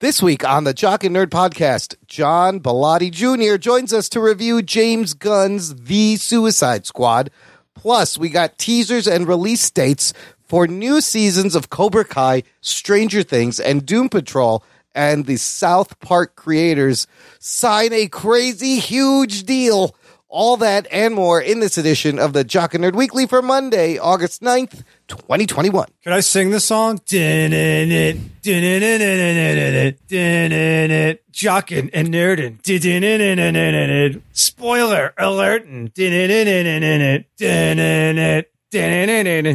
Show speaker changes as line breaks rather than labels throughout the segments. This week on the Jock and Nerd podcast, John Bellotti Jr. joins us to review James Gunn's The Suicide Squad. Plus, we got teasers and release dates for new seasons of Cobra Kai, Stranger Things, and Doom Patrol. And the South Park creators sign a crazy huge deal. All that and more in this edition of the Jock and Nerd Weekly for Monday, August 9th, 2021.
Can I sing this song? Jockin' and nerdin'. Spoiler alertin'.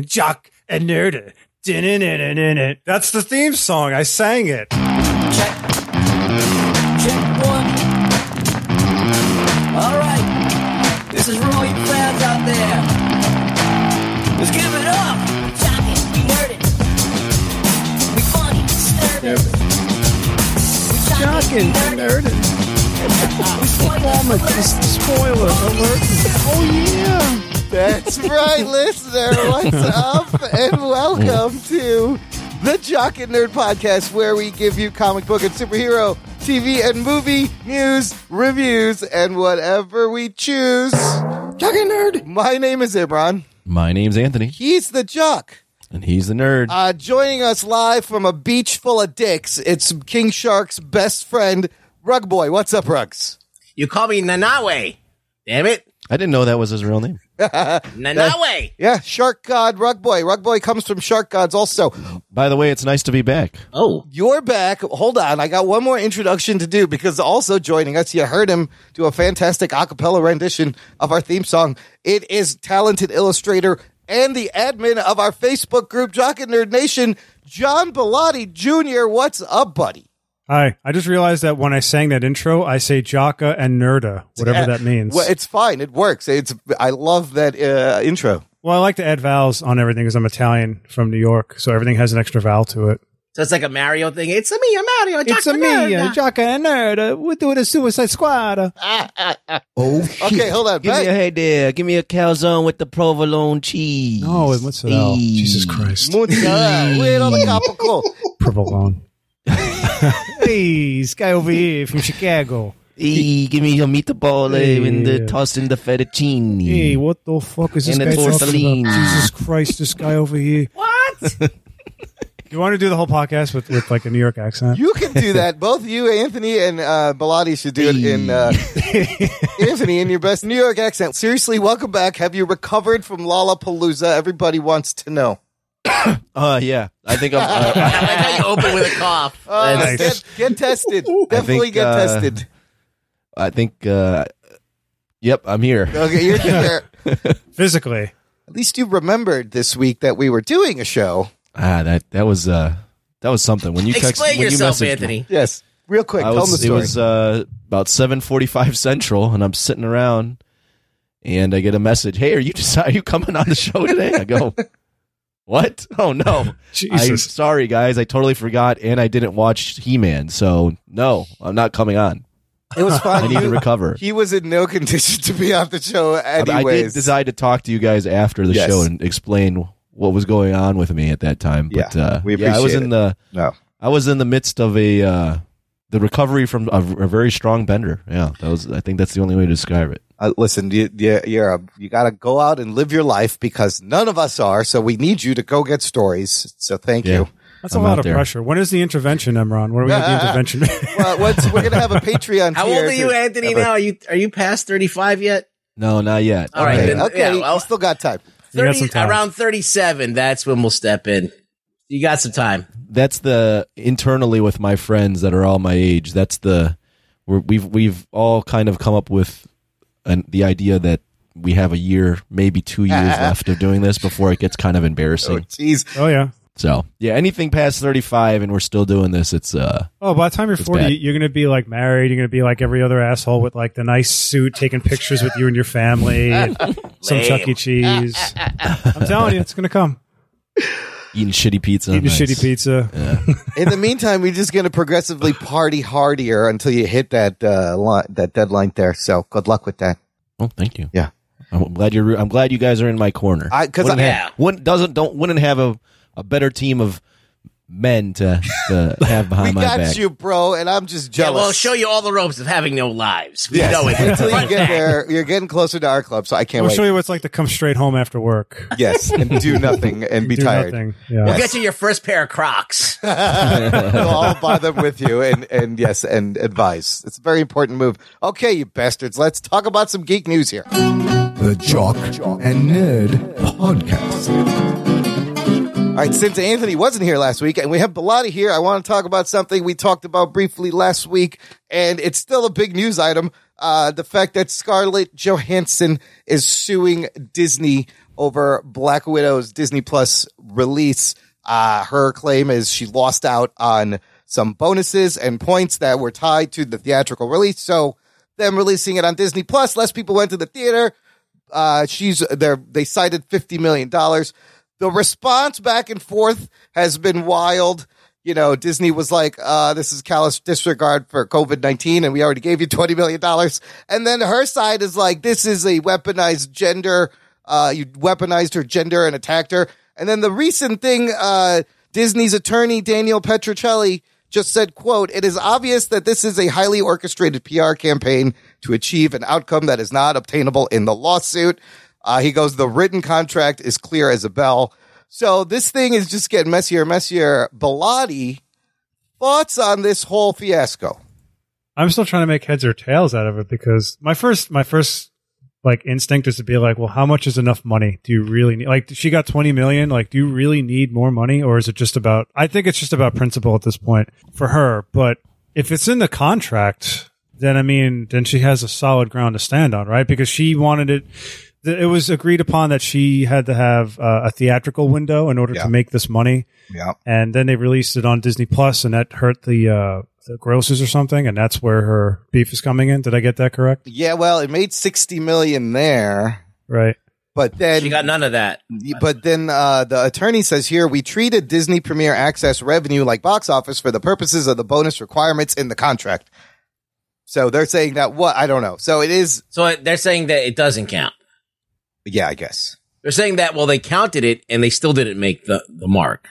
Jock and nerdin'. That's the theme song. I sang it.
Check. Check one. All right. This is for all you fans out there. Let's give it up. Jockin', we nerdin'. We funny, disturbing.
Jockin' and nerdin'. Performance is spoiler alert. Oh yeah.
That's right, listener. What's up? And welcome to the Jock and Nerd Podcast, where we give you comic book and superhero, TV and movie news, reviews, and whatever we choose. Jock and Nerd. My name is Imran.
My name's Anthony,
He's the Jock.
and he's the nerd.
Uh, joining us live from a beach full of dicks, it's King Shark's best friend, Rug Boy. What's up, Rugs?
You call me Nanawe. Damn it.
I didn't know that was his real name.
Nanawe.
Yeah, Shark God, Rug Boy. Rug Boy comes from Shark Gods also.
By the way, it's nice to be back.
Oh.
You're back. Hold on. I got one more introduction to do because also joining us, you heard him do a fantastic a cappella rendition of our theme song. It is talented illustrator and the admin of our Facebook group, Jock and Nerd Nation, John Bellotti Jr. What's up, buddy?
Hi. I just realized that when I sang that intro, I say Jocka and Nerda, whatever that means.
Well, it's fine. It works. It's I love that uh, intro.
Well, I like to add vowels on everything because I'm Italian from New York, so everything has an extra vowel to it.
So it's like a Mario thing. It's a me, a Mario. Jack the Nerd.
Jocka
e
and nerd. We're doing a Suicide Squad.
Oh,
Okay, hold on.
Give me a
Back-
hey there. Give me a calzone with the provolone cheese.
Oh, and what's that? vowel? Jesus Christ.
uh,
Mozzarella, little capricorn.
Provolone. hey, this guy over here from Chicago.
Hey, give me your meatball eh, and the
Yeah.
toss and the fettuccine.
Hey, what the fuck is this
And
guy
a
talking
tortellini.
about? Jesus Christ, this guy over here. What? you want to do the whole podcast with, with like a New York accent?
You can do that. Both you, Anthony, and uh, Bilotti should do it in uh, Anthony in your best New York accent. Seriously, welcome back. Have you recovered from Lollapalooza? Everybody wants to know.
Uh, yeah. I think I'm. Uh,
I like how you open with a cough.
Uh,
That's-
get, get tested. Definitely
think,
get
uh,
tested.
I, I think. Uh, yep, I'm here.
Okay, you're there.
Physically.
At least you remembered this week that we were doing a show.
Ah, that that was uh, that was something. When you text,
Explain
when
yourself,
you messaged
Anthony.
Yes. Real quick,
I
tell them the
was, it
story.
was uh, about seven forty-five central, and I'm sitting around, and I get a message. Hey, are you just, are you coming on the show today? I go, what? Oh no! I'm
Jesus.
sorry, guys. I totally forgot, and I didn't watch He-Man, so no, I'm not coming on.
it was
I
fun.
need to
You-
recover.
he was in no condition to be on the show
I- I did
anyways.
decide to talk to you guys after the
Yes.
show and explain what was going on with me at that time. But
Yeah,
uh,
we
yeah, I was
appreciate
in the
No.
I was in the midst of a uh, the recovery from a, a very strong bender. Yeah, that was. I think that's the only way to describe it.
Uh, listen, you, you, you're a, you got to go out and live your life because none of us are. So we need you to go get stories. So thank
Yeah.
you.
That's a
I'm
lot
out
of
there. Uh,
pressure. When is the intervention, Emron? When are we going to
Ah, ah,
the intervention?
Well, once we're gonna have a Patreon.
How
tier
old are you,
to-
Anthony, now? Are you are you past 35 yet?
No, not yet.
All right,
Okay,
then-
okay,
yeah,
you
well-
still got time.
You got
30,
some time.
Around 37, that's when we'll step in. You got some time.
that's the internally with my friends that are all my age. That's the we're, we've we've all kind of come up with an, the idea that we have a year, maybe two years left of doing this before it gets kind of embarrassing.
Jeez,
oh, yeah.
So yeah, anything past thirty five and we're still doing this, it's uh
Oh, by the time you're 40,
bad.
you're going to be like married. You're going to be like every other asshole with like the nice suit, taking pictures with you and your family, and some Chuck E. Cheese. I'm telling you, it's going to come.
eating shitty pizza.
Eating
Nice.
shitty pizza.
in the meantime, we're just gonna progressively party hardier until you hit that uh, li- that deadline there. So good luck with that.
Oh, thank you.
Yeah.
I'm glad you're. I'm glad you guys are in my corner.
I- 'cause
Wouldn't
I-
have- wouldn't doesn't don't wouldn't have a, a better team of men to, to have
We
behind my
got
back.
you, bro, and I'm just jealous.
Yeah, we'll show you all the ropes of having no lives. We
Yes.
know it.
Until you
Front
get
back.
there, you're getting closer to our club, so I can't
I'll
wait.
show you what it's like to come straight home after work.
Yes, and do nothing and be
Do
tired.
nothing. Yeah.
We'll get you your first pair of Crocs.
We'll all buy them with you, and and yes, and advise. It's a very important move. Okay, you bastards, let's talk about some geek news here.
The Jock and Nerd Podcast.
All right, since Anthony wasn't here last week, and we have Bilotti here, I want to talk about something we talked about briefly last week, and it's still a big news item: uh, the fact that Scarlett Johansson is suing Disney over Black Widow's Disney Plus release. Uh, her claim is she lost out on some bonuses and points that were tied to the theatrical release. So them releasing it on Disney Plus, less people went to the theater. Uh, she's they they cited fifty million dollars. The response back and forth has been wild. You know, Disney was like, uh, "This is callous disregard for COVID nineteen, and we already gave you twenty million dollars." And then her side is like, "This is a weaponized gender. Uh, you weaponized her gender and attacked her." And then the recent thing, uh, Disney's attorney Daniel Petrocelli just said, quote, it is obvious that this is a highly orchestrated PR campaign to achieve an outcome that is not obtainable in the lawsuit. Uh, he goes, the written contract is clear as a bell. So this thing is just getting messier and messier. Bilotti, thoughts on this whole fiasco?
I'm still trying to make heads or tails out of it because my first my first like instinct is to be like, well, how much is enough money? Do you really need like she got 20 million? Like, do you really need more money or is it just about I think it's just about principle at this point for her, but if it's in the contract, then I mean, then she has a solid ground to stand on, right? Because she wanted it th- it was agreed upon that she had to have uh, a theatrical window in order
Yeah.
to make this money
Yeah.
and then they released it on Disney Plus, and that hurt the uh, the grosses or something, and that's where her beef is coming in. Did I get that correct?
Yeah, well, it made 60 million there,
Right.
but then
She got none of that.
But then uh, the attorney says here we treated Disney Premier Access revenue like box office for the purposes of the bonus requirements in the contract. So they're saying that what I don't know. So it is
So they're saying that it doesn't count.
yeah, I guess.
They're saying that well, they counted it and they still didn't make the, the mark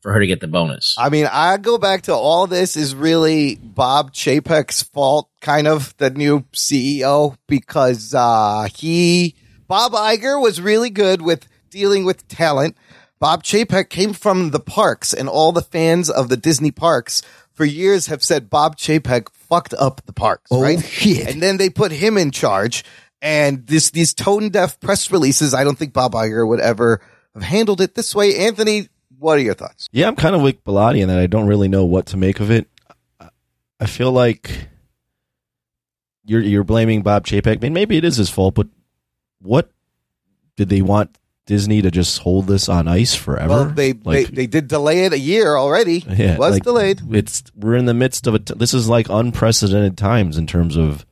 for her to get the bonus.
I mean, I go back to all this is really Bob Chapek's fault, kind of the new CEO, because uh, he Bob Iger was really good with dealing with talent. Bob Chapek came from the parks, and all the fans of the Disney parks for years have said Bob Chapek fucked up the parks, right?
shit.
And then they put him in charge. And this these tone deaf press releases, I don't think Bob Iger would ever have handled it this way. Anthony, what are your thoughts?
Yeah, I'm kind of like Bilotti in that I don't really know what to make of it. I- I feel like you're you're blaming Bob Chapek. I mean, maybe it is his fault, but what did they want Disney to just hold this on ice forever?
Well, they,
Like-
they they did delay it a year already.
yeah,
it was
like,
delayed.
It's we're in the midst of a. T- this is like unprecedented times in terms of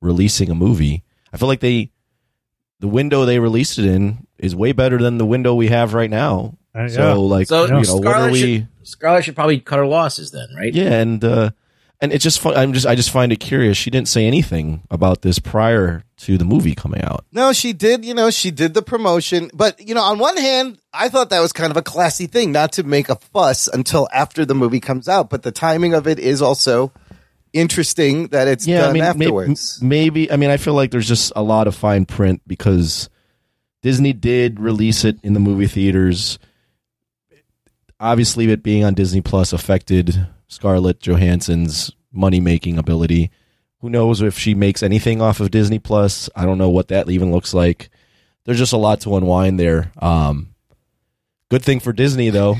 releasing a movie. I feel like they the window they released it in is way better than the window we have right now.
Uh, yeah.
So like,
So
you know, what are
Scarlett
we?
should- Scarlett should probably cut her losses then, right?
Yeah, and uh, and it's just fun. I'm just I just find it curious. She didn't say anything about this prior to the movie coming out.
No, she did. You know, she did the promotion. But you know, on one hand, I thought that was kind of a classy thing not to make a fuss until after the movie comes out. But the timing of it is also interesting that it's done
may-
afterwards.
m- maybe I mean I feel like there's just a lot of fine print because Disney did release it in the movie theaters. Obviously, it being on Disney Plus affected Scarlett Johansson's money making ability. Who knows if she makes anything off of Disney Plus? I don't know what that even looks like. There's just a lot to unwind there. Um, good thing for Disney though,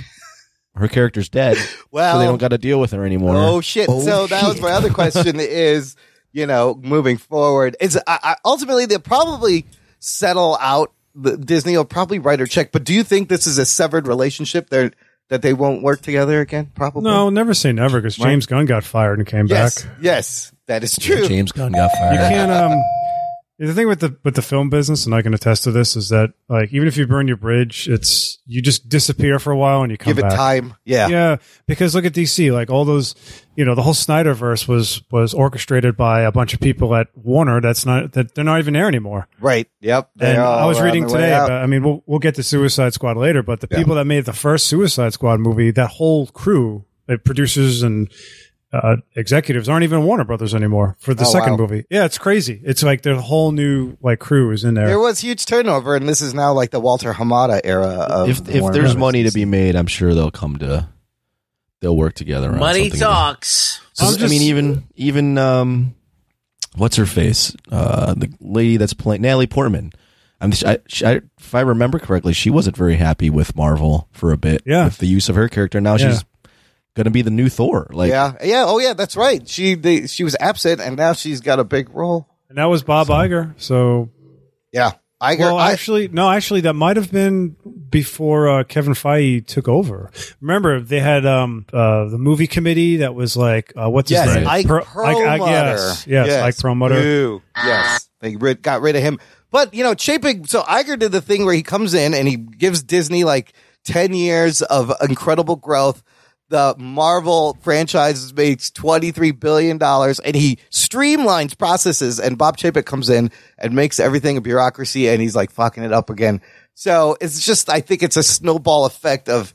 her character's dead, so they
well,
don't got to deal with her anymore.
oh shit!
Oh,
so that was
shit.
my other question: is you know, moving forward, is I, I, ultimately they'll probably settle out. The, Disney will probably write her check. But do you think this is a severed relationship? They're that they won't work together again? Probably.
No, never say never because James Gunn got fired and came
Yes.
back.
Yes. That is true.
James Gunn got
You
fired.
can't. Um, The thing with the with the film business, and I can attest to this, is that like even if you burn your bridge, it's you just disappear for a while and you come
Give it
back.
time. Yeah.
Yeah, because look at DC. Like all those, you know, the whole Snyderverse was was orchestrated by a bunch of people at Warner. That's not that they're not even there anymore.
Right. Yep. They
And
all
I was
are on
reading
their way
today.
out.
About, I mean, we'll we'll get to Suicide Squad later, but the people that made the first Suicide Squad movie, that whole crew, the producers and uh, executives, aren't even Warner Brothers anymore for the
Oh,
second
wow.
movie. Yeah, it's crazy. It's like their whole new like crew is in there.
there was huge turnover, and this is now like the Walter Hamada era of
if if
Warner
there's
Brothers.
money to be made, I'm sure they'll come to. They'll work together. on
Money
something.
talks.
So,
I'm
I mean,
just-
even even um, what's her face? Uh, the lady that's playing Natalie Portman. I'm, I, she- I, if I remember correctly, she wasn't very happy with Marvel for a bit.
Yeah.
with the use of her character. Now
Yeah.
she's going to be the new Thor. Like,
Yeah. Yeah. Oh, yeah. That's right. She they, she was absent, and now she's got a big role.
and that was Bob Iger. So
Yeah. I,
Well,
I
actually, no, actually, that might have been before uh, Kevin Feige took over. Remember, they had um, uh, the movie committee that was like, uh, what's
yes,
his name?
Ike
Pro-
Perlmutter.
yes, yes, Ike Perlmutter.
Boo. Yes, they rid, got rid of him. But you know, Chapek. So Iger did the thing where he comes in and he gives Disney like ten years of incredible growth. The Marvel franchise makes twenty three billion dollars, and he streamlines processes. And Bob Chapek comes in and makes everything a bureaucracy, and he's like fucking it up again. So it's just, I think it's a snowball effect of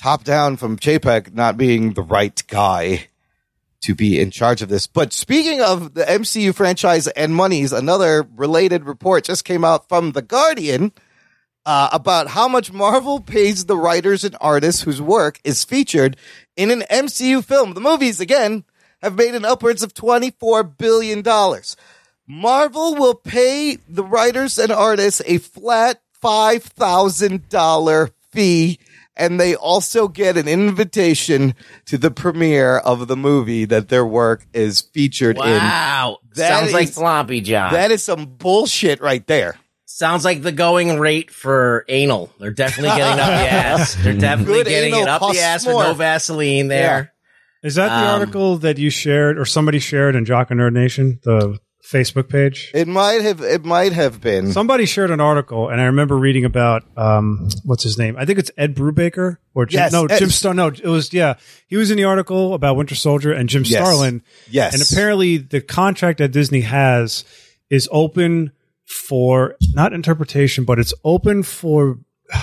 top down from Chapek not being the right guy to be in charge of this. But speaking of the MCU franchise and monies, another related report just came out from The Guardian uh, about how much Marvel pays the writers and artists whose work is featured in an MCU film. The movies, again, have made an upwards of $24 billion. Marvel will pay the writers and artists a flat $5,000 fee, and they also get an invitation to the premiere of the movie that their work is featured in.
Wow.
That
Sounds like
is-
sloppy John.
That is some bullshit right there.
Sounds like the going rate for anal. They're definitely getting up the ass. They're definitely
Good
getting
anal
it up
costs
the ass with
more.
no Vaseline there.
Is that the
Um,
article that you shared or somebody shared in Jock and Nerd Nation, the Facebook page?
It might have. It might have been.
Somebody shared an article, and I remember reading about um, what's his name. I think it's Ed Brubaker or Jim,
Yes,
no
Ed-
Jim Star. No, it was yeah. He was in the article about Winter Soldier and Jim
Yes.
Starlin.
Yes.
and apparently the contract that Disney has is open for not interpretation, but it's open for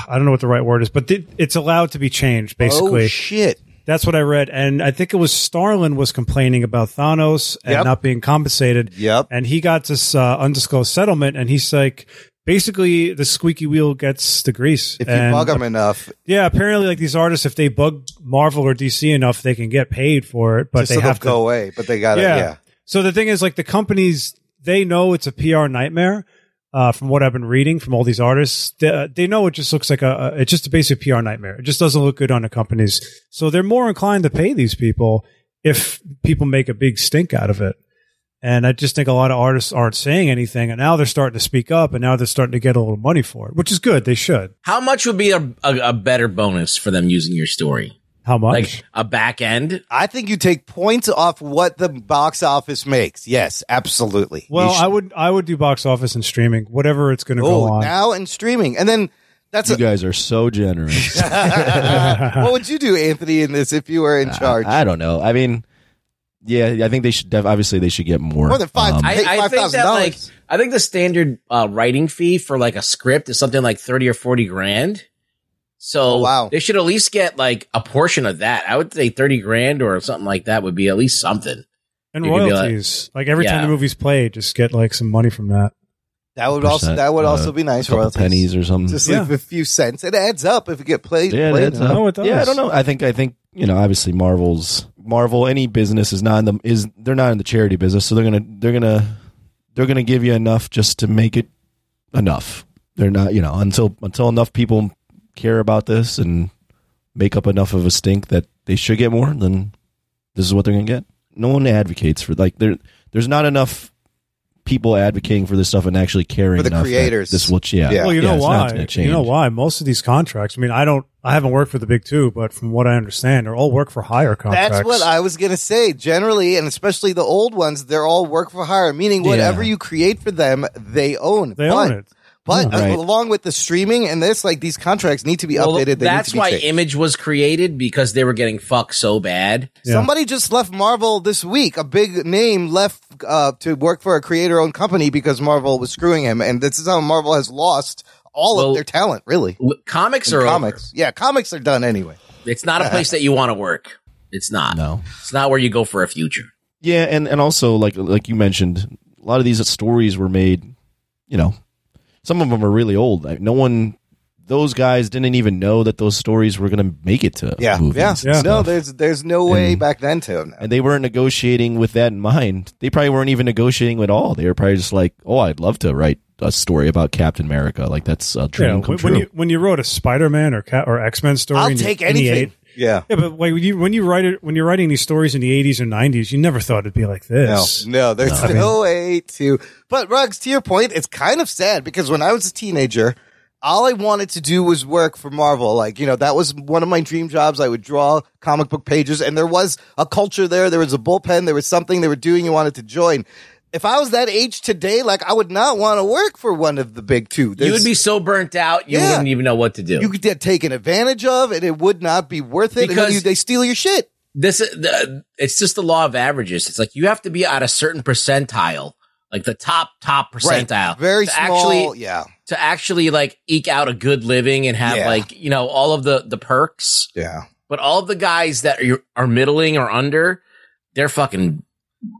I don't know what the right word is, but th- it's allowed to be changed. Basically,
oh shit!
that's what I read, and I think it was Starlin was complaining about Thanos and
Yep.
not being compensated.
Yep.
and he got this uh, undisclosed settlement, and he's like, basically, the squeaky wheel gets the grease.
If
And,
you bug them enough,
yeah, apparently, like these artists, if they bug Marvel or DC enough, they can get paid for it, but
just
they
sort
have
of
to
go away. But they got to yeah.
so the thing is, like the companies, they know it's a PR nightmare. Uh, from what I've been reading from all these artists, they, uh, they know it just looks like a, a it's just a basic PR nightmare. It just doesn't look good on the companies, so they're more inclined to pay these people if people make a big stink out of it. And I just think a lot of artists aren't saying anything, and now they're starting to speak up, and now they're starting to get a little money for it, which is good. They should.
How much would be a, a, a better bonus for them using your story?
How much?
Like a back end?
I think you take points off what the box office makes. Yes, absolutely. You
well,
should-
I would I would do box office and streaming, whatever it's going to go
oh,
on.
now and streaming, and then that's
you
a,
guys are so generous.
what would you do, Anthony, in this if you were in charge?
Uh, I don't know. I mean, yeah, I think they should. Def- obviously, they should get more.
More than five
um,
times. Hey,
I, I think that like
$5,000.
I think the standard uh, writing fee for like a script is something like thirty or forty grand. So
Oh, wow.
they should at least get like a portion of that. I would say thirty grand or something like that would be at least something.
and
You could be like-
royalties. Like, every time
Yeah.
the movie's played, just get like some money from that.
that would also that would
uh,
also be nice.
couple
Royalties,
pennies or something.
just like
Yeah.
a few cents. It adds up if you get played.
yeah,
played
that's
enough.
a-
No, it does.
yeah, I don't know. I think I think you know. Obviously, Marvel's Marvel. Any business is not in the is they're not in the charity business, so they're gonna they're gonna they're gonna give you enough just to make it enough. They're not you know until until enough people care about this and make up enough of a stink that they should get more. Then this is what they're gonna get. No one advocates for like there. There's not enough people advocating for this stuff and actually caring
For the
enough that
creators.
This will yeah.
Yeah.
Well, you
Yeah,
know
it's not gonna
why? You
change.
know why? Most of these contracts. I mean, I don't. I haven't worked for the big two, but from what I understand, they're all work for hire contracts.
That's what I was going to say. Generally, and especially the old ones, they're all work for hire, meaning whatever you create for them, they own.
They
but,
own it.
But
Right.
along with the streaming and this, like these contracts need to be
Well,
updated. They
that's
need to be
why
changed.
Image was created because they were getting fucked so bad.
Yeah.
Somebody just left Marvel this week. A big name left uh, to work for a creator-owned company because Marvel was screwing him, and this is how Marvel has lost all
Well,
of their talent. Really,
W- Comics are
comics. Yeah, comics are done anyway.
over. It's not a place that you want to work. It's not.
No.
It's not where you go for a future.
Yeah, and and also like like you mentioned, a lot of these stories were made. You know, some of them are really old. Like, no one, those guys didn't even know that those stories were going to make it to
Yeah,
movies.
yeah.
and
Yeah.
No,
stuff.
there's there's no way
And-
back then to now.
and they weren't negotiating with that in mind. They probably weren't even negotiating at all. They were probably just like, "Oh, I'd love to write a story about Captain America. Like that's a dream
Yeah,
come
when,
true."
when you when you wrote a Spider Man or Cat or X Men story,
I'll
in the-
take
in the
anything.
eight-
Yeah.
yeah, but like when you when you write it when you're writing these stories in the eighties or nineties, you never thought it'd be like
No,
this.
no, there's no, way to. But Ruggs, to your point, it's kind of sad because when I was a teenager, all I wanted to do was work for Marvel. Like, you know, that was one of my dream jobs. I would draw comic book pages, and there was a culture there. There was a bullpen. There was something they were doing you wanted to join. If I was that age today, like, I would not want to work for one of the big two.
you
There's-
would be so burnt out, you
Yeah.
wouldn't even know what to do.
you could get taken advantage of, and it would not be worth it. and then
Because-
you, they steal your shit.
this is the, it's just the law of averages. It's like you have to be at a certain percentile, like the top top percentile,
Very
to
small.
actually
yeah.
to actually like eke out a good living and have
Yeah.
like you know all of the the perks.
Yeah.
But all of the guys that are, are middling or under, they're fucking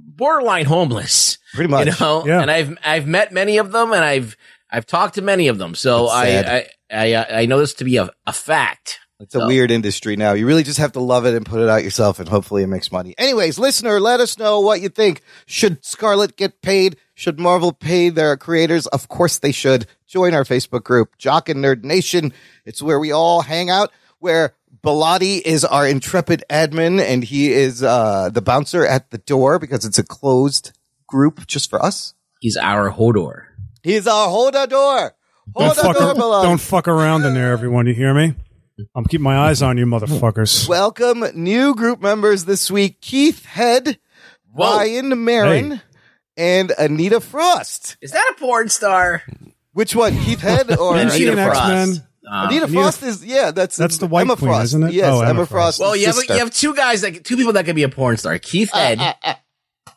borderline homeless.
Pretty much.
You know,
Yeah.
and I've I've met many of them, and I've I've talked to many of them. So
That's
I,
sad.
I I uh, I know this to be a, a fact.
It's a
So-
weird industry now. You really just have to love it and put it out yourself, and hopefully it makes money. Anyways, listener, let us know what you think. Should Scarlet get paid? Should Marvel pay their creators? Of course they should. Join our Facebook group, Jock and Nerd Nation. It's where we all hang out, where Bilotti is our intrepid admin, and he is uh, the bouncer at the door because it's a closed group just for us.
He's our Hodor.
He's our hold our door.
Don't
Hold our
fuck,
door,
ar-
Bilotti.
don't fuck around in there, everyone. You hear me? I'm keeping my eyes on you, motherfuckers.
Welcome new group members this week Keith Head,
Whoa.
Ryan Marin, and Anita Frost.
Is that a porn star?
Which one, Keith Head or
You've
Anita
seen
Frost?
X-Men?
Um,
Anita
Uh, Anita-
Frost is yeah, that's
That's the white
Emma
queen,
Frost.
isn't it?
Yes,
Oh,
Emma,
Emma
Frost.
Frost.
Well, you have,
sister.
you have two guys that two people that could be a porn star: Keith Head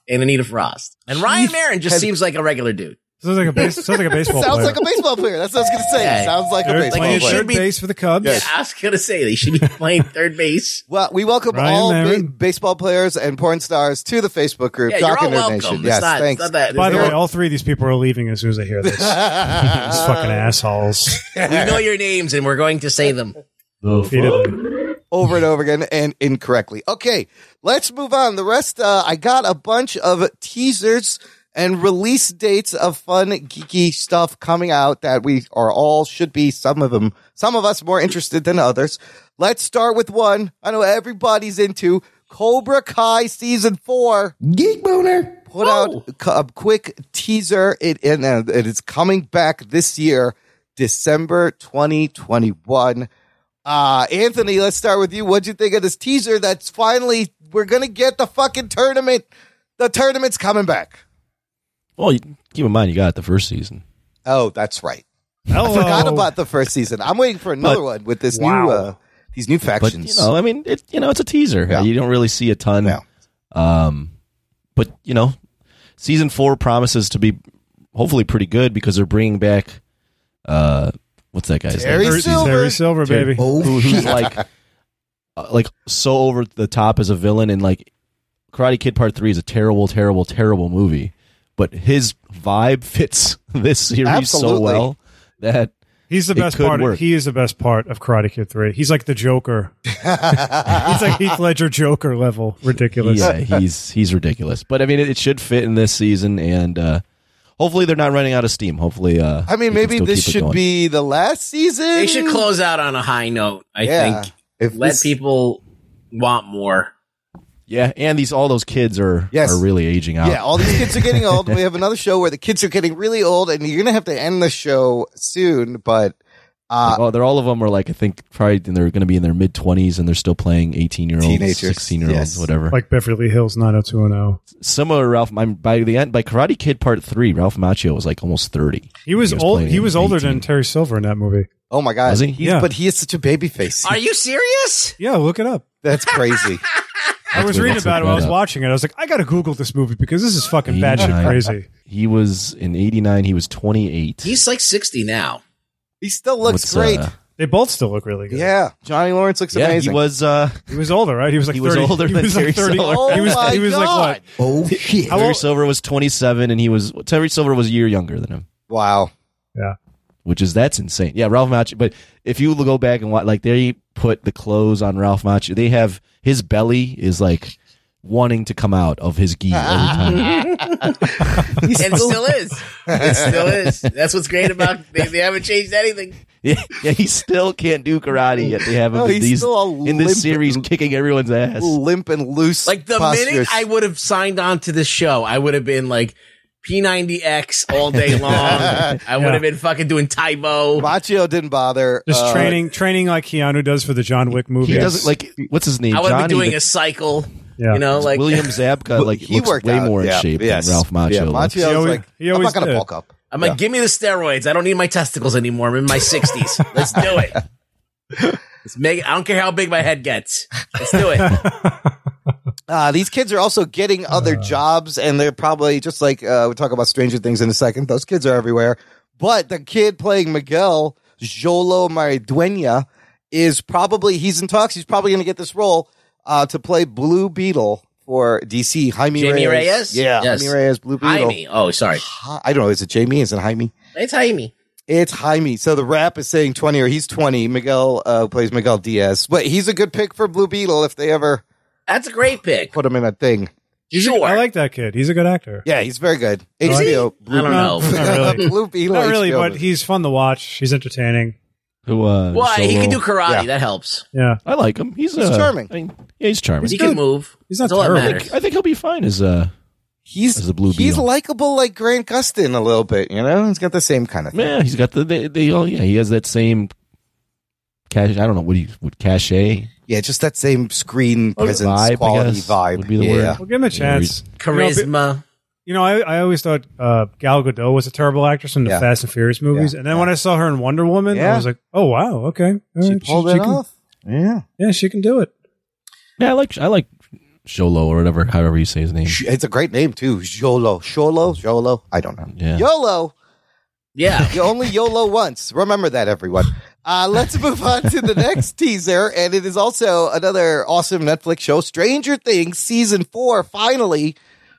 and Anita Frost. And Ryan Marin just
Head.
seems like a regular dude.
Sounds like a base, sounds like a baseball
Sounds
player.
like a baseball player. That's what I was gonna say.
Yeah.
Sounds like a
They're
baseball
playing
player.
third
be-
base for the Cubs.
Yes.
I was gonna say they should be playing third base.
Well, we welcome
Ryan
all ba-
Marin.
baseball players and porn stars to the Facebook group.
Yeah,
Jock
you're all
and Nerd
welcome.
Nation.
It's
Yes,
not,
thanks.
It's not that,
By the
They're-
way, all three of these people are leaving as soon as they hear this. These fucking assholes.
we know your names and we're going to say them.
Repeatedly.
over and over again and incorrectly. Okay, let's move on. The rest, uh, I got a bunch of teasers and release dates of fun, geeky stuff coming out that we are all should be some of them, some of us more interested than others. Let's start with one I know everybody's into Cobra Kai season four
Geek boner.
put out a cu- a quick teaser. It and uh, it is coming back this year, December 2021. Uh, Anthony, let's start with you. What'd you think of this teaser? That's finally we're gonna get the fucking tournament. The tournament's coming back.
well, you, keep in mind you got it the first season.
Oh, that's right.
Hello.
I forgot about the first season. I'm waiting for another
But-
one with this
Wow.
new uh, these new
But
factions.
you know, I mean, it you know, it's a teaser.
Yeah.
You don't really see a ton.
No.
Um, but you know, season four promises to be hopefully pretty good because they're bringing back uh, what's that guy's
Terry
name?
Terry
Silver.
Terry Silver,
Terry-
baby.
Who, who's like uh, like so over the top as a villain and like Karate Kid Part Three is a terrible, terrible, terrible movie, but his vibe fits this series
Absolutely.
so well that
He's the
It
best
could
part.
work.
He is the best part of Karate Kid Three. He's like the Joker. He's like Heath Ledger Joker level. Ridiculous.
yeah, he's he's ridiculous. But I mean, it, it should fit in this season, and uh, hopefully they're not running out of steam. Hopefully, uh,
I mean,
they can
maybe
still
this
keep it
should
going.
be the last season.
They should close out on a high note. I
Yeah.
think
If
let
this-
people want more.
Yeah, and these all those kids are
Yes.
are really aging out.
Yeah, all these kids are getting old. We have another show where the kids are getting really old, and you're gonna have to end the show soon. But uh,
Like, oh, they're all of them are like I think probably and they're going to be in their mid twenties and they're still playing eighteen year olds,
Teenagers,
sixteen year olds,
yes.
whatever.
like Beverly Hills 90210.
Similar, Ralph. I'm, by the end, by Karate Kid Part Three, Ralph Macchio was like almost thirty.
He was, old.
playing
He was older
18.
than Terry Silver in that movie.
Oh my god,
Was he?
He's-
Yeah.
but he is such a baby face.
Are you serious?
Yeah, look it up.
That's crazy.
I
That's
was
what
reading
looks
about it.
like
While I was
that.
watching it. I was like, I gotta Google this movie because this is fucking batshit
Yeah.
crazy.
He was in '89. He was 28.
He's like 60 now.
He still looks
What's,
great.
uh,
They both still look really good.
yeah, Johnny Lawrence looks
yeah,
amazing.
he was. Uh,
he was older, right? He was like
He
30.
was older than Terry Silver.
Oh
he was,
my
he was like
God.
what?
Oh shit.
How
Terry
old?
Silver was 27, and he was Terry Silver was a year younger than him,
wow.
which is that's insane. Yeah, Ralph Macchio. But if you go back and watch, like they put the clothes on Ralph Macchio, they have his belly is like wanting to come out of his gi every time.
And still is. It still is. That's what's great about they, they haven't changed anything.
yeah, yeah, he still can't do karate yet. They have him
No,
in
Oh, he's
these
still a
in this
limp-
series kicking everyone's ass.
Limp and loose.
Like the minute
postures.
I would have signed on to this show, I would have been like P90X all day long. I would have been fucking doing Taibo.
Macchio didn't bother.
Just
Uh,
training, training like Keanu does for the John Wick movie.
He doesn't like what's his name?
I would have
Johnny,
been doing
the-
a cycle.
Yeah.
You know, like
William Zabka. Like
he
looks
worked
way
out.
more in
Yeah,
shape
yes.
than Ralph Macchio.
Yeah,
looks.
Macchio
He
was
always-
like,
he
I'm
always
not going to
did.
bulk up.
I'm like, give me the steroids. I don't need my testicles anymore. I'm in my 60s. Let's do it. Let's make it. I don't care how big my head gets. Let's do it.
Uh, these kids are also getting other jobs, and they're probably just like uh, we talk about Stranger Things in a second. Those kids are everywhere. But the kid playing Miguel Jolo Mariduena is probably he's in talks. He's probably going to get this role uh, to play Blue Beetle for DC. Jaime
Jaime
Reyes.
Reyes?
yeah,
Yes.
Jaime Reyes, Blue Beetle.
Jaime. Oh, sorry.
Hi- I don't know. Is it Jamie? Is it Jaime?
It's Jaime.
It's Jaime. So the rap is saying twenty, or he's twenty. Miguel uh, plays Miguel Diaz, but he's a good pick for Blue Beetle if they ever
That's a great pick.
put him in a thing.
Sure.
I like that kid. He's a good actor.
Yeah, he's very good.
Is he?
HBO.
I don't know.
Not really.
Blue Beetle.
Not really,
HBO.
but he's fun to watch. He's entertaining.
Who, uh,
Well, he can
Solo-
do karate.
Yeah.
That helps.
Yeah.
I like him. He's, uh,
charming.
I mean, yeah, he's charming.
he can move.
He's not
That's all that
terrible.
matters.
I think he'll be fine as uh
he's
As a Blue
he's
Beetle.
likable like Grant Gustin a little bit. You know, he's got the same kind of thing.
man. He's got the they, they all yeah. He has that same cash. I don't know what he would cachet
Yeah, just that same screen
Or
presence,
vibe, I
quality
guess,
vibe.
would be the
yeah.
word.
Well, give him a chance. You know,
Charisma.
You know, I, I always thought uh, Gal Gadot was a terrible actress in the
Yeah.
Fast and Furious movies,
Yeah.
and then when I saw her in Wonder Woman,
Yeah.
I was like, "Oh wow, okay, All
She
right,
pulled it
can-
off. Yeah,
Yeah, she can do it."
Yeah, I like I like Sholo or whatever, however you say his name.
Sh- it's a great name too. Jolo, Sholo, Jolo. I don't know.
Yeah.
Yolo.
Yeah.
You only YOLO once. Remember that, everyone. Uh, let's move on to the next teaser. And it is also another awesome Netflix show, Stranger Things Season 4, finally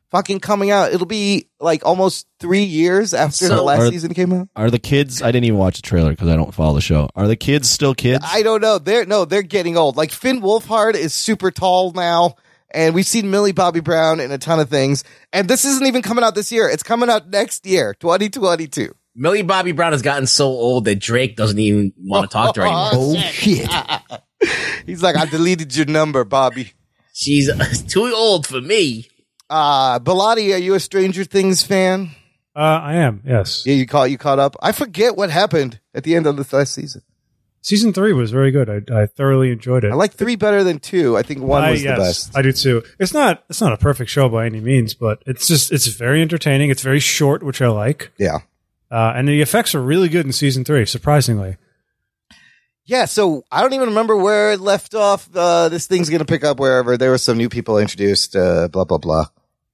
fucking coming out. It'll be like almost three years after the
So-
last
Are-
season came out.
Are the kids? I didn't even watch the trailer because I don't follow the show. Are the kids still kids?
I don't know. They're no, they're getting old. Like Finn Wolfhard is super tall now, and we've seen Millie Bobby Brown and a ton of things. And this isn't even coming out this year. It's coming out next year, 2022.
Millie Bobby Brown has gotten so old that Drake doesn't even want to talk to her anymore.
Oh shit.
He's like, I deleted your number, Bobby.
She's too old for me.
Uh Bilotti, are you a Stranger Things fan?
Uh, I am. Yes,
Yeah, you caught you caught up. I forget what happened at the end of the last season.
season three was very good. I, I thoroughly enjoyed it.
I like three better than two. I think one
I-
was
yes,
the best.
I do too. It's not it's not a perfect show by any means, but it's just it's very entertaining. It's very short, which I like,
yeah.
uh, and the effects are really good in season three. Surprisingly,
Yeah, so I don't even remember where it left off. Uh, this thing's going to pick up wherever. There were some new people introduced, uh, blah, blah, blah.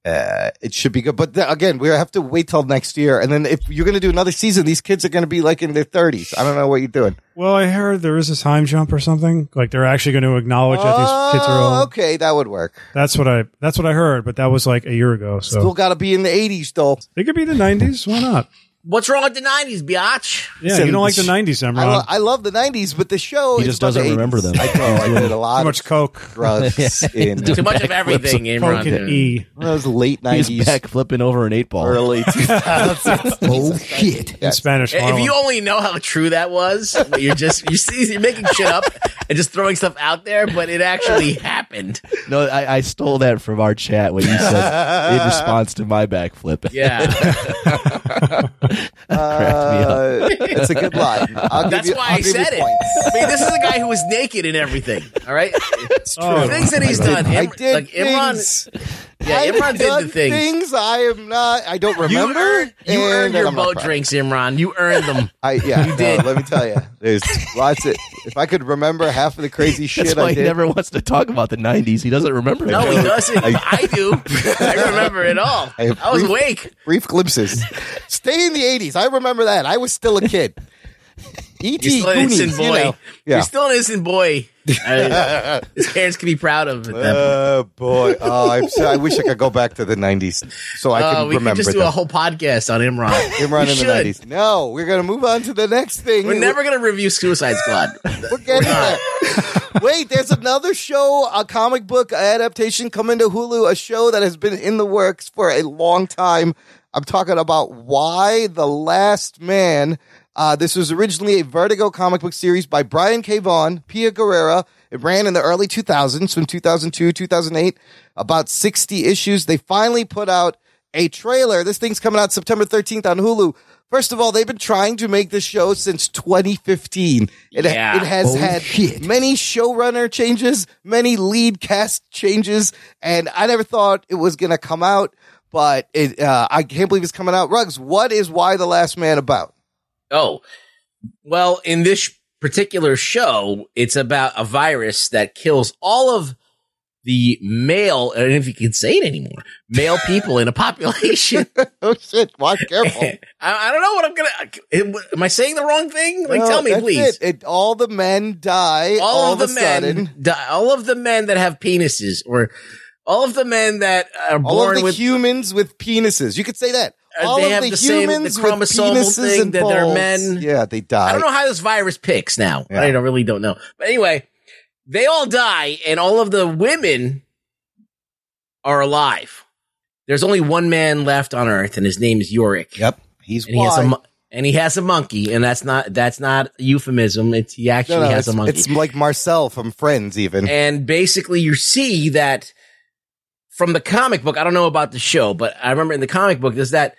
Uh, it should be good. But th- again, we have to wait till next year. And then if you're going to do another season, these kids are going to be like in their 30s. I don't know what you're doing.
well, I heard there is a time jump or something. Like they're actually going to acknowledge that these kids are old.
Oh, okay, that would work.
That's what I that's what I heard, but that was like a year ago. So
Still got to be in the 80s, though.
it could be the nineties. Why not?
What's wrong with the 90s, biatch?
Yeah,
So
you don't like the
sh-
nineties,
I,
Emron.
lo- I love the 90s, but the show
Uh, He
is
just
about the
doesn't remember
80s.
them.
I know. I did a lot
Too
of
much coke,
drugs in
Too much of everything,
coke and
Imran.
E.
one of those late
He's
90s,
back flipping over an eight ball.
early 2000s.
Oh shit.
in Spanish.
If
Marlon.
you only know how true that was, but you're just you're, see- you're making shit up and just throwing stuff out there, but it actually happened.
No, I, I stole that from our chat when you said in response to my backflip.
Yeah,
Uh, it's a good line. I'll give
That's
you-
why
I'll
I
give you
said it.
points.
I mean, this is a guy who was naked and everything. All right, it's true.
Oh,
things that he's
I
done.
did- I
Im-
did
like Imran.
things.
Yeah,
I've
Imran did
done
the things.
I am not. I don't
You
remember.
earned, you
and
earned
I'm
your
not
boat
proud.
drinks, Imran. You earned them.
I yeah. no,
did.
Let me tell you, there's lots of. If I could remember half of the crazy
That's
shit
why
I
he
did,
never wants to talk about the '90s. He doesn't remember.
No, he
it.
doesn't. I, do. I remember it all.
I
I,
have
was
proof.
awake.
brief glimpses. Stay in the '80s. I remember that. I was still a kid. E.T.
You're still an
Goonies,
innocent boy.
you
You
know. Yeah.
are still an innocent boy. I- his parents can be proud of it.
Uh, boy, oh, I'm so, I wish I could go back to the '90s so I can
Uh, we could
remember
just do
them.
a whole podcast on Imran.
Imran
We
in the
should.
'90s. No, we're gonna move on to the next thing.
We're never going to review Suicide Squad.
We're getting there. Wait, there's another show, a comic book adaptation coming to Hulu, a show that has been in the works for a long time. I'm talking about Why the Last Man. Uh, this was originally a Vertigo comic book series by Brian K. Vaughan, Pia Guerrera. It ran in the early 2000s, from 2002, 2008, about 60 issues. They finally put out a trailer. This thing's coming out September 13th on Hulu. First of all, they've been trying to make this show since 2015. It,
Yeah.
it has had many showrunner changes, many lead cast changes, and I never thought it was going to come out, but it, uh, I can't believe it's coming out. Rugs, what is Why the Last Man about?
Oh, well, in this particular show, it's about a virus that kills all of the male, and if you can say it anymore, male people in a population.
Oh shit, watch careful.
I, I don't know what I'm gonna. Am I saying the wrong thing? Like,
No,
tell me,
that's
please.
It. It- all the men die all,
All, of
of a
the men,
sudden.
di- all of the men that have penises, or all of the men that are
All of
born
the
with,
humans with penises. You could say that.
Uh,
all
they
of
have
the,
the same- the
humans with
chromosomal
penises
thing
and
that they're
balls.
men.
Yeah, they die.
I don't know how this virus picks now.
Yeah.
I don't, really don't know. But anyway, they all die, and all of the women are alive. There's only one man left on Earth, and his name is Yorick.
Yep, he's
and he has a
why.
mon- and he has a monkey, and that's not that's not a euphemism. It's he actually
No, no,
has
it's,
a monkey.
it's like Marcel from Friends, even.
and basically you see that from the comic book i don't know about the show but i remember in the comic book is that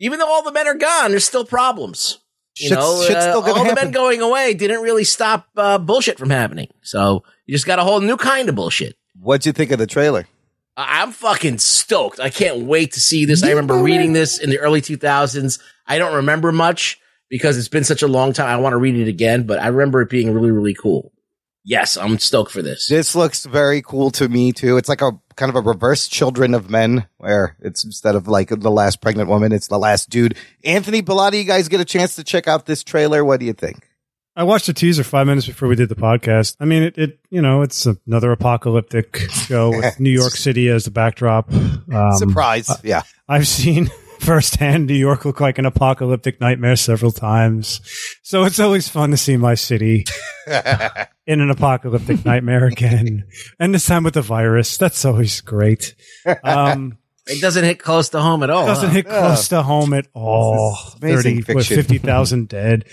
even though all the men are gone there's still problems you
Shit's-
know
shit's
uh,
still gonna
all the
happen.
men going away didn't really stop uh, bullshit from happening so you just got a whole new kind of bullshit
What'd you think of the trailer?
I- i'm fucking stoked i can't wait to see this i remember reading this in the early 2000s i don't remember much because it's been such a long time i want to read it again but i remember it being really really cool yes i'm stoked for this
This looks very cool to me too. It's like a kind of a reverse Children of Men, where it's instead of like the last pregnant woman, it's the last dude. Anthony Bellotti, you guys get a chance to check out this trailer. What do you think?
I watched the teaser five minutes before we did the podcast. I mean, it, it you know, it's another apocalyptic show with New York City as the backdrop. Um,
Surprise! yeah,
I've seen firsthand New York look like an apocalyptic nightmare several times. So it's always fun to see my city in an apocalyptic nightmare again. And this time with the virus. That's always great. Um,
It doesn't hit close to home at all.
doesn't
huh?
hit close to home at all.
amazing
30, what,
fiction.
50,000 dead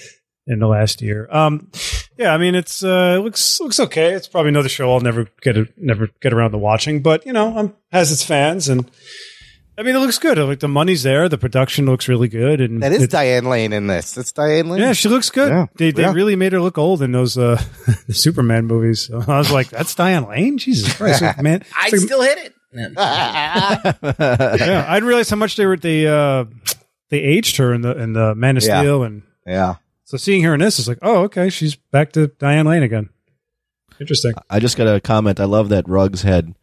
in the last year. Um, yeah, I mean, it's, uh, it looks, looks okay. It's probably another show I'll never get, a, never get around to watching, but you know, um, has its fans and, I mean, it looks good. Like the money's there. The production looks really good, and
that is
it-
Diane Lane in this. It's Diane Lane.
yeah, she looks good.
Yeah.
They they
Yeah.
really made her look old in those uh, the Superman movies. So I was like, that's Diane Lane. Jesus Christ, man!
I'd still hit it.
yeah, I'd realized how much they were they uh, they aged her in the in the Man of
Yeah.
Steel, and
yeah.
so seeing her in this is like, oh, okay, she's back to Diane Lane again. Interesting.
I just got a comment. I love that Ruggs had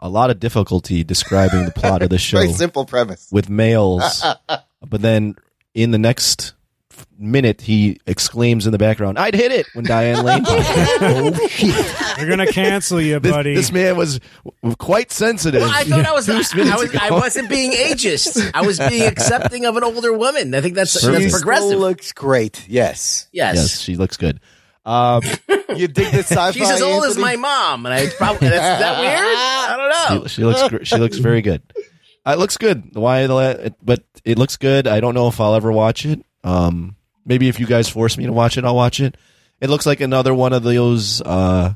a lot of difficulty describing the plot of the show
Very simple premise.
with males,
Uh,
but then in the next minute he exclaims in the background, "I'd hit it!" when Diane Lane. pops up.
Uh,
They're gonna cancel you,
this,
buddy.
this man was w- quite sensitive.
Well, I thought I was. I,
minutes
was. I
ago.
wasn't being ageist. I was being accepting of an older woman. I think that's,
She
that's
still
progressive.
looks great. Yes,
yes.
yes, she looks good. Um,
you dig this sci-fi.
She's as old as
Anthony?
my mom, and I probably that's is that weird. I don't know.
she, she looks gr- she looks very good. Uh, It looks good. Why the la- it, but it looks good. I don't know if I'll ever watch it. Um, maybe if you guys force me to watch it, I'll watch it. It looks like another one of those. Uh,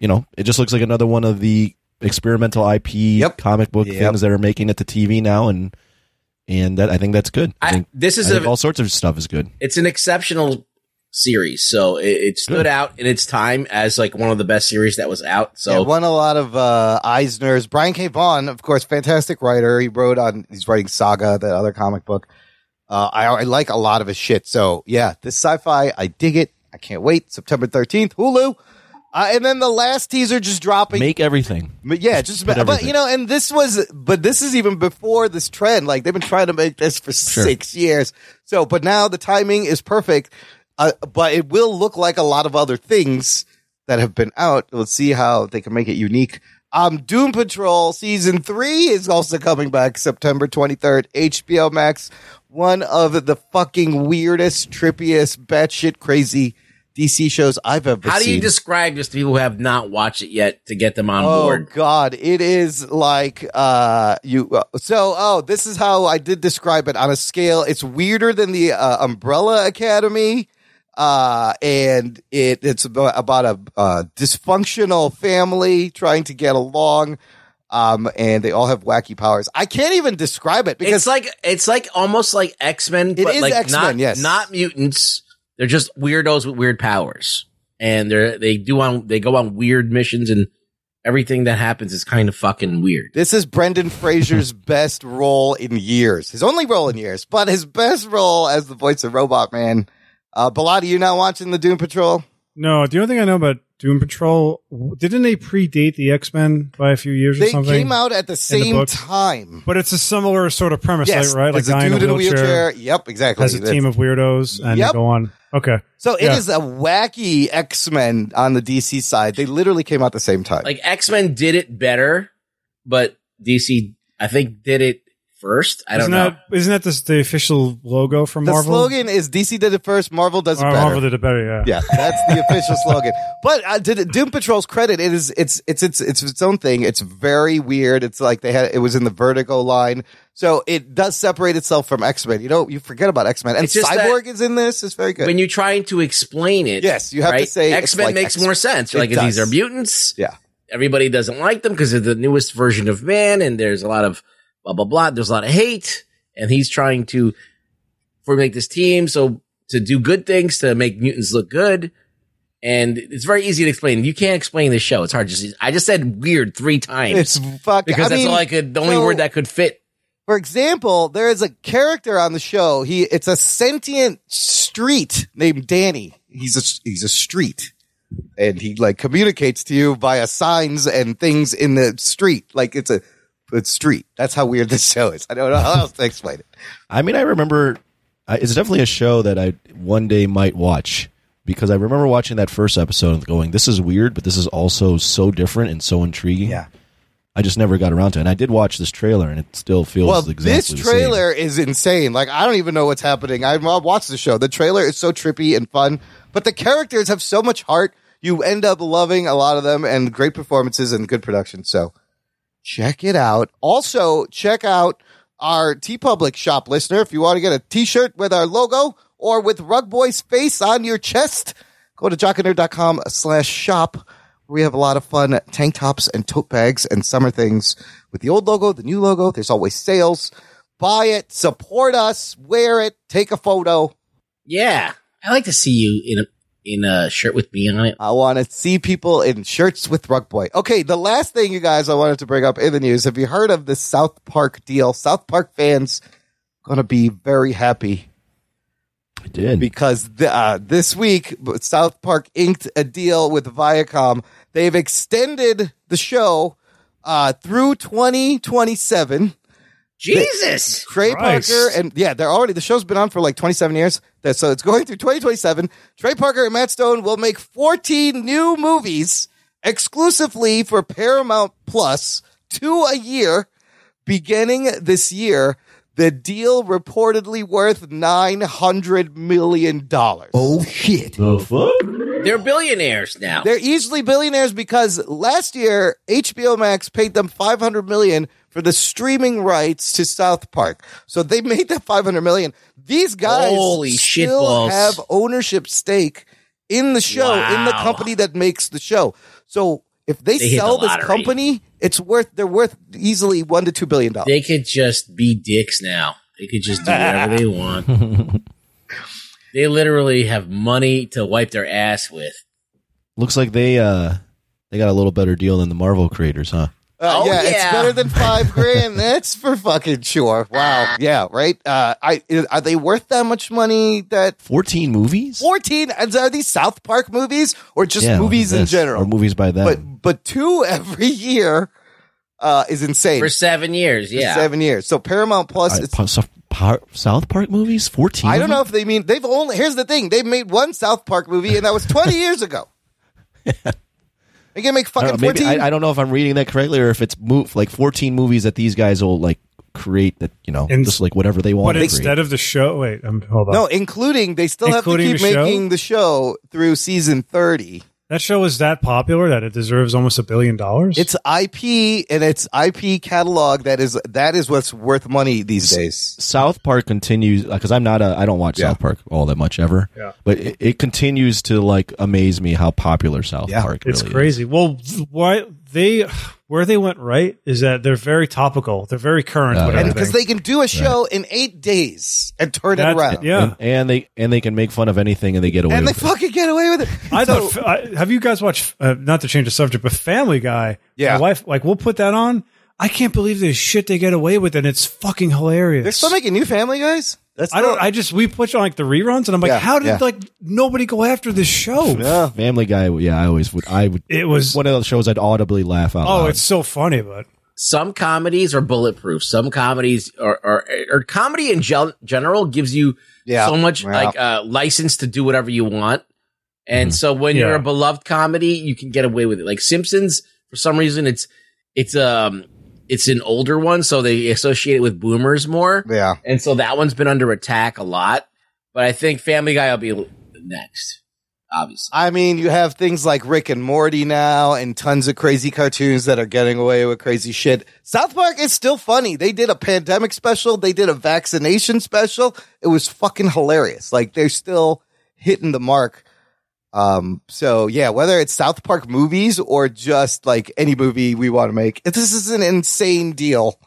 you know, it just looks like another one of the experimental IP
Yep.
comic book
Yep.
things that are making it to TV now, and and that I think that's good. I,
I-
think,
this is
I think
a-
all sorts of stuff is good.
it's an exceptional series, so it, it stood
Good.
out in its time as like one of the best series that was out. So
yeah, won a lot of uh, Eisner's. Brian K. Vaughan, of course, fantastic writer. He wrote on. He's writing Saga, that other comic book. Uh, I, I like a lot of his shit. So yeah, this sci-fi, I dig it. I can't wait. September thirteenth, Hulu. Uh, and then the last teaser just dropping.
Make everything.
But yeah, just
put
but, but
everything.
you know, and this was but this is even before this trend. Like they've been trying to make this for six years. So, but now the timing is perfect. Uh, but it will look like a lot of other things that have been out. Let's see how they can make it unique. Um, Doom Patrol season three is also coming back September 23rd, HBO Max. One of the fucking weirdest, trippiest, batshit crazy DC shows I've ever
how
seen.
do you describe this to people who have not watched it yet to get them on board?
Oh God, it is like uh you. Uh, so oh, this is how I did describe it on a scale. It's weirder than the uh, Umbrella Academy, uh, and it it's about, about a uh, dysfunctional family trying to get along. Um, and they all have wacky powers. I can't even describe it because
It's like it's like almost like X Men, but
is
like
X-Men,
not
yes.
not mutants. They're just weirdos with weird powers, and they're they do on they go on weird missions, and everything that happens is kind of fucking weird.
This is Brendan Fraser's best role in years. His only role in years, but his best role as the voice of Robot Man. Uh, Bilotti, you not watching the Doom Patrol?
No, the only thing I know about Doom Patrol w- didn't they predate the X Men by a few years or
They
something?
came out at the same
book.
time.
but it's a similar sort of premise,
Yes,
like, right? Like
there's
guy
a
in
dude
a wheelchair,
Yep, exactly.
has a
That's-
team of weirdos, and
Yep.
they go on. Okay,
so it
yeah.
is a wacky X Men on the DC side. They literally came out the same time.
Like X Men did it better, but DC I think did it first. I don't
isn't
know.
that isn't that the, the official logo for
the
Marvel?
slogan is DC did it first, Marvel does it
Or
better.
Marvel did it better, yeah.
Yeah, that's the official slogan. But uh, to the Doom Patrol's credit, it is it's it's it's it's its own thing. It's very weird. It's like they had it was in the Vertigo line, so it does separate itself from X Men. You know, you forget about X Men, and
It's just that-
Cyborg is in this. It's very good.
when you're trying to explain it,
Yes, you have to say it's
X Men
like
makes
X-Men.
more sense. You're
It
like these are
does.
mutants.
Yeah.
everybody doesn't like them because they're the newest version of man, and there's a lot of blah blah blah. There's a lot of hate, and he's trying to formulate this team so to do good things to make mutants look good. And it's very easy to explain. You can't explain this show. It's hard. Just I just said weird three times
it's fucking
because
I
that's
mean,
all I could. The only
so-
word that could fit.
For example, there is a character on the show. He it's a sentient street named Danny. He's a he's a street, and he like communicates to you via signs and things in the street. Like it's a it's street. That's how weird this show is. I don't know how else to explain it.
I mean, I remember I, it's definitely a show that I one day might watch because I remember watching that first episode and going, "This is weird, but this is also so different and so intriguing."
Yeah.
I just never got around to it. And I did watch this trailer, and it still feels
Well,
exactly
this
the
trailer is insane. Like I don't even know what's happening. I I watched the show. The trailer is so trippy and fun, but the characters have so much heart. You end up loving a lot of them and great performances and good production. So check it out. Also, check out our T Public shop listener if you want to get a t-shirt with our logo or with Rug Boy's face on your chest. Go to jockanerd.com slash shop. We have a lot of fun tank tops and tote bags and summer things with the old logo, the new logo. There's always sales. Buy it, support us, wear it, take a photo.
Yeah, I like to see you in a in a shirt with me on it.
I want to see people in shirts with Rug Boy. Okay, the last thing, you guys, I wanted to bring up in the news. Have you heard of this South Park deal? South Park fans gonna be very happy
Same. I did.
because the, uh, this week South Park inked a deal with Viacom. They've extended the show uh, through 2027.
Jesus.
Trey
Christ.
Parker and yeah, they're already the show's been on for like 27 years, That- so it's going through 2027. Trey Parker and Matt Stone will make 14 new movies exclusively for Paramount Plus, two a year, beginning this year. The deal reportedly worth 900 million dollars.
Oh shit.
the fuck?
They're billionaires now.
They're easily billionaires because last year HBO Max paid them 500 million for the streaming rights to South Park. So they made that 500 million. These guys
Holy shit
still
balls.
have ownership stake in the show, in the
Wow.
company that makes the show. So if they,
They hit
sell
the
this
lottery.
company, it's worth they're worth easily 1 to 2 billion dollars.
they could just be dicks now. They could just do whatever they want. They literally have money to wipe their ass with.
Looks like they uh they got a little better deal than the Marvel creators, huh?
Uh,
Oh,
yeah, it's
yeah.
better than five grand. That's for fucking sure.
Ah.
Wow. Yeah. Right. Uh, I are they worth that much money? That
Fourteen movies?
fourteen? and Are these South Park movies or just
Yeah,
movies
like
in
this,
general?
or movies by them?
but but two every year uh, is insane.
For seven years,
For
yeah.
seven years. So Paramount Plus.
Uh,
It's,
Pa- so- Pa- South Park movies? Fourteen?
I don't
of
know if they mean they've only. Here's the thing: they made one South Park movie, and that was twenty years ago. They can make
them? I
fucking
don't know, maybe-
fourteen.
I, I don't know if I'm reading that correctly or if it's move like fourteen movies that these guys will like create that you know
And-
just like whatever they want
But
to create.
instead of the show, wait, um, hold on.
no, including they still
Including
have to
the
keep
show?
making the show through season thirty.
that show was that popular that it deserves almost a billion dollars.
It's IP and it's IP catalog that is that is what's worth money these days.
South Park continues because I'm not a I don't watch South Park all that much ever.
Yeah.
But it, it continues to like amaze me how popular South
Yeah.
Park
It's
really is.
crazy. Well, why they where they went right is that they're very topical. They're very current. with
And
everything.
because they can do a show in eight days and turn
That's-
it around.
yeah.
And, and they and they can make fun of anything and they get away
And they
with it.
fucking get away with it.
I
So-
thought. I, have you guys watched? Uh, not to change the subject, but Family Guy.
Yeah.
my wife. Like, we'll put that on. I can't believe the shit they get away with, and it's fucking hilarious.
they're still making new Family Guys. That's
I don't. I just we put on like the reruns, and I'm like,
Yeah,
how did
yeah.
like nobody go after this show?
Yeah.
Family Guy, yeah, I always would. I would.
It was-
one of those shows I'd audibly laugh out.
Oh,
loud.
it's so funny, but
some comedies are bulletproof. Some comedies are, are, or comedy in gen- general gives you
Yeah.
so much
Yeah.
like uh, license to do whatever you want.
Mm-hmm.
And so when
Yeah.
you're a beloved comedy, you can get away with it. Like Simpsons, for some reason, it's it's um it's an older one, so they associate it with boomers more,
Yeah.
and so that one's been under attack a lot. But I think Family Guy will be next, obviously.
I mean, you have things like Rick and Morty now and tons of crazy cartoons that are getting away with crazy shit. South Park is still funny. They did a pandemic special, they did a vaccination special. It was fucking hilarious. Like they're still hitting the mark. Um, so yeah, whether it's South Park movies or just like any movie we want to make, this is an insane deal.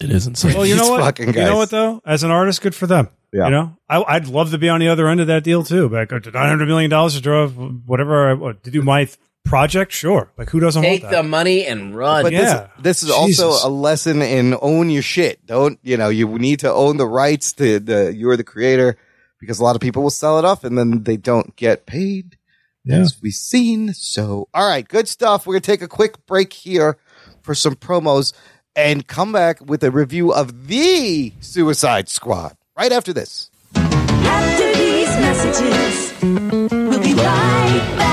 it is insane.
well, you know
These
what?
fucking
You
guys.
know what though? As an artist, good for them.
Yeah.
You know, I, I'd love to be on the other end of that deal too. Back up to nine hundred million dollars to draw whatever I want to do my th- project. Sure, like who doesn't
Take
want
the
that?
money and run.
But
Yeah.
this, this is
Jesus.
also a lesson in own your shit. Don't you know you need to own the rights to the you're the creator because a lot of people will sell it off and then they don't get paid. As we've seen. So all right, good stuff. We're gonna take a quick break here for some promos and come back with a review of the Suicide Squad right after this.
After these messages, we'll be right back.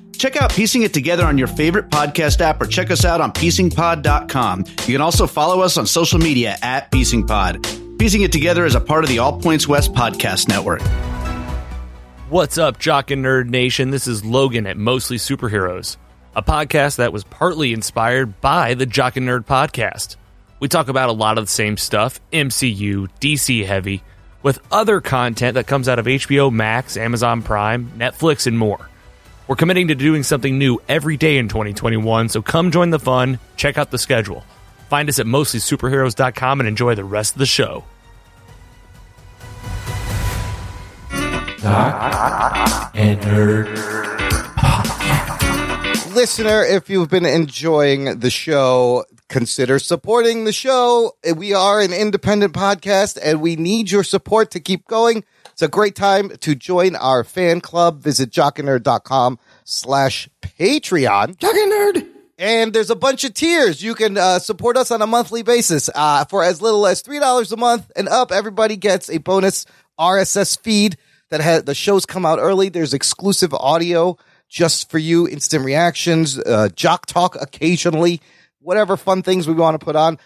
Check out Piecing It Together on your favorite podcast app or check us out on piecingpod.com. You can also follow us on social media at piecingpod. Piecing It Together is a part of the All Points West Podcast Network.
What's up, Jock and Nerd Nation? This is Logan at Mostly Superheroes, a podcast that was partly inspired by the Jock and Nerd podcast. We talk about a lot of the same stuff MCU, DC heavy, with other content that comes out of HBO Max, Amazon Prime, Netflix, and more. We're committing to doing something new every day in 2021, so come join the fun, check out the schedule. Find us at mostlysuperheroes.com and enjoy the rest of the show.
listener, if you've been enjoying the show, consider supporting the show. We are an independent podcast and we need your support to keep going. It's a great time to join our fan club. Visit jockandnerd.com slash Patreon. Jockinerd! And there's a bunch of tiers. You can uh, support us on a monthly basis uh, for as little as $3 a month and up. Everybody gets a bonus RSS feed that has the shows come out early. There's exclusive audio just for you, instant reactions, uh, jock talk occasionally. whatever fun things we want to put on.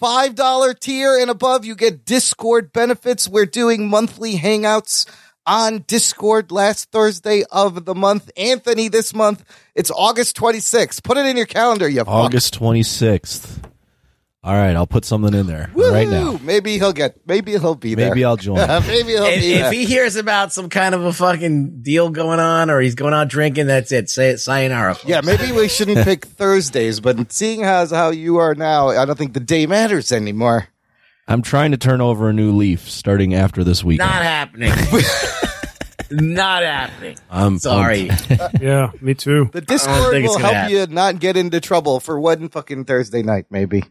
$5 tier and above, you get Discord benefits. We're doing monthly hangouts on Discord last Thursday of the month. Anthony, this month, it's August 26th. Put it in your calendar, you
August 26th. All right, I'll put something in there
fuck.
right
Woo!
now.
Maybe he'll get, maybe he'll be there.
Maybe I'll join.
maybe he'll
If,
be
if
there.
he hears about some kind of a fucking deal going on or he's going out drinking, that's it. Say it, sayonara. folks.
Yeah, maybe we shouldn't pick Thursdays, but seeing as how you are now, I don't think the day matters anymore.
I'm trying to turn over a new leaf starting after this weekend.
Not happening. Not happening.
I'm
Sorry.
Yeah, me too.
The
I don't
Discord
think it's
will help
gonna happen.
you not get into trouble for one fucking Thursday night, maybe.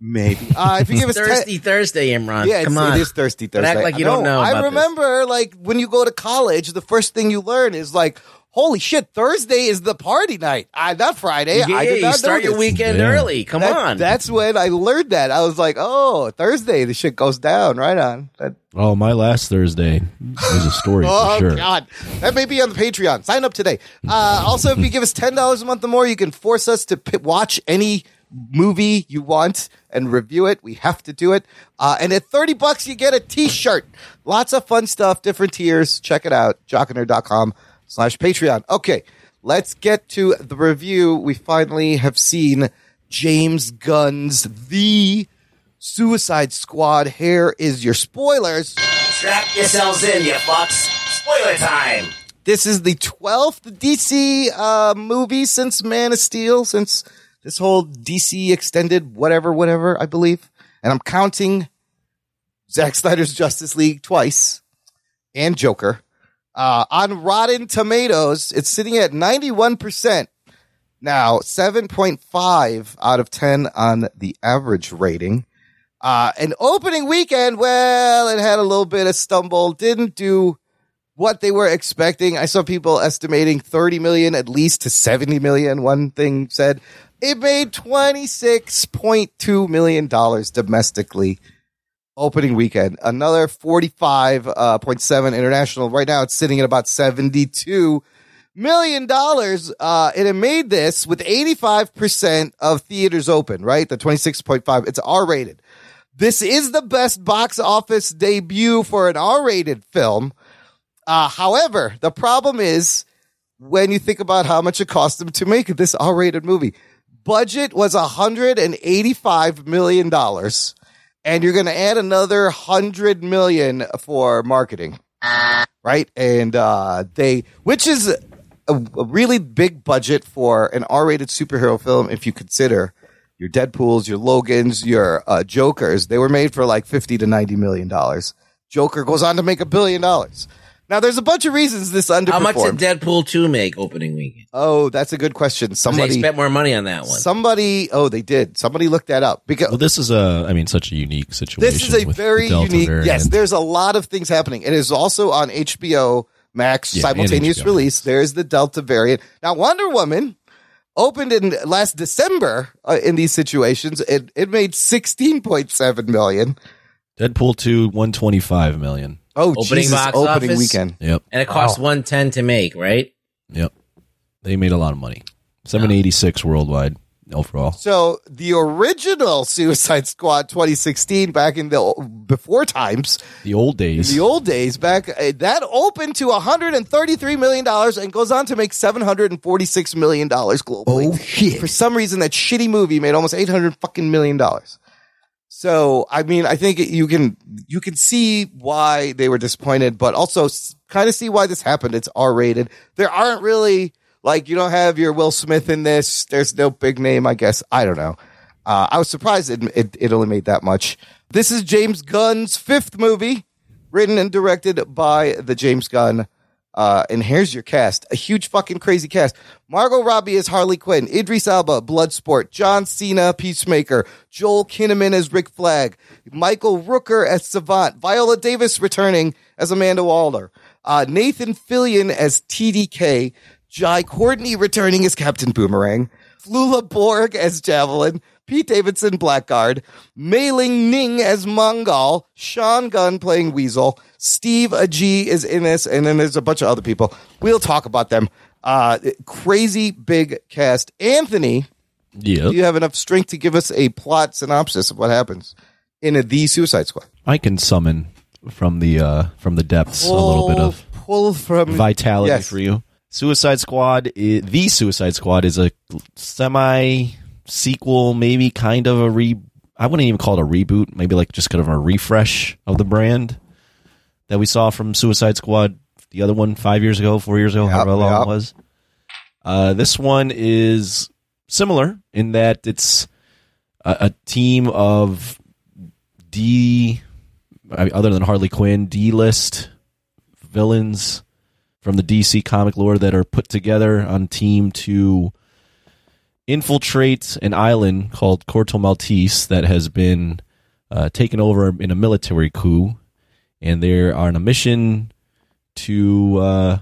Maybe. Uh, if you give us ten-
Thirsty Thursday, Imran.
yeah,
Come
it's,
on.
it is Thirsty Thursday.
act like you
I
don't know
I
about this.
remember, like when you go to college, the first thing you learn is like, "Holy shit, Thursday is the party night." I not Friday.
yeah,
I did
you
not
start
know
your
this.
weekend
Yeah.
early. Come
That-
on.
That's when I learned that. I was like, "Oh, Thursday, the shit goes down." Right on. That,
Oh, my last Thursday was a story
Oh
for sure.
God, that may be on the Patreon. Sign up today. Uh, also, if you give us ten dollars a month or more, you can force us to p- watch any movie you want and review it. We have to do it. Uh, and at thirty bucks, you get a T-shirt. Lots of fun stuff, different tiers. Check it out. Jockiner.com slash Patreon. Okay, let's get to the review. We finally have seen James Gunn's The Suicide Squad. Here is your spoilers.
Strap yourselves in, you fucks. Spoiler time.
This is the 12th DC uh, movie since Man of Steel, since this whole DC extended whatever, whatever, I believe. And I'm counting Zack Snyder's Justice League twice and Joker. Uh, on Rotten Tomatoes, it's sitting at 91%. Now, 7.5 out of 10 on the average rating. Uh, an opening weekend, well, it had a little bit of stumble, didn't do what they were expecting. I saw people estimating 30 million at least to 70 million. One thing said it made 26.2 million dollars domestically opening weekend. Another 45.7 international. Right now it's sitting at about 72 million dollars uh and it made this with 85% of theaters open, right? The 26.5 it's R rated. This is the best box office debut for an R rated film. Uh, however, the problem is when you think about how much it cost them to make this R-rated movie. Budget was 185 million dollars, and you're going to add another 100 million for marketing, right? And uh, they, which is a, a really big budget for an R-rated superhero film, if you consider your Deadpool's, your Logan's, your uh, Joker's. They were made for like 50 to 90 million dollars. Joker goes on to make a billion dollars. Now, there's a bunch of reasons this underperformed.
How much did Deadpool 2 make opening weekend?
Oh, that's a good question.
Somebody, they
Somebody,
spent more money on that one.
somebody. Oh, they did. Somebody looked that up because
Well, this is a, I mean, such a unique situation.
this is a
with the
very
Delta
unique.
variant.
Yes, there's a lot of things happening. It is also on HBO Max
Yeah, and
simultaneous
HBO
release. There's the Delta variant. Now, Wonder Woman opened in last December uh, in these situations. It it made 16.7 million.
Deadpool 2, 125 million.
Oh,
Opening
Jesus,
box
opening
office?
weekend.
Yep.
and it costs 110 to make, right?
Yep. They made a lot of money. 786 worldwide overall.
So the original Suicide Squad 2016 back in the before times
The old
in
days.
the old days back uh, that opened to 133 million dollars and goes on to make 746 million dollars globally
Oh shit.
for some reason that shitty movie made almost 800 fucking million dollars so i mean i think you can you can see why they were disappointed but also kind of see why this happened it's r-rated there aren't really like you don't have your will smith in this there's no big name i guess i don't know uh, i was surprised it, it, it only made that much this is james gunn's fifth movie written and directed by the james gunn uh, and here's your cast. A huge fucking crazy cast. Margot Robbie as Harley Quinn, Idris Alba, Bloodsport, John Cena, Peacemaker, Joel Kinnaman as Rick Flag, Michael Rooker as Savant, Viola Davis returning as Amanda Waller, uh, Nathan Fillion as TDK, Jai Courtney returning as Captain Boomerang, Flula Borg as Javelin, Pete Davidson Blackguard, Mei Ling Ning as Mongol, Sean Gunn playing Weasel, Steve Agee is in this, and then there's a bunch of other people. We'll talk about them. Uh, crazy big cast. Anthony
Yeah.
Do you have enough strength to give us a plot synopsis of what happens in a, the Suicide Squad?
I can summon from the uh from the depths a little bit of
pull from
vitality
Yes.
for you. um, Suicide Squad, i the Suicide Squad is a semi sequel, maybe kind of a re. I wouldn't even call it a reboot. Maybe like just kind of a refresh of the brand that we saw from Suicide Squad, the other one five years ago, four years ago, however long
yep.
it was. Uh, this one is similar in that it's a, a team of D, I mean, other than Harley Quinn, D list villains from the DC comic lore that are put together on team to infiltrate an island called Corto Maltese that has been uh, taken over in a military coup, and they are on a mission to uh,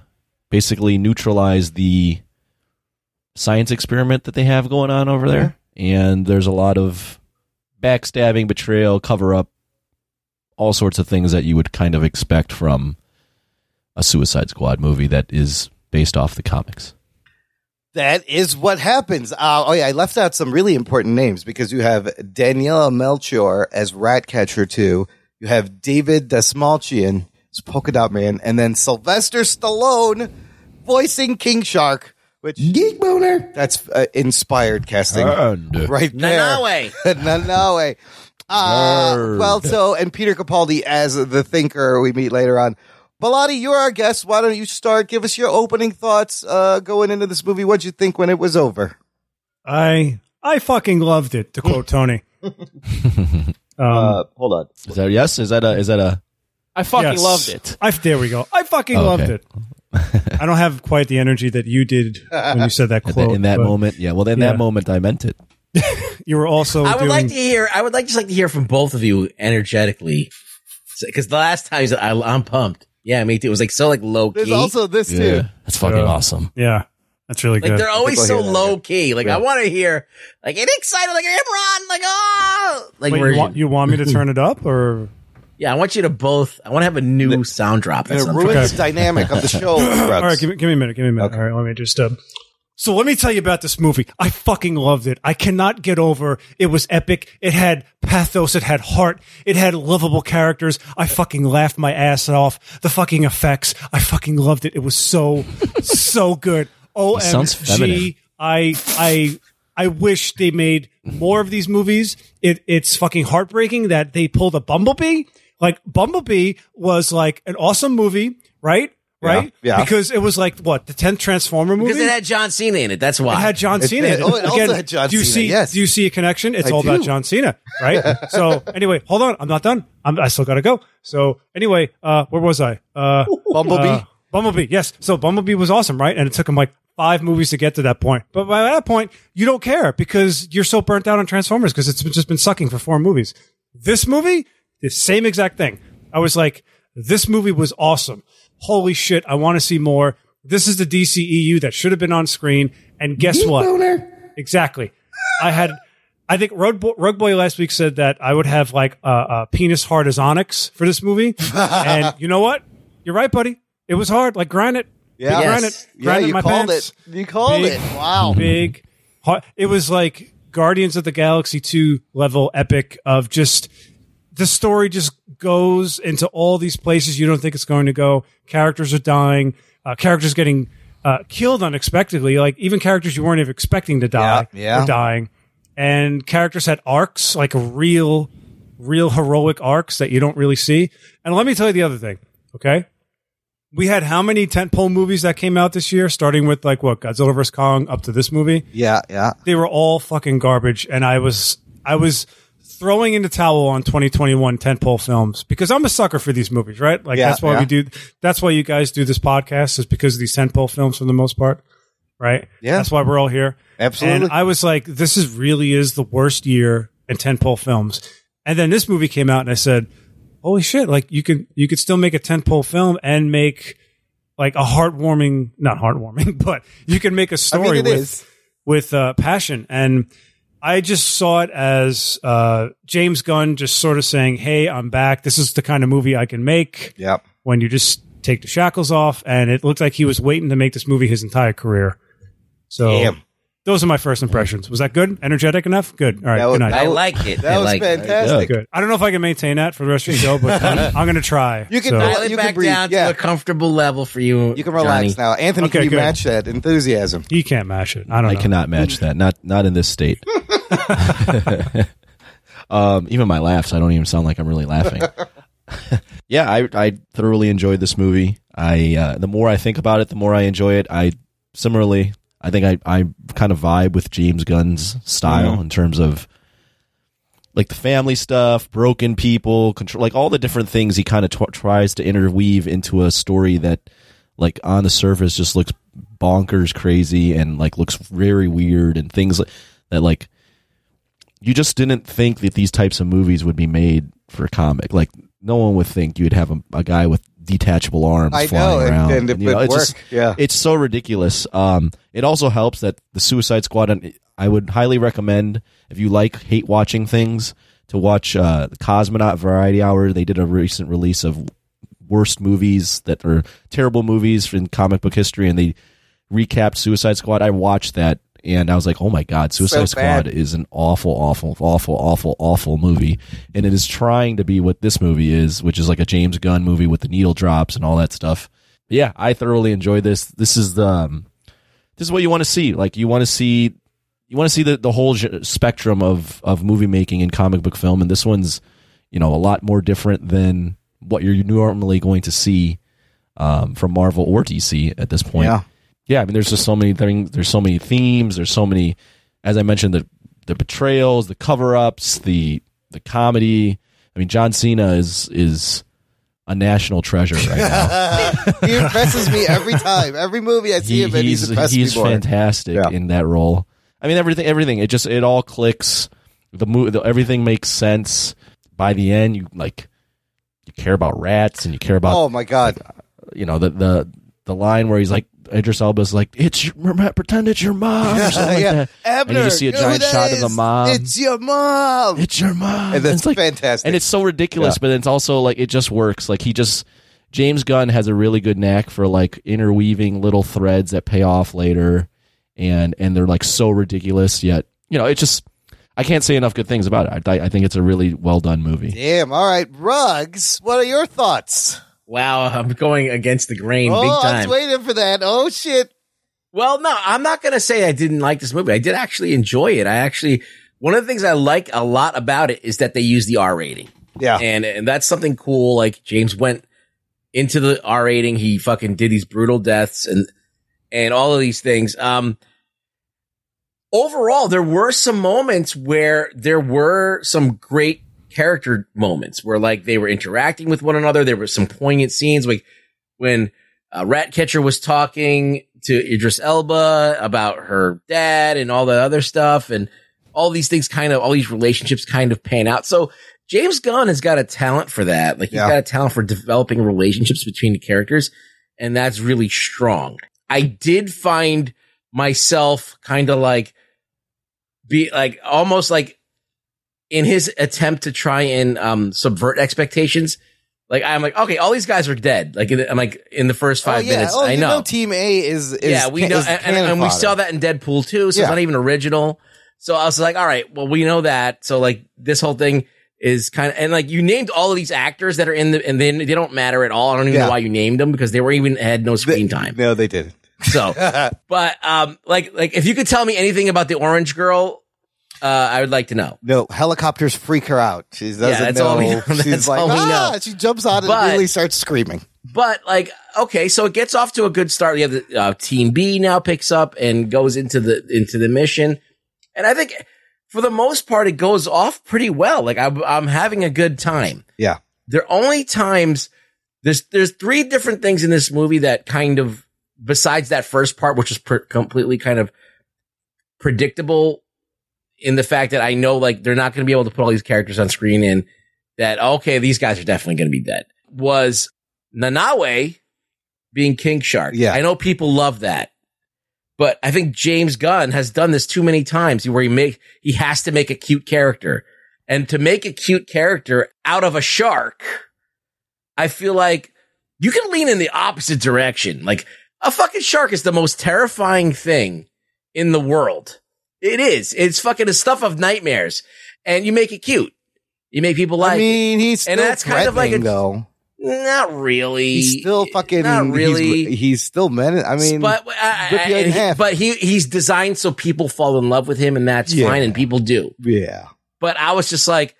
basically neutralize the science experiment that they have going on over there. And there's a lot of backstabbing, betrayal, cover up, all sorts of things that you would kind of expect from a Suicide Squad movie that is based off the comics.
That is what happens. Uh, oh yeah, I left out some really important names because you have Daniela Melchior as Ratcatcher Two. You have David Desmalchian as Polka Dot Man, and then Sylvester Stallone voicing King Shark. Which geek boner? That's uh, inspired casting, right there.
Nanawe.
Nanawe. Uh, well, so and Peter Capaldi as the Thinker. We meet later on. Bilotti, you're our guest. Why don't you start? Give us your opening thoughts uh, going into this movie. What'd you think when it was over?
I I fucking loved it. To quote Tony.
Uh,
um,
Uh, hold on.
Is that a yes? Is that a is that a
I fucking
yes.
loved it.
I, there we go. I fucking
Oh,
loved
okay.
it. I don't have quite the energy that you did when you said that
at
quote.
the- in that
but
moment? Yeah. Well, in
Yeah.
that moment, I meant it.
you were also.
I would
doing,
like to hear. I would like just like to hear from both of you energetically, because the last time you said, I, I'm pumped. Yeah, me too. It was like so like low key.
There's also this too.
that's fucking
Yeah.
awesome.
Yeah, that's really
like
good.
they're always
I'll
so
hear that
low
again.
key. Like I want to hear like it excited like Imran like oh like
Wait, you,
version.
want, you want me to turn it up or?
yeah. I want you to both. I want to have a new sound drop. That's
It
what I'm trying-
ruins the dynamic of the show.
All right, give me, give me a minute. Give me a minute. All right, let me just. Uh, so let me tell you about this movie. I fucking loved it. I cannot get over. It was epic. It had pathos. It had heart. It had lovable characters. I fucking laughed my ass off. The fucking effects. I fucking loved it. It was so so good.
sounds feminine.
OMG. I I I wish they made more of these movies. It it's fucking heartbreaking that they pulled a Bumblebee. Like Bumblebee was like an awesome movie, right? Right?
yeah.
Because it was like what the tenth Transformer movie.
because it had John Cena in it. That's why.
It had John Cena.
it-
in
oh, it also had John
do you
Cena,
See,
yes.
Do you see a connection? It's
I
all about
do.
John Cena, right? so anyway, hold on. I'm not done. I'm, I still gotta go. So anyway, uh, where was I? Uh,
Bumblebee?
uh, Bumblebee. Yes. So Bumblebee was awesome, right? And it took him like five movies to get to that point. But by that point, you don't care because you're so burnt out on Transformers because it's just been sucking for four movies. This movie, the same exact thing. I was like, this movie was awesome. Holy shit. I want to see more. This is the DCEU that should have been on screen. And guess what? Exactly. I had, I think Road Boy, Rogue Boy last week said that I would have like a, a penis hard as onyx for this movie. and you know what? You're right, buddy. It was hard. Like grind it.
Yeah.
Big grind
Yes.
it.
yeah,
Grind it in
you
my
called
pants.
it. You called
Big-
it. Wow.
Big. hard. It was like Guardians of the Galaxy 2 level epic of just the story just goes into all these places you don't think it's going to go. Characters are dying. Uh, characters getting uh, killed unexpectedly. Like even characters you weren't even expecting to die
Yeah, yeah.
were dying. And characters had arcs, like real, real heroic arcs that you don't really see. And let me tell you the other thing. Okay, we had how many tentpole movies that came out this year, starting with like what Godzilla vs Kong up to this movie
Yeah, yeah.
they were all fucking garbage and i was i was throwing in the towel on 2021 tentpole films because i'm a sucker for these movies right like
Yeah,
that's why
yeah.
we do that's why you guys do this podcast is because of these tentpole films for the most part right
Yeah.
that's why we're all here
Absolutely.
and i was like this is really is the worst year in tentpole films and then this movie came out and i said holy shit like you can you could still make a tentpole film and make like a heartwarming not heartwarming but you can make a
I mean,
story
it
with
is.
with uh, passion. And I just saw it as uh, James Gunn just sort of saying, "Hey, I'm back. This is the kind of movie I can make."
Yep.
When you just take the shackles off, and it looked like he was waiting to make this movie his entire career. So
Damn.
Those are my first impressions. Was that good? Energetic enough? Good. All right.
That was-
good night.
that I was- like it. that I was like it. fantastic.
Good. I don't know if I can maintain that for the rest of the show, but I'm, I'm going to try.
You can
So-
dial it back down to a comfortable level for you.
You can relax
Johnny.
now. Anthony,
Okay,
can you
good.
match that enthusiasm?
He can't match it. I don't
I
know.
cannot match that. Not not in this state. um, even my laughs, I don't even sound like I'm really laughing. yeah, I, I thoroughly enjoyed this movie. I uh, the more I think about it, the more I enjoy it. I similarly, I think I I kind of vibe with James Gunn's style
Mm-hmm.
Mhm.
in terms of like the family stuff, broken people, control, like all the different things he kind of tw- tries to interweave into a story that, like on the surface, just looks bonkers crazy and like looks very weird and things like, that like you just didn't think that these types of movies would be made for a comic. Like no one would think you'd have a, a guy with detachable arms
I
flying
know, and-
around.
and it
you know,
would
it's
work,
just-
yeah.
it's so ridiculous. Um, it also helps that the Suicide Squad. and I would highly recommend if you like hate watching things to watch uh, the Cosmonaut Variety Hour. They did a recent release of worst movies that are terrible movies in comic book history, and they recapped Suicide Squad. I watched that and I was like, oh my god, Suicide
So
Squad
bad.
is an awful, awful, awful, awful, awful movie, and it is trying to be what this movie is, which is like a James Gunn movie with the needle drops and all that stuff. But yeah, I thoroughly enjoyed this. This is the um, this is what you want to see. Like you want to see you want to see the the whole ge- spectrum of of movie making and comic book film, and this one's you know a lot more different than what you're normally going to see um, from Marvel or DC at this point
Yeah.
yeah, I mean, there's just so many things. There's so many themes. There's so many, as I mentioned, the the betrayals, the cover ups, the the comedy. I mean, John Cena is is a national treasure right now.
he impresses me every time. Every movie I see him in, he's impressed
he's
me more.
fantastic in that role. I mean, everything, everything. It just it all clicks. The movie, everything makes sense. By the end, you like you care about rats and you care about
Oh my god!
you know the the the line where he's like Idris Elba's like it's your, pretend it's your mom or something like that. and you just see a
you know who
giant
that
shot of the
is?
mom
It's your mom.
It's your mom.
And that's fantastic.
and it's so ridiculous
Yeah.
but it's also like it just works like he just James Gunn has a really good knack for like interweaving little threads that pay off later and and they're like so ridiculous yet you know it just I can't say enough good things about it I, I think it's a really well done movie
Damn. All right, Rugs. What are your thoughts?
Wow, I'm going against the grain
oh,
big
I was
time.
waiting for that. Oh shit!
Well, no, I'm not going to say I didn't like this movie. I did actually enjoy it. I actually, one of the things I like a lot about it is that they use the R rating.
Yeah.
And, and that's something cool. Like James went into the R rating. He fucking did these brutal deaths and, and all of these things. Um, overall, there were some moments where there were some great character moments where like they were interacting with one another. There were some poignant scenes like when uh, Ratcatcher was talking to Idris Elba about her dad and all the other stuff and all these things kind of, all these relationships kind of pan out. So James Gunn has got a talent for that. Like he's
Yeah.
got a talent for developing relationships between the characters. And that's really strong. I did find myself kind of like be like almost like in his attempt to try and um subvert expectations like i'm like okay all these guys are dead like in- i'm like in the first
Oh
five
yeah.
minutes
Oh,
i
you
know,
know. Team A is, is
yeah we
ca-
know
is
and, and-
cannon
and we
fodder.
saw that in deadpool too so
Yeah.
it's not even original so i was like all right well we know that so like this whole thing is kind of and like you named all of these actors that are in the and then they don't matter at all i don't even
Yeah.
know why you named them because they were even had no screen time
No, they didn't.
so but um like like if you could tell me anything about the orange girl uh i would like to know
No, helicopters freak her out. She doesn't
that's
know.
all we know.
She's
That's
like,
all we
ah!
know.
She jumps out and
But-
really starts screaming.
But like, okay, so it gets off to a good start. We have the uh, team B now picks up and goes into the into the mission, and I think for the most part it goes off pretty well. Like I'm, I'm having a good time.
Yeah.
There are only times there's there's three different things in this movie that kind of besides that first part, which is per- completely kind of predictable in the fact that I know like they're not going to be able to put all these characters on screen and that okay these guys are definitely going to be dead was Nanawe being King Shark.
Yeah.
I know people love that. But I think James Gunn has done this too many times where he make he has to make a cute character. And to make a cute character out of a shark, I feel like you can lean in the opposite direction. Like a fucking shark is the most terrifying thing
in the world. It is. It's fucking the stuff of nightmares, and you make it cute. You make people like.
I mean,
it.
he's still
and that's kind of like a
threatening, though.
not really.
He's still fucking.
not really.
He's, he's still men. I mean,
but I-
rip you
I-
in
he-
half.
but he he's designed so people fall in love with him, and that's
Yeah.
fine, and people do.
yeah.
But I was just like,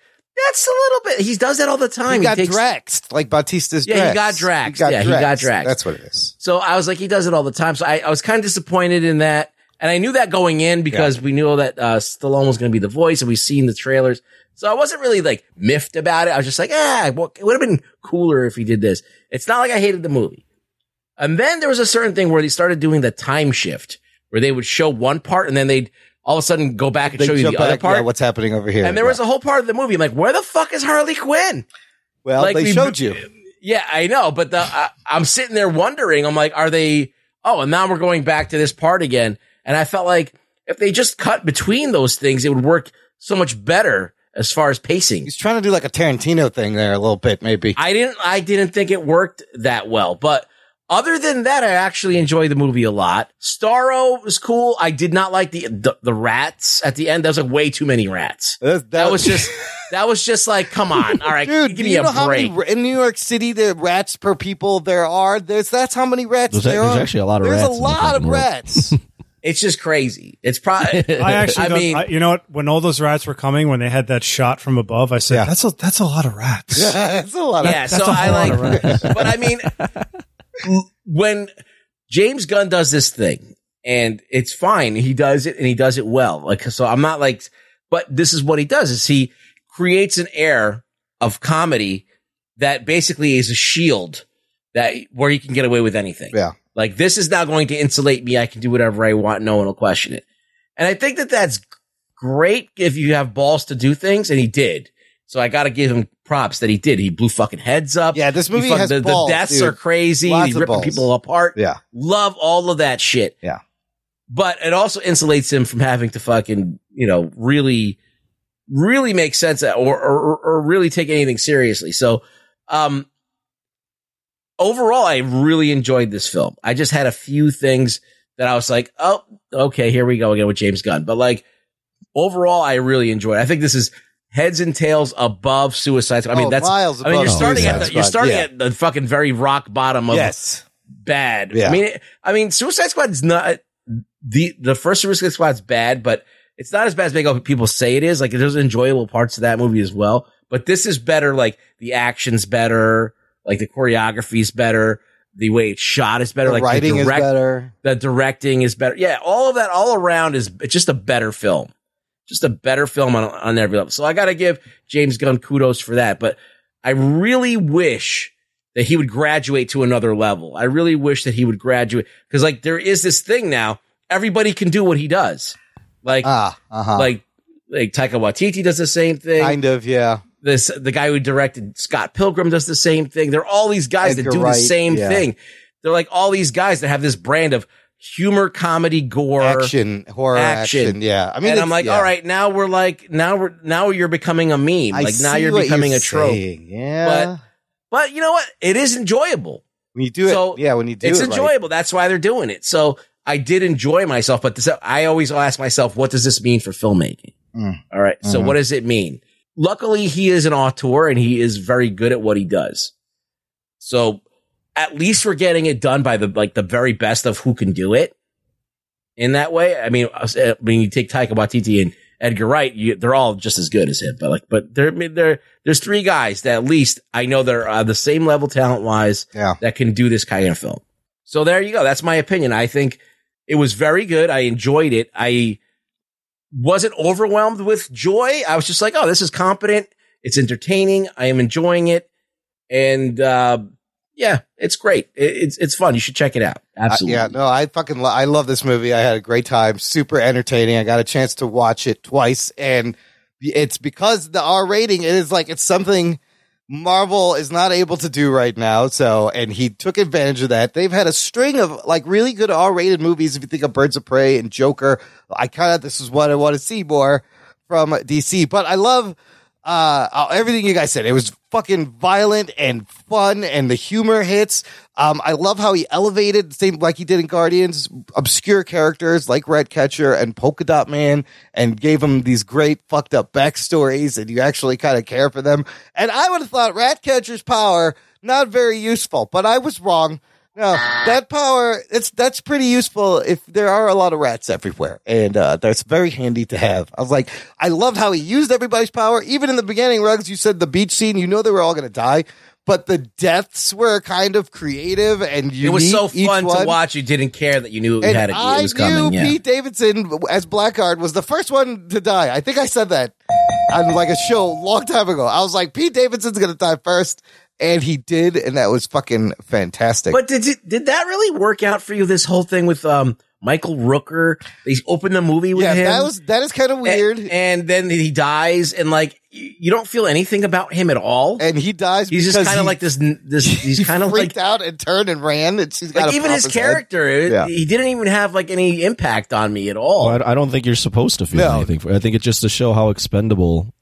that's a little bit. He does that all the time.
He got
takes-
Draxed, like Bautista's
Yeah, he got
Draxed.
Draxed. Yeah, he got Draxed.
That's what it is.
So I was like, he does it all the time. So I, I was kind of disappointed in that. And I knew that going in because we knew that uh, Stallone was going to be the voice and we've seen the trailers. So I wasn't really like miffed about it. I was just like, ah, what- it would have been cooler if he did this. It's not like I hated the movie. And then there was a certain thing where they started doing the time shift where they would show one part and then they'd all of a sudden go back and
They
show you the
jump
other
back,
part.
yeah, what's happening over here?
and there was a whole part of the movie. I'm like, where the fuck is Harley Quinn?
Well,
like,
they
we-
showed you.
Yeah, I know, but the I, I'm sitting there wondering. I'm like, are they? Oh, and now we're going back to this part again. And I felt like if they just cut between those things, it would work so much better as far as pacing.
He's trying to do like a Tarantino thing there a little bit, maybe.
I didn't I didn't think it worked that well, but other than that, I actually enjoyed the movie a lot. Starro was cool. I did not like the the, the rats at the end. That was like way too many rats.
That,
was just that was just like, come on, all right,
Dude,
give
do
me
you
a
know how
break.
many ra- in New York City the rats per people there are? There's that's how many rats
There's a-
there
there's
are.
actually a lot of
there's
rats in
a
the
lot
fucking
of
world.
rats.
It's just crazy. It's probably
I actually, don't,
mean,
I, you know what? When all those rats were coming, when they had that shot from above, I said, "That's a that's a lot of rats."
that's a lot.
yeah.
That's
so
a
I
lot of
like, but I mean, when James Gunn does this thing, and it's fine, he does it and he does it well. Like, so I'm not like, but this is what he does: is he creates an air of comedy that basically is a shield that where you can get away with anything.
Yeah.
Like this is now going to insulate me. I can do whatever I want. No one will question it. And I think that that's great if you have balls to do things, and he did. So I got to give him props that he did. He blew fucking heads up.
Yeah, this
He
movie
fucking-
has
the, the
balls,
deaths
dude.
are crazy.
Lots
He's
of
ripping
balls.
people apart.
Yeah.
Love all of that shit.
Yeah.
But it also insulates him from having to fucking, you know, really, really make sense or, or, or really take anything seriously. So, um, overall, I really enjoyed this film. I just had a few things that I was like, oh, okay, here we go again with James Gunn. But like, overall, I really enjoyed it. I think this is heads and tails above Suicide Squad. I mean,
Oh,
that's,
miles
I mean, you're
above
starting at
Suicide
the, you're
Squad,
starting
yeah.
at the fucking very rock bottom of
yes.
bad.
Yeah.
I mean, it- I mean, Suicide Squad's not the the first Suicide Squad's bad, but it's not as bad as make people say it is. Like there's enjoyable parts of that movie as well, but this is better. Like the action's better, like the choreography's better, the way it's shot is better,
The
like
writing
the
is
direct,
better.
the directing is better. Yeah, all of that all around is it's just a better film. Just a better film on on every level. So I got to give James Gunn kudos for that, but I really wish that he would graduate to another level. I really wish that he would graduate cuz like there is this thing now everybody can do what he does. Like
Ah, uh-huh.
like like Taika Waititi does the same thing.
kind of, yeah.
this the guy who directed Scott Pilgrim does the same thing. They're all these guys
Edgar
that do
Wright,
the same
yeah.
thing. They're like all these guys that have this brand of humor, comedy, gore,
action, horror action.
action.
Yeah. I mean,
and
it's-
I'm like,
yeah.
all right, now we're like, now we're now you're becoming a meme.
I
like now
see
you're
what
becoming a trope.
saying. Yeah.
But you know what? It is enjoyable.
when you do it,
so
yeah, when you do
it's
it, right.
enjoyable. That's why they're doing it. So I did enjoy myself, but this, I always ask myself, what does this mean for filmmaking?
Mm.
All right, So
Mhm.
what does it mean? Luckily, he is an auteur and he is very good at what he does. So at least we're getting it done by the like the very best of who can do it. In that way, I mean, I was- I mean, you take Taika Waititi and Edgar Wright, you, they're all just as good as him. But like, but there, I mean, there, there's three guys that at least I know they're uh, the same level talent wise
Yeah.
that can do this kind of film. So there you go. That's my opinion. I think it was very good. I enjoyed it. I wasn't overwhelmed with joy. I was just like, oh, this is competent. It's entertaining. I am enjoying it, and uh, yeah, it's great. It, it's it's fun. You should check it out. Absolutely.
Uh, yeah, no, I fucking lo- I love this movie. I had a great time, super entertaining. I got a chance to watch it twice, and it's because the R rating. It is like it's something Marvel is not able to do right now. So, and he took advantage of that. They've had a string of like really good R rated movies. If you think of Birds of Prey and Joker, I kind of this is what I want to see more from DC. But I love Uh, uh, everything you guys said, it was fucking violent and fun, and the humor hits. Um, I love how he elevated, same like he did in Guardians, obscure characters like Redcatcher and Polka Dot Man, and gave them these great fucked up backstories, and you actually kind of care for them. And I would have thought Ratcatcher's power not very useful, but I was wrong. No, that power it's that's pretty useful if there are a lot of rats everywhere, and uh, that's very handy to have. I was like, I loved how he used everybody's power, even in the beginning. Rugs, you said the beach scene, you know they were all going to die, but the deaths were kind of creative and unique.
It was so
each
fun to
one.
watch. You didn't care that you knew it
And
had it,
I
it was
knew
coming. Yeah.
Pete Davidson as Blackguard was the first one to die. I think I said that on like a show a long time ago. I was like, Pete Davidson's going to die first, and he did, and that was fucking fantastic.
But did it, did that really work out for you? This whole thing with um, Michael Rooker. They opened the movie with
yeah,
him.
that was that is kind of weird.
And, and then he dies, and like y- you don't feel anything about him at all.
And he dies.
He's just
because
kind of
he-
like this. n- This he's kind of like
freaked out and turned and ran. And she's got
like
a
even
pop
his
head.
character. it-
Yeah.
He didn't even have like any impact on me at all.
Well, I- I don't think you're supposed to feel
No.
anything. For, I think it's just to show how expendable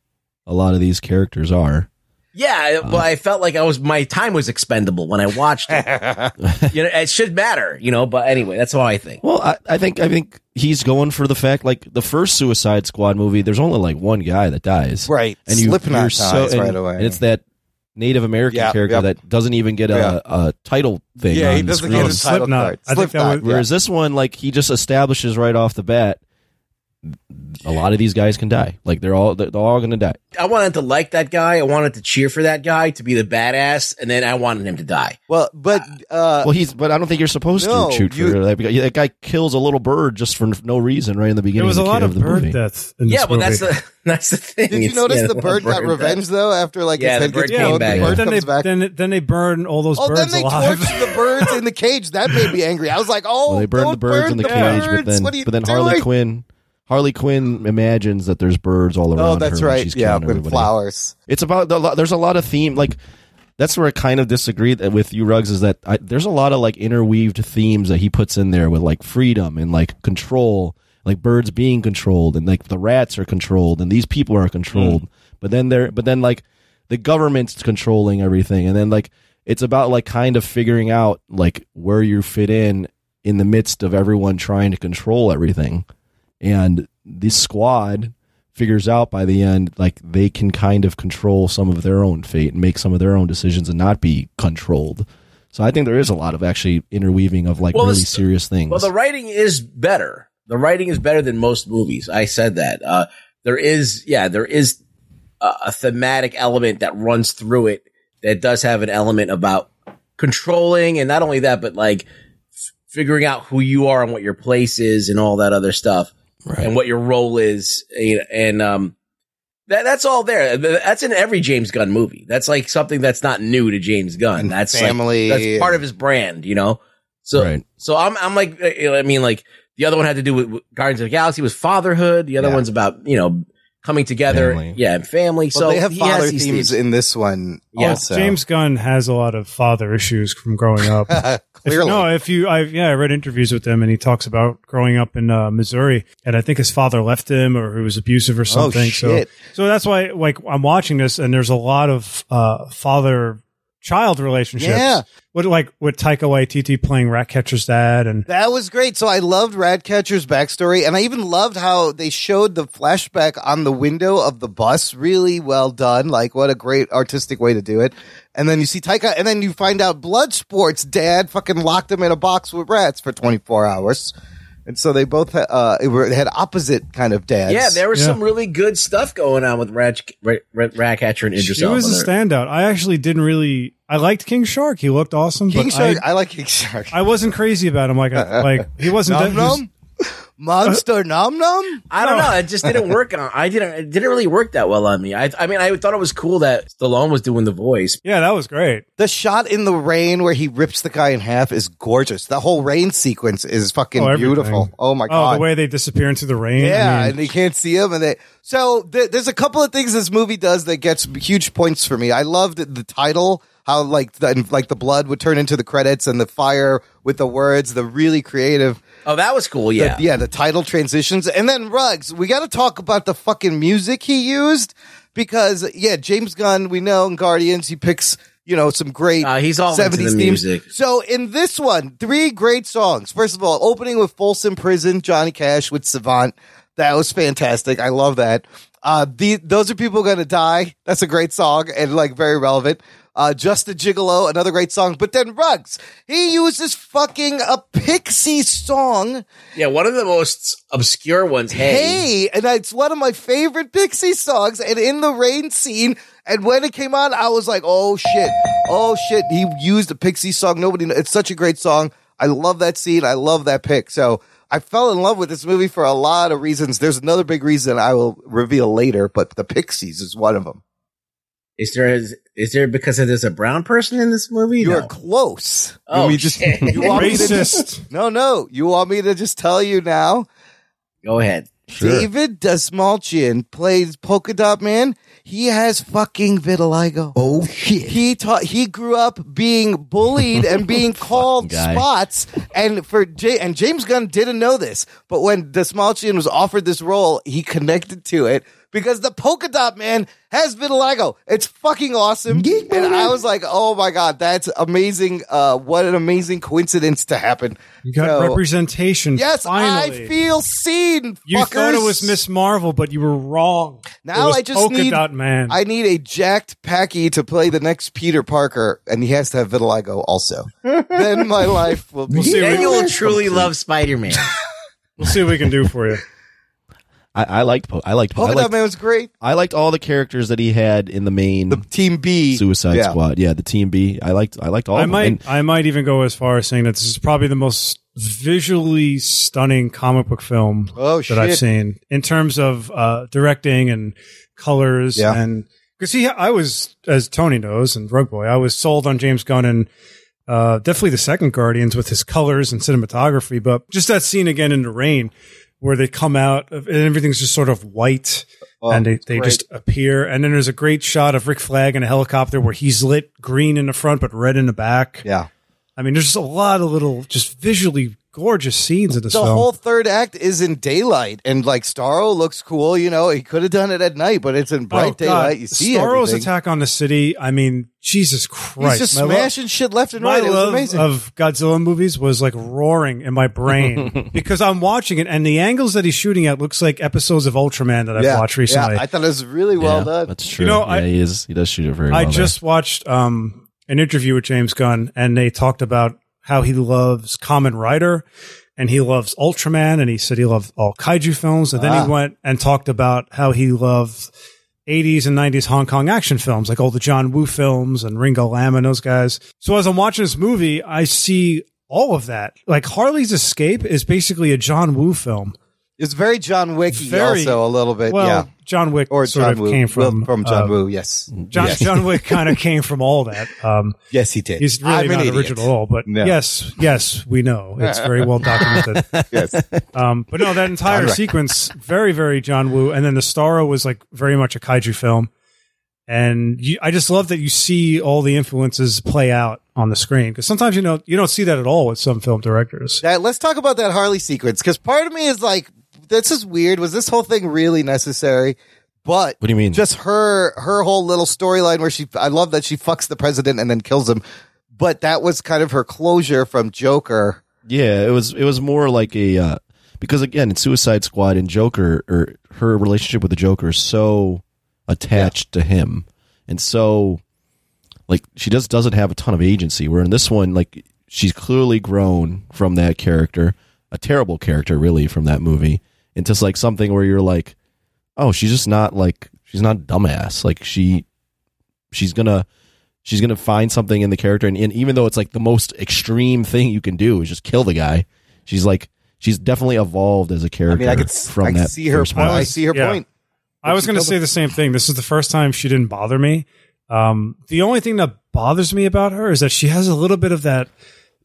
a lot of these characters are.
Yeah, I- well, I felt like I was my time was expendable when I watched it. you know, it should matter, you know. But anyway, that's all I think.
Well, I, I think I think he's going for the fact like the first Suicide Squad movie. There's only like one guy that dies,
Right. Slipknot
you're
dies
and-
right away.
and it's that Native American
Yep,
character
yep.
that doesn't even get a,
Yeah.
a title thing.
Yeah,
on
he
the
doesn't get
screen.
a title Slipknot. card. I think that Slipknot, was-
Whereas this one, like he just establishes right off the bat, a lot of these guys can die. Like they're all they're all going to die.
I wanted to like that guy. I wanted to cheer for that guy to be the badass, and then I wanted him to die.
Well, but uh,
well, he's. But I don't think you're supposed
No,
to shoot
you-
for that. because That guy kills a little bird just for no reason right in the beginning.
was a
the
lot
kid
of
the
bird
movie.
deaths.
yeah, well, that's the that's the thing.
Did you
It's-
notice
yeah,
the bird got revenge though after like his
Yeah, the
head
bird
gets
came
blown?
back.
The bird
then they
comes back.
then then they burn all those
Oh, then
birds
they
alive.
torched the birds in the cage. That made me angry. I was like, "Oh,
Well, they burn the
don't
birds
burn
in the, cage, but
birds.
then
What are you
but then
doing?
Harley Quinn, Harley Quinn imagines that there's birds all around.
Oh, that's
her when
right.
She's
Yeah,
killing
with
everybody.
flowers.
It's about the, there's a lot of theme like that's where I kind of disagree that- with you, Ruggs. Is that I, there's a lot of like interweaved themes that he puts in there with like freedom and like control, like birds being controlled and like the rats are controlled and these people are controlled. But then they're but then like the government's controlling everything and then like it's about like kind of figuring out like where you fit in in the midst of everyone trying to control everything and this squad figures out by the end like they can kind of control some of their own fate and make some of their own decisions and not be controlled so i think there is a lot of actually interweaving of like
Well,
really
this-
serious things
Well, the writing is better. The writing is better than most movies. I said that. Uh, there is, yeah, there is a, a thematic element that runs through it that does have an element about controlling, and not only that, but like f- figuring out who you are and what your place is, and all that other stuff, and what your role is, and, and um, that that's all there. Th- That's in every James Gunn movie. That's like something that's not new to James Gunn. that's like-
family
that's part of his brand, you know. So so I'm I'm like eh, I mean like the other one had to do with- with Guardians of the Galaxy was fatherhood. The other one's about you know coming together, yeah, and family.
Well,
so
they have
he has
father
these
themes in this one.
Well,
also.
James Gunn has a lot of father issues from growing up.
Clearly.
If, no, if you, I yeah, I read interviews with him, and he talks about growing up in uh, Missouri, and I think his father left him, or he was abusive or something.
shit.
So, so that's why, like, I'm watching this, and there's a lot of uh, father child relationships.
Yeah.
with like with Taika Waititi playing Ratcatcher's dad, and
That was great. So I loved Ratcatcher's backstory, and I even loved how they showed the flashback on the window of the bus. Really well done. Like, what a great artistic way to do it. And then you see Taika, and then you find out Bloodsport's dad fucking locked him in a box with rats for 24 hours. And so they both uh, it were, had opposite kind of dads.
Yeah, there was some really good stuff going on with Ratch, Ra- Ra- Ratcatcher and Idris
he
Elba.
was a
there.
standout. I actually didn't really. I liked King Shark. He looked awesome.
King
but
Shark.
I,
I, like King Shark.
I wasn't crazy about him. Like, I, like he wasn't.
Nom
he was-
nom? Monster nom nom?
I don't know. It just didn't work on. I didn't. It didn't really work that well on me. I, I mean, I thought it was cool that Stallone was doing the voice.
Yeah, that was great.
The shot in the rain where he rips the guy in half is gorgeous. The whole rain sequence is fucking
Oh, everything.
beautiful. Oh my
Oh,
god.
the way they disappear into the rain. I
yeah,
mean-
and they can't see him, and they. So th- there's a couple of things this movie does that gets huge points for me. I loved the title. how like the, and, like the blood would turn into the credits and the fire with the words, the really creative.
Oh, that was cool. Yeah,
yeah. The title transitions and then Rugs. We got to talk about the fucking music he used because yeah, James Gunn. We know in Guardians he picks you know, some great
Uh, he's all into
70s
the
themes.
music.
So in this one, three great songs. First of all, opening with Folsom Prison, Johnny Cash with Savant. That was fantastic. I love that. Uh, the, those are people gonna die. That's a great song and like very relevant. Uh, Just the Gigolo, another great song. But then Rugs, he uses fucking a Pixie song.
Yeah, one of the most obscure ones. Hey,
Hey, and it's one of my favorite Pixie songs. And in the rain scene, and when it came on, I was like, "Oh shit, oh shit!" He used a Pixie song. Nobody, kn- it's such a great song. I love that scene. I love that pick. So I fell in love with this movie for a lot of reasons. There's another big reason I will reveal later, but the Pixies is one of them.
is there is, is there because there's a brown person in this movie?
You're
No.
close.
Oh,
we
shit.
you want me to
Racist.
just, no, no. You want me to just tell you now?
Go ahead.
David Desmalchian plays Polka Dot Man. He has fucking vitiligo. Oh shit! He taught. He grew up being bullied and being called
guy.
spots. And for J- and James Gunn didn't know this, but when Desmalchian was offered this role, he connected to it because the Polka Dot Man has vitiligo. It's fucking awesome. and I was like, oh my god, that's amazing! Uh, what an amazing coincidence to happen.
You got
So-
representation.
Yes,
finally.
I feel seen.
You
fuckers.
thought it was Miss Marvel, but you were wrong.
Now
It was
I just
polka
need
dot man.
I need a jacked Packy to play the next Peter Parker, and he has to have vitiligo also. then my life will be.
We'll see
Then
what-
you will truly love Spider Man.
We'll see what we can do for you.
I, I liked. Po- I liked. I
Polka
liked,
Dot Man was great.
I liked all the characters that he had in the main
Team B,
Suicide
Yeah.
Squad. Yeah, the Team B. I liked. I liked all.
I
of
might
Them. And
I might even go as far as saying that this is probably the most visually stunning comic book film
Oh,
that I've
shit.
seen in terms of uh, directing and colors
Yeah.
and because he I was as Tony knows and Rogue Boy I was sold on James Gunn and uh, definitely the second Guardians with his colors and cinematography, but just that scene again in the rain where they come out of- and everything's just sort of white and they, they
Oh, great.
just appear. And then there's a great shot of Rick Flag in a helicopter where he's lit green in the front but red in the back.
Yeah.
I mean, there's just a lot of little, just visually gorgeous scenes in this
The
film.
whole third act is in daylight, and like Starro looks cool. You know, he could have done it at night, but it's in
Oh,
bright
God.
daylight. You see
Starro's
everything.
attack on the city. I mean, Jesus
He's
Christ!
just
My lo-
smashing shit left and
my
right. It was
love
amazing.
of Godzilla movies was like roaring in my brain because I'm watching it, and the angles that he's shooting at looks like episodes of Ultraman that I've watched recently.
Yeah, I thought it was really well
yeah,
done.
That's true.
know,
yeah,
I-
he is. He does shoot it very well.
I just watched um, an interview with James Gunn, and they talked about how he loves Common Rider, and he loves Ultraman, and he said he loved all kaiju films, and then
Ah.
he went and talked about how he loved. 80s and 90s Hong Kong action films, like all the John Woo films and Ringo Lam and those guys. So as I'm watching this movie, I see all of that. Like Harley's Escape is basically a John Woo film.
It's very John Wicky,
Very-
also a little bit.
well,
Uh, yeah,
John Wick
or
sort
John
of
Woo
came
Well,
from
from John
uh,
Woo. Yes,
John,
yes.
John Wick kind of came from all that. Um,
Yes, he did.
He's really
I'm an
not
idiot.
original at all, but
No.
yes, yes, we know. It's very well documented.
yes.
Um, but no, that entire
Alright.
sequence, very, very John Woo. And then the Starro was like very much a kaiju film. And you, I just love that you see all the influences play out on the screen because sometimes you know you don't see that at all with some film directors.
That, let's talk about that Harley sequence because part of me is like, this is weird. Was this whole thing really necessary? But
What do you mean?
Just her her whole little storyline where she I love that she fucks the president and then kills him. But that was kind of her closure from Joker.
Yeah, it was it was more like a uh, because again, in Suicide Squad and Joker or her relationship with the Joker is so attached to him, and so like she just doesn't have a ton of agency. Where in this one, like she's clearly grown from that character, a terrible character really from that movie, into s- like something where you're like, oh, she's just not like she's not a dumbass. Like she she's gonna she's gonna find something in the character and, and even though it's like the most extreme thing you can do is just kill the guy she's like she's definitely evolved as a
I
character
mean, I could s-
from
I could
that
see her.
first one.
I see her
Yeah.
point.
I was going to say the same thing. This is the first time she didn't bother me. Um, the only thing that bothers me about her is that she has a little bit of that.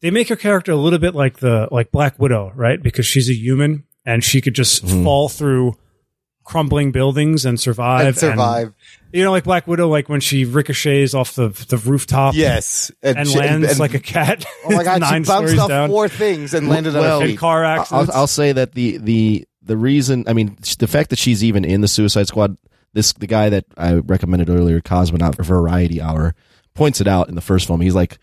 They make her character a little bit
Mm-hmm.
like the like Black Widow, right? Because she's a human and she could just fall through crumbling buildings and survive.
And survive.
you know, like Black Widow, like when she ricochets off the the rooftop.
Yes,
and,
she-
lands
and-
like a cat.
Oh my god,
nine
she bounced
stories
off
down.
four things and landed
Well,
on a
car accidents.
I'll, I'll say that the the the reason I mean sh- the fact that she's even in the Suicide Squad, this the guy that I recommended earlier, Cosmonaut for Variety Hour, points it out in the first film. He's like,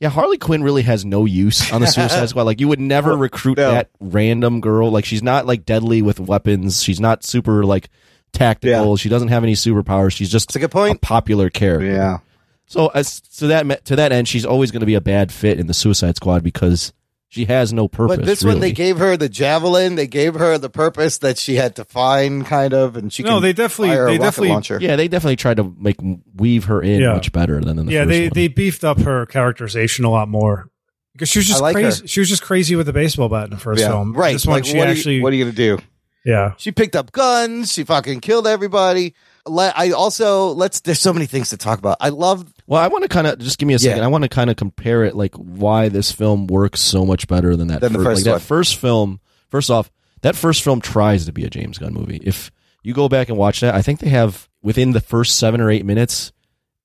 yeah, Harley Quinn really has no use on the Suicide Squad. Like you would never recruit that random girl. Like she's not like deadly with weapons. She's not super like tactical. She doesn't have any superpowers. She's just a good point. popular character.
Yeah.
So as to that me- to that end, she's always going to be a bad fit in the Suicide Squad because she has no purpose.
But this one,
really.
they gave her the javelin. They gave her the purpose that she had to find, kind of, and she.
No,
can
they definitely-
fire a
they
rocket
definitely-
launcher.
Yeah, they definitely tried to make weave her in
Yeah.
much better than in the
yeah,
first
they
one.
they beefed up her characterization a lot more because she was
I
just
like
crazy.
her.
She was just crazy with the baseball bat in the first
Yeah,
film.
right?
This one,
like,
she
what Are
actually.
you, what are you gonna do?
yeah.
She picked up guns. She fucking killed everybody. Let, I also let's. There's so many things to talk about. I love.
Well, I want to kind of just give me a second. I want to kind of compare it, like why this film works so much better than that.
Than the
fir-
first
like,
one.
that first film. First off, that first film tries to be a James Gunn movie. If you go back and watch that, I think they have within the first seven or eight minutes,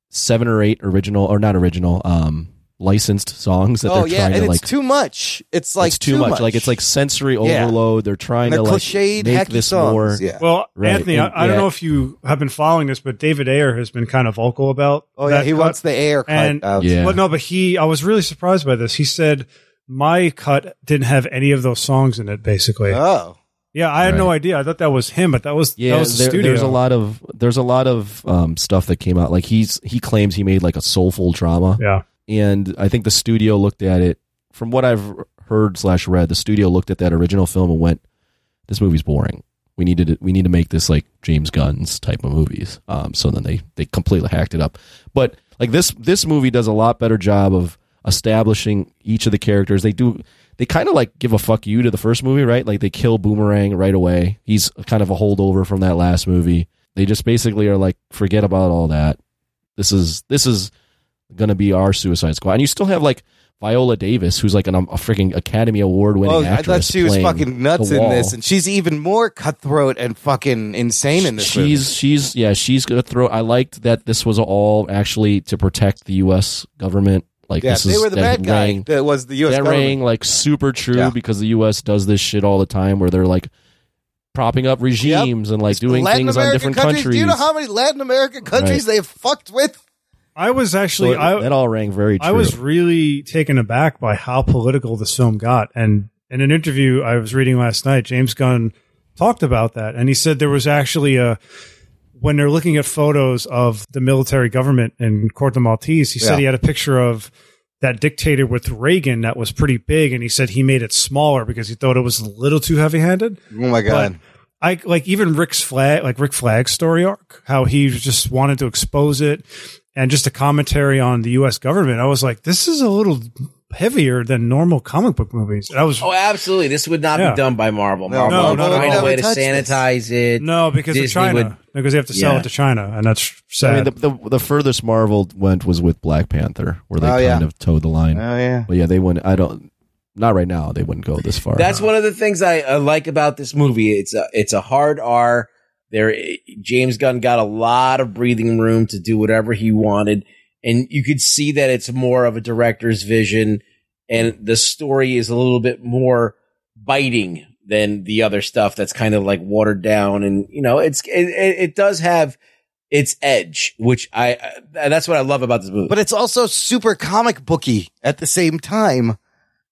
seven or eight original or not original, um, licensed songs that
Oh
they're
yeah,
trying
and
to
it's
like.
too much. It's like
it's too, much. Like it's like sensory
Yeah.
overload. They're trying
They're
to like
cliched,
make
hacky
this
songs,
more.
yeah.
Well,
Right,
Anthony,
and-
I, I don't
yeah.
know if you have been following this, but David Ayer has been kind of vocal about.
Oh yeah,
that
he
cut.
wants the air cut
And
out.
Yeah.
but no, but he. I was really surprised by this. He said my cut didn't have any of those songs in it. Basically,
Oh,
yeah, I had no idea. I thought that was him, but that was
Yeah,
that was the
there-
studio.
there's a lot of there's a lot of um, stuff that came out. Like he's he claims he made like a soulful drama.
Yeah.
and I think the studio looked at it from what I've heard slash read. The studio looked at that original film and went, "This movie's boring. We needed to, we need to make this like James Gunn's type of movies." Um, so then they they completely hacked it up. But like this this movie does a lot better job of establishing each of the characters. They do they kind of like give a fuck you to the first movie, right? Like they kill Boomerang right away. He's kind of a holdover from that last movie. They just basically are like forget about all that. This is this is going to be our Suicide Squad. And you still have like Viola Davis, who's like an, a freaking Academy Award winning
Oh, I
actress.
thought she was
playing
fucking nuts
the
in
wall.
this, and she's even more cutthroat and fucking insane in this.
she's
movie.
she's yeah she's gonna throw. I liked that this was all actually to protect the U.S. government. Like
yeah,
this
they
is
were the
that
bad guy.
rang-
that was the U.S.
that
government.
rang like super true
Yeah.
because the U.S. does this shit all the time, where they're like propping up regimes and like doing
Latin
things on
American
different
countries.
countries.
Do you know how many Latin American countries
Right.
they have fucked with?
I was actually
So
I,
that all rang very true.
I was really taken aback by how political this film got. And in an interview I was reading last night, James Gunn talked about that. And he said there was actually a, when they're looking at photos of the military government in Corte Maltese, he
Yeah.
said he had a picture of that dictator with Reagan that was pretty big. And he said he made it smaller because he thought it was a little too heavy handed.
Oh my god!
I like even Rick's flag, like Rick Flag's story arc, how he just wanted to expose it, and just a commentary on the U.S. government. I was like, this is a little heavier than normal comic book movies. And I was
Oh, absolutely. This would not
Yeah.
be done by Marvel.
No,
Marvel would
no, no,
find
no.
a way to
Touch this.
sanitize it.
no because of
Disney
China,
would-
because they have to sell
Yeah.
it to China, and that's sad.
I mean, the, the the furthest Marvel went was with Black Panther, where they
Oh,
kind
yeah.
of towed the line.
Oh yeah.
But yeah, they wouldn't. I don't. Not right now. They wouldn't go this far.
That's one of the things I, I like about this movie. It's a it's a hard R. There, James Gunn got a lot of breathing room to do whatever he wanted, and you could see that it's more of a director's vision, and the story is a little bit more biting than the other stuff that's kind of like watered down, and you know, it's it, it, it does have its edge, which I uh, that's what I love about this movie.
But it's also super comic booky at the same time,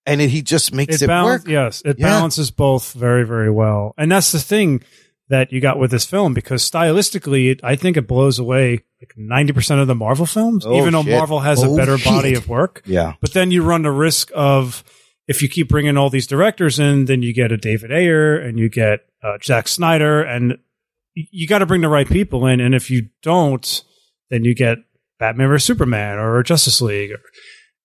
and it, he just makes it,
balan-
work.
Yes, it
Yeah.
balances both very, very well. And that's the thing that you got with this film because stylistically, it, I think it blows away like ninety percent of the Marvel films.
Oh,
even though
shit.
Marvel has
Oh,
a better body
shit.
of work,
Yeah.
But then you run the risk of if you keep bringing all these directors in, then you get a David Ayer and you get uh, Zack Snyder, and y- you got to bring the right people in. And if you don't, then you get Batman or Superman or Justice League, or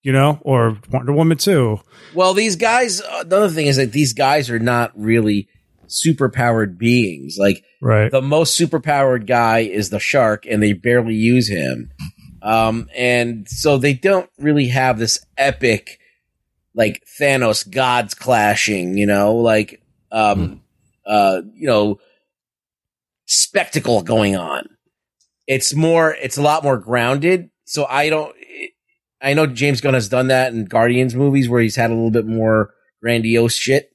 you know, or Wonder Woman too.
Well, these guys. Uh, the other thing is that these guys are not really superpowered beings. Like
Right.
the most superpowered guy is the shark, and they barely use him. Um, and so they don't really have this epic, like Thanos gods clashing. You know, like um, uh, you know, spectacle going on. It's more, it's a lot more grounded. So I don't, I know James Gunn has done that in Guardians movies where he's had a little bit more grandiose shit,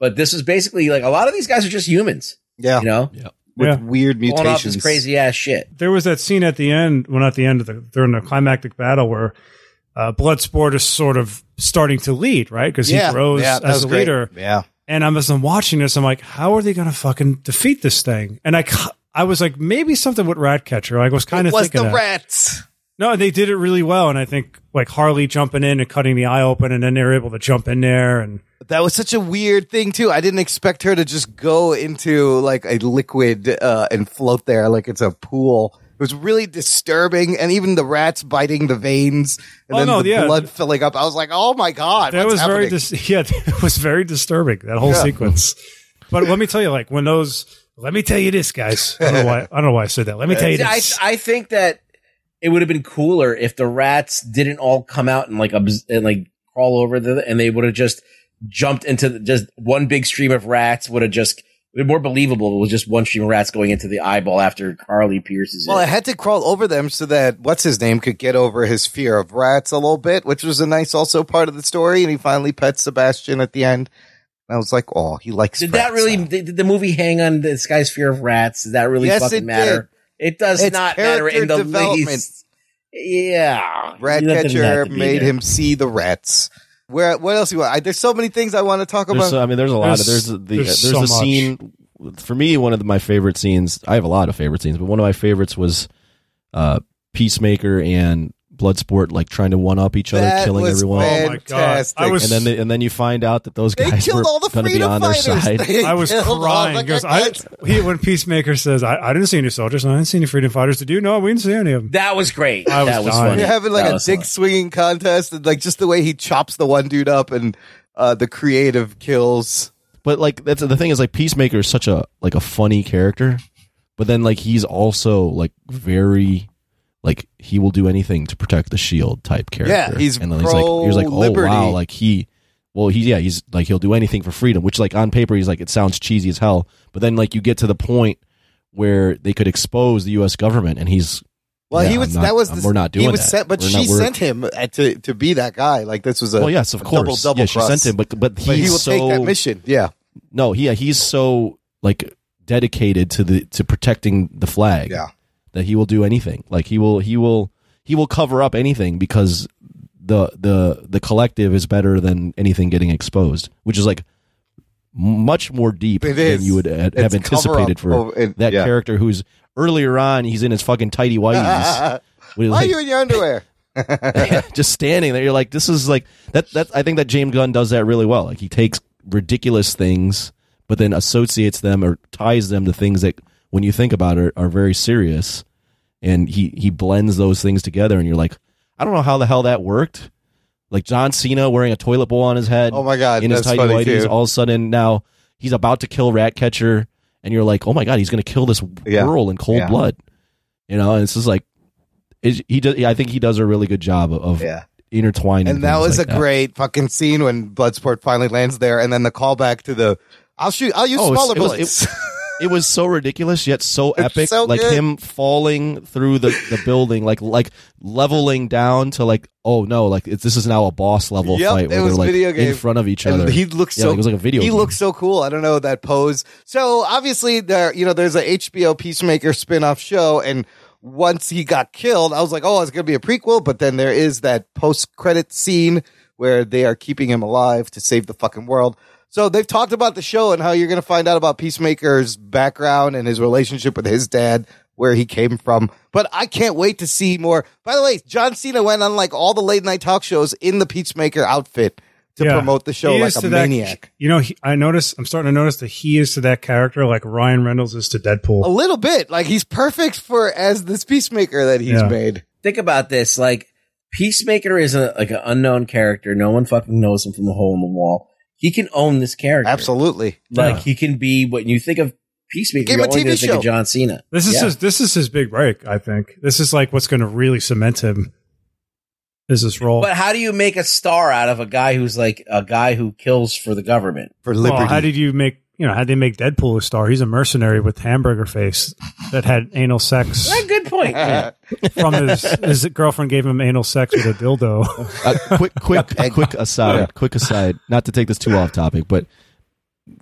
but this is basically like a lot of these guys are just humans.
Yeah.
You know?
With
Yeah.
weird
Pulling off this
mutations.
crazy ass shit.
There was that scene at the end, well, not the end of the during the climactic battle where uh, Bloodsport is sort of starting to lead, right? Because
Yeah.
he grows
Yeah, that
as
was
a
great.
leader.
Yeah.
And I'm as I'm watching this, I'm like, how are they going to fucking defeat this thing? And I, ca- I was like, maybe something with Ratcatcher. I was kind of
was
thinking
the
that.
rats.
No, they did it really well, and I think like Harley jumping in and cutting the eye open, and then they were able to jump in there and
That was such a weird thing too. I didn't expect her to just go into like a liquid uh, and float there like it's a pool. It was really disturbing, and even the rats biting the veins and
Oh,
then
no,
the
yeah.
blood filling up. I was like, "Oh my god,
that
what's
was very
happening?
dis- yeah that was very disturbing that whole
Yeah.
sequence but let me tell you like when those let me tell you this guys i don't know why i don't know why i said that let me tell you
See, I,
this
I think that it would have been cooler if the rats didn't all come out and like obs- and like crawl over the and they would have just jumped into the, just one big stream of rats would have just it'd been more believable if it was just one stream of rats going into the eyeball after Carly pierces
Well, I
it.
had to crawl over them so that what's his name could get over his fear of rats a little bit, which was a nice also part of the story. And he finally pets Sebastian at the end. And I was like, "Oh, he likes."
Did that
rats
really
now."
did did the movie hang on this guy's fear of rats? Does that really
Yes,
fucking
it
matter? It does
It's
not matter in the
character development.
least. Yeah. You let them have
Ratcatcher
to be
made
there.
him see the rats. Where what else you want? I, there's so many things I want to talk
There's,
about.
so- I mean, there's a lot of there's the, there's,
so
a
much.
scene for me. One of the- my favorite scenes. I have a lot of favorite scenes, but one of my favorites was uh, Peacemaker and Bloodsport, like trying to one up each other,
That
killing
was
everyone.
Oh my God. fantastic. I was-
and then they, and then you find out that those
They
guys were
killed all the
going to be
freedom
on their
fighters.
side.
They
I was
killed all
crying
the
because I, he, when Peacemaker says, I, I didn't see any soldiers and I didn't see any freedom fighters. Did you? No, we didn't see any of them.
That was great.
I was
that was
dying.
funny.
They're having like
That
a
was
dick swinging contest, and like just the way he chops the one dude up, and uh, the creative kills.
But like that's the thing is like Peacemaker is such a like a funny character, but then like he's also like very like he will do anything to protect the shield type character.
Yeah, he's
and then he's like he's like oh
pro-liberty.
wow like he well he yeah he's like he'll do anything for freedom which like on paper he's like it sounds cheesy as hell but then like you get to the point where they could expose the U.S. government and he's
Well,
yeah,
he
I'm
was
not-
that was
I'm-
the,
we're not doing
he was
that.
Sent, but
We're
she
not- we're-
sent him uh, to to be that guy. Like this was a
well yes of
Uh, a
course
double double
yeah she
cross.
sent him but but,
but he
he's
will
so,
take that mission. Yeah,
No, he, yeah, he's so like dedicated to the to protecting the flag.
Yeah.
That he will do anything. Like he will he will he will cover up anything because the the the collective is better than anything getting exposed, which is like m- much more deep
It
than
is.
you would uh,
It's
have
cover-up
anticipated for
over- it-
that
yeah.
character who's earlier on he's in his fucking tidy whities. with,
why are
like,
you in your underwear?
just standing there. You're like, this is like that. That I think that James Gunn does that really well. Like he takes ridiculous things, but then associates them or ties them to things that, when you think about it, are very serious. And he he blends those things together, and you're like, I don't know how the hell that worked. Like John Cena wearing a toilet bowl on his head.
Oh my God,
In his
that's
tidy
funny
whities,
too.
all of a sudden now he's about to kill Ratcatcher, and you're like, oh my god, he's going to kill this girl
Yeah.
in cold
Yeah.
blood. You know, and it's just like is he does. I think he does a really good job of, of
Yeah.
intertwining.
And that was
things like
a great fucking scene when Bloodsport finally lands there, and then the callback to the I'll shoot, I'll use
Oh, it's-
smaller
it was-
bullets.
it- It was so ridiculous yet so
It's
epic.
so
like
good.
him falling through the, the building, like like leveling down to like oh no, like it's, this is now a boss level
Yep,
fight
it
where
was
they're like
video game.
in front of each
And
other.
He looks
yeah,
so
like, it was like a video.
He
game.
looks so cool. I don't know that pose. So obviously there, you know, there's a HBO Peacemaker spin-off show, and once he got killed, I was like, oh, it's gonna be a prequel. But then there is that post-credit scene where they are keeping him alive to save the fucking world. So they've talked about the show and how you're gonna find out about Peacemaker's background and his relationship with his dad. Where he came from, but I can't wait to see more. By the way, John Cena went on like all the late night talk shows in the Peacemaker outfit to
Yeah.
promote the show
He
like
is
a
to that-
maniac.
you know, he, I notice, I'm starting to notice that he is to that character like Ryan Reynolds is to
A
Deadpool.
little bit. Like he's perfect for as this peacemaker that he's
Yeah.
made.
think about this like peacemaker is a, like an unknown character no one fucking knows him from a hole in the wall he can own this character
Absolutely.
like he can be what you think of peacemaker
Give
you
him a
only
TV
gonna think
show.
of john cena
This is
Yeah.
his, this is his big break, I think. This is like what's going to really cement him is this role.
but how do you make a star out of a guy who's like a guy who kills for the government
For
Well, how did you make you know, how'd they make Deadpool a star? He's a mercenary with hamburger face that had anal sex.
Good point.
from his, his girlfriend gave him anal sex with a dildo.
Uh, quick, quick, quick aside. Quick aside. Not to take this too off topic, but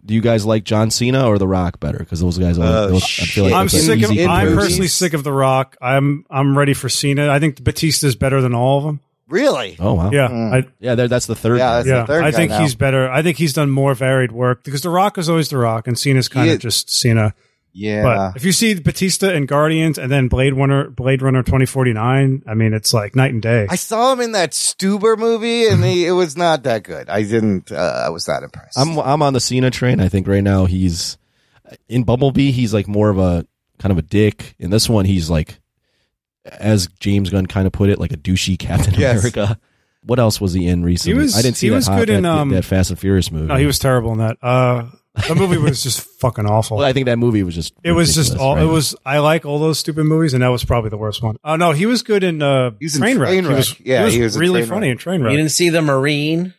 do you guys like John Cena or The Rock better? Because those guys, only,
Uh,
Oh,
those, I feel like
I'm
that's an
sick of.
easy
I'm
purchase.
personally sick of The Rock. I'm I'm ready for Cena. I think Batista's better than all of them.
Really?
Oh wow.
Yeah,
Mm.
I,
yeah. there- That's the third.
Yeah,
guy.
that's the third
I
guy
think
now.
he's better. I think he's done more varied work because The Rock is always The Rock, and Cena's kind
He
of
is-
just Cena.
Yeah.
But if you see Batista and Guardians, and then Blade Runner, Blade Runner twenty forty nine, I mean, it's like night and day.
I saw him in that Stuber movie, and he, it was not that good. I didn't. Uh, I was not impressed.
I'm I'm on the Cena train. I think right now he's in Bumblebee. He's like more of a kind of a dick. In this one, he's like, as James Gunn kind of put it, like a douchey Captain
Yes.
America. What else was he in recently?
was-
I didn't see
he
that,
was
hot-
good in,
that-
um,
that Fast and Furious movie.
no, he was terrible in that. Uh, the movie was just fucking awful.
Well, I think that movie was just.
It was just
ridiculous,
all.
right?
It was. I like all those stupid movies, and that was probably the worst one. Oh no, he was good in uh,
in
Trainwreck.
Trainwreck.
He was,
Yeah,
he was,
he was in
really
Trainwreck.
funny in Trainwreck.
You didn't see the Marine?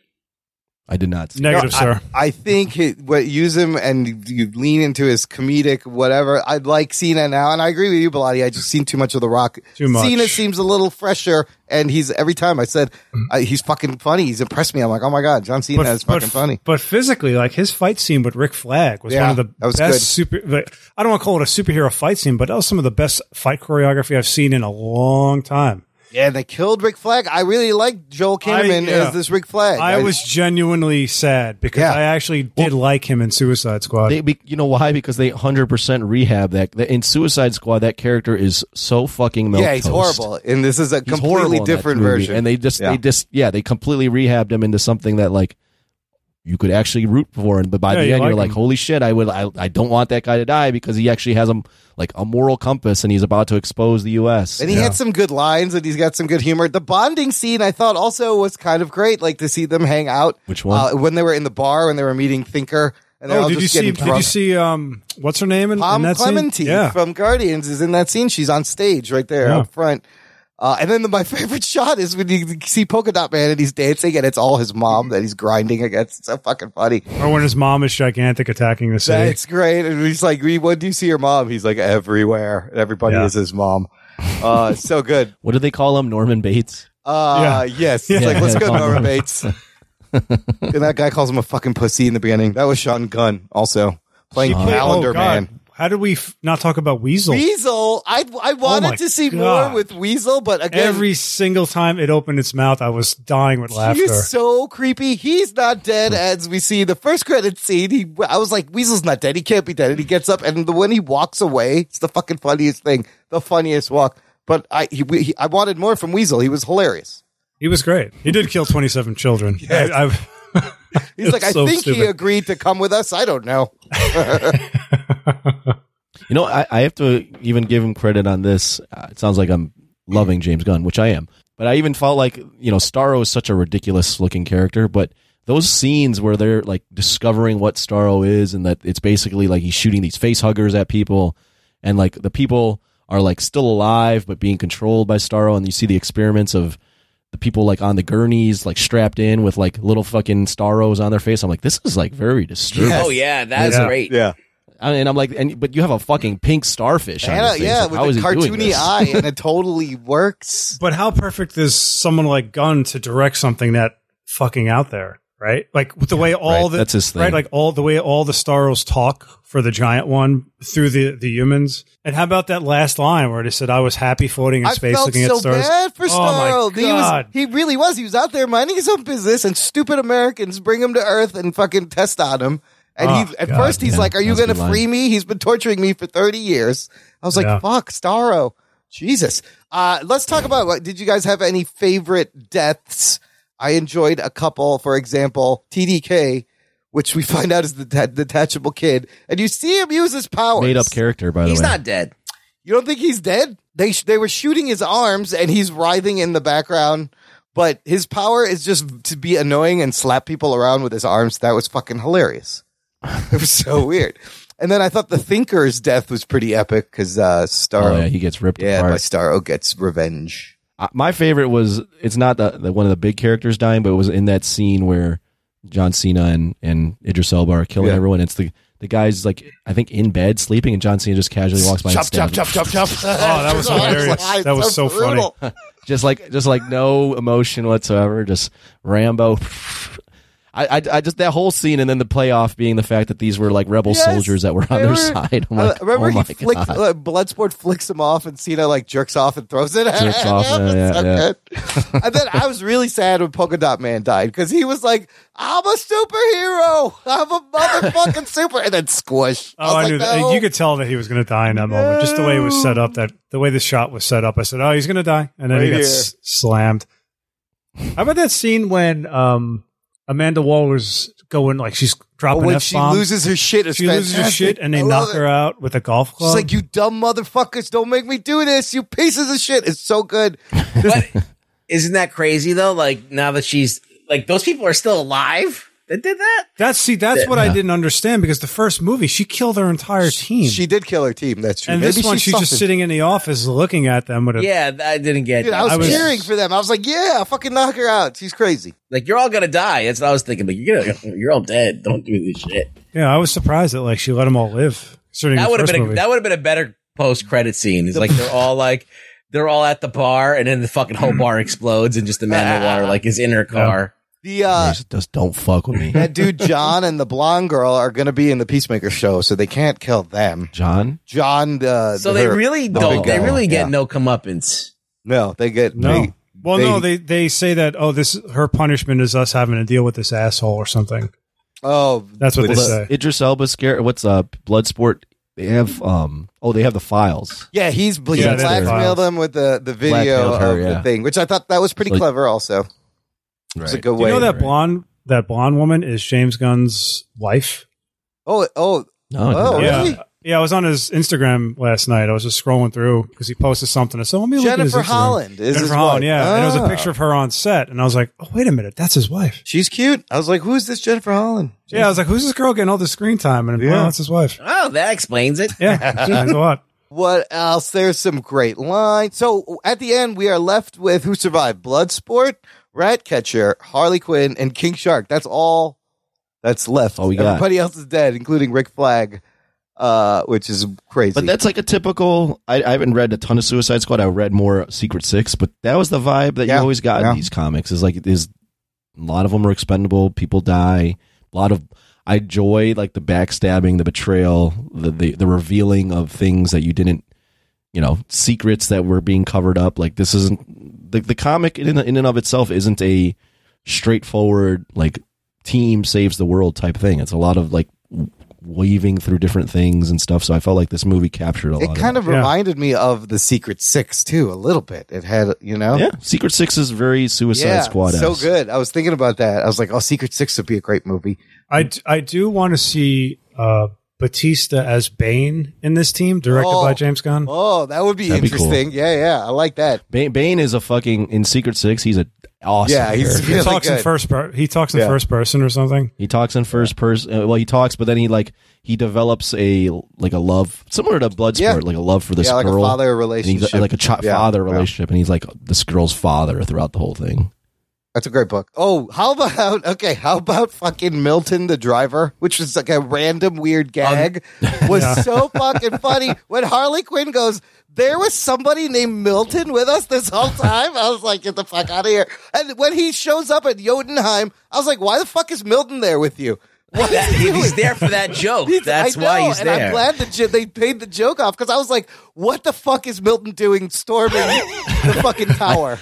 I did not. See
Negative,
No, I-
sir.
I, think it, what use him and you lean into his comedic whatever. I like Cena now, and I agree with you, Bilotti. I just seen too much of The Rock.
Too much.
Cena seems a little fresher, and he's every time I said I, he's fucking funny. He's impressed me. I'm like, oh my god, John Cena is fucking funny.
Mm. But physically, like his fight scene with Ric Flag was
Yeah,
one of
that
the
was
best
good.
super. Like, I don't want to call it a superhero fight scene, but that was some of the best fight choreography I've seen in a long time.
Yeah, and they killed Rick Flag. I really like Joel Kinnaman
yeah.
as this Rick Flag.
I, was genuinely sad because I actually did like him in Suicide Squad.
They, be, you know why? Because they hundred percent rehab that, that in Suicide Squad. That character is so fucking milk
Yeah, he's
toast.
horrible, and this is a
He's horrible
completely
in that
different
movie.
version.
And they just
Yeah.
they just yeah they completely rehabbed him into something that like you could actually root for. And but by
Yeah,
the
you
end you're
like
like,
him.
holy shit, I would I, I don't want that guy to die because he actually has a like a moral compass and he's about to expose the U.S.
And he had some good lines and he's got some good humor. The bonding scene I thought also was kind of great, like to see them hang out.
Which one?
Uh, when they were in the bar when they were meeting Thinker. And they're
oh,
all
did you
just
see?
getting
Did
drunk.
you see? Um, what's her name? In, in
Pom
that scene?
Clementine
Yeah.
from Guardians is in that scene. She's on stage right there
Yeah.
up front. Uh, and then the, my favorite shot is when you see Polka Dot Man and he's dancing and it's all his mom that he's grinding against. It's so fucking funny.
Or when his mom is gigantic attacking the city.
That's great. And he's like, "We- when do you see your mom? He's like, everywhere. Everybody
Yeah.
is his mom. Uh, so good.
What do they call him? Norman Bates.
Uh,
Yeah.
yes. It's
Yeah.
like, let's go,
Yeah.
Norman Bates. and that guy calls him a fucking pussy in the beginning. That was Sean Gunn also playing
She played-
Calendar
oh, God.
Man.
How did we f- not talk about Weasel?
Weasel. I I wanted
my
to see
God.
more with Weasel, but again,
Every single time it opened its mouth, I was dying with laughter.
He's so creepy. He's not dead,
Hmm.
as we see in the first credit scene. He, I was like, Weasel's not dead. He can't be dead. And he gets up, and the, when he walks away, it's the fucking funniest thing. The funniest walk. But I, he, he, I wanted more from Weasel. He was hilarious.
He was great. He did kill 27 children. I, I've,
He's like, I
so
think he
stupid.
agreed to come with us. I don't know.
You know, I, I have to even give him credit on this. Uh, it sounds like I'm loving James Gunn, which I am. But I even felt like, you know, Starro is such a ridiculous looking character, but those scenes where they're like discovering what Starro is and that it's basically like he's shooting these face huggers at people and like the people are like still alive but being controlled by Starro and you see the experiments of the people like on the gurneys, like strapped in with like little fucking Starros on their face. I'm like, this is like very disturbing.
Oh yeah, that's
Yeah.
great.
Yeah.
I mean, and I'm like, and but you have a fucking pink starfish. on
And,
your
uh,
face.
yeah,
Like,
with
how is
a
he doing
cartoony
this?
eye, and it totally works.
but how perfect is someone like Gunn to direct something that fucking out there, right? Like with the way all
right.
the
That's his thing.
right, like all the way all the Starros talk for the giant one through the the humans. And how about that last line where they said, "I was happy floating in
I
space,
felt
looking
so
at stars."
bad for
oh
Starro.
my
he was
god!
he really was. He was out there minding his own business, and stupid Americans bring him to Earth and fucking test on him. And
Oh,
he at
God,
first he's
yeah.
like, "Are you
That's a
going to
good line.
free me?" He's been torturing me for thirty years. I was like,
Yeah.
"Fuck, Starro, Jesus." Uh, let's talk about what. Did you guys have any favorite deaths? I enjoyed a couple. For example, TDK, which we find out is the de- detachable kid, and you see him use his powers.
made up character by the
He's
way.
not dead.
You don't think he's dead? They sh- they were shooting his arms and he's writhing in the background, but his power is just to be annoying and slap people around with his arms. That was fucking hilarious. It was so weird. And then I thought the Thinker's death was pretty epic because uh, Starro,
oh yeah,
yeah,
he gets ripped
by
apart.
Starro gets revenge.
Uh, My favorite was it's not the, the one of the big characters dying, but it was in that scene where John Cena and and Idris Elba are killing
Yeah.
everyone. It's the the guy's like I think in bed sleeping, and John Cena just casually walks by. and
Chop, chop,
stabs him.
chop, chop, chop.
Oh, that was hilarious. That was so funny.
funny. just like just like no emotion whatsoever. Just Rambo. I, I, I just that whole scene and then the playoff being the fact that these were like rebel
Yes.
soldiers that were on their
Remember-
side. I'm
Uh,
like,
remember
oh
he
my
flicked,
God.
uh, Bloodsport flicks him off, and Cena like jerks off and throws it at
Jerks
him.
off, yeah,
It's so
yeah.
good. and then I was really sad when Polka Dot Man died because he was like, "I'm a superhero. I'm a motherfucking super," and then squish.
Oh, I,
was like,
knew that.
"No."
You could tell that he was going to die in that moment. Just the way it was set up, that the way the shot was set up. I said, "Oh, he's going to die," and then he
Right
got
here.
s- slammed. How about that scene when um, Amanda Waller's going like she's dropping
when
F
she loses her shit, it's
she loses her
fantastic.
shit, and they
I love
knock her out with a golf club.
She's like, "You dumb motherfuckers! Don't make me do this! You pieces of shit!" It's so good.
Isn't that crazy though? Like now that she's like those people are still alive that did that.
that's see, that's what I didn't understand because the first movie she killed her entire
Hmm.
team,
She did kill her team. That's true.
and
Maybe
this one she's just
softened.
sitting in the office looking at them with a
Yeah, I didn't get.
Dude,
that.
I was, cheering for them. I was like, "Yeah, fucking knock her out. She's crazy."
Like you're all gonna die. That's what I was thinking. Like you're gonna, you're all dead. Don't do this shit.
Yeah, I was surprised that like she let them all live. Certainly,
That
that
would have
first
been a,
movie.
that would have been a better post credit scene. It's like they're all like they're all at the bar, and then the fucking whole bar explodes, and just the man in the water like is in her car.
The uh,
just, just don't fuck with me,
that dude John and the blonde girl are going to be in the Peacemaker show, so they can't kill them.
John.
John, the
So
the-
they
her-
really
the
don't.
big
They
guy.
really get
Yeah.
no comeuppance.
no. They get
no.
They,
well, no, they they say that oh, this her punishment is us having to deal with this asshole or something.
oh,
That's what they
Well,
say.
the- Idris Elba scare. What's up? Bloodsport. They have um. Oh, they have the files.
yeah, he's ble-
Yeah,
he
they do.
blackmailed them with the the video
Blackmailed her,
of the
yeah.
thing, which I thought that was pretty
Like-
clever. Also, it's a good
You
way.
know that blonde that blonde woman is James Gunn's wife.
oh, oh,
No,
Oh,
yeah,
really?
yeah. I was on his Instagram last night. I was just scrolling through because he posted something. I said, "Let me look at his
Jennifer
Instagram."
Holland is his
uh, Jennifer Holland,
wife.
yeah. And it was
Ah.
a picture of her on set, and I was like, "Oh, wait a minute, that's his wife."
she's cute. I was like, "Who is this Jennifer Holland?"
Yeah, I was like, "Who's this girl getting all this screen time?" And
Yeah.
well, that's his wife.
Oh, that explains it.
Yeah, that's a lot.
What else? There's some great lines. So at the end, we are left with who survived: Bloodsport, Ratcatcher, Harley Quinn, and King Shark. That's all that's left.
All we got.
Everybody else is dead, including Rick Flag, uh, which is crazy.
But that's like a typical. I, I haven't read a ton of Suicide Squad. I read more Secret Six, but that was the vibe that
Yeah,
you always got
yeah.
in these comics. Is like is a lot of them are expendable. People die. A lot of I enjoy like the backstabbing, the betrayal, the the, the revealing of things that you didn't, you know, secrets that were being covered up. Like this isn't the the comic in in and of itself isn't a straightforward like team saves the world type thing. It's a lot of like w- weaving through different things and stuff. So I felt like this movie captured a
it
lot.
kind of
Yeah.
reminded me of the Secret Six too, a little bit. It had, you know,
that. yeah, Secret Six is very Suicide
Yeah,
Squad.
so good. I was thinking about that. I was like, oh, Secret Six would be a great movie.
I, d- I do want to see uh, Batista as Bane in this team, directed
Oh.
by James Gunn.
Oh, that would be
That'd be cool.
interesting. Yeah, yeah, I like that.
Bane, Bane is a fucking in Secret Six. He's a awesome.
Yeah, he's
character.
he
really
talks in
good.
first per- he talks in
Yeah.
first person or something.
He talks in first person. uh, Well, he talks, but then he like he develops a like a love similar to Bloodsport,
Yeah.
like a love for this
Yeah, like a
girl,
father
And he's, uh,
relationship.
like a ch-
Yeah,
father
yeah.
relationship, and he's like this girl's father throughout the whole thing.
That's a great book. Oh, how about okay? How about fucking Milton the driver, which was like a random
Um,
weird gag, was so fucking funny. When Harley Quinn goes, there was somebody named Milton with us this whole time. I was like, get the fuck out of here. And when he shows up at Jotunheim, I was like, why the fuck is Milton there with you? What is
That-
he doing?
he's there for that joke.
He's-
That's
I know,
why he's
and
there.
I'm glad that j- they paid the joke off because I was like, what the fuck is Milton doing storming the fucking tower?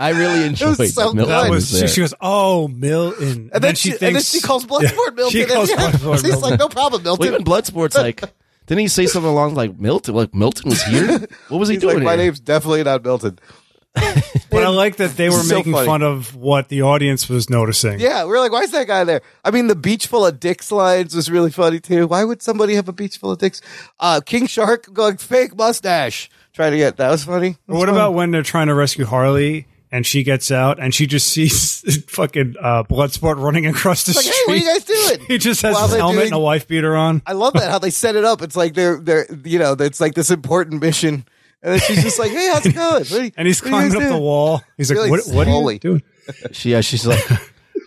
I really enjoyed
so
Milton
good.
That
Mine
was she,
there.
she goes, oh Milton, and,
And then, she, and then she calls Bloodsport
Yeah,
Milton.
She
and
calls
yeah,
Bloodsport
she's
Milton.
like, no problem,
Well,
Milton.
even Bloodsport's like, didn't he say something along like Milton? Like Milton was here. What was he
He's
doing?
like, my
here?"
name's definitely not Milton.
but I like that they were
so
making
funny.
fun of what the audience was noticing.
Yeah, we we're like, why is that guy there? I mean, the beach full of dicks lines was really funny too. Why would somebody have a beach full of dicks? Uh, King Shark going fake mustache. Trying to get that was funny.
Or what about when they're trying to rescue Harley and she gets out and she just sees fucking uh, Bloodsport running across the
It's like,
street?
hey, what are you guys doing?
He just has
While
his
they're
helmet
doing-
and a wife beater on.
I love that how they set it up. It's like they're they're you know it's like this important mission, and then she's just like, hey, how's it going? What are you-
And he's
what are you
climbing
guys
up the
doing?
wall. He's like,
Really
what, what are
slowly.
you doing?
She, yeah, she's like,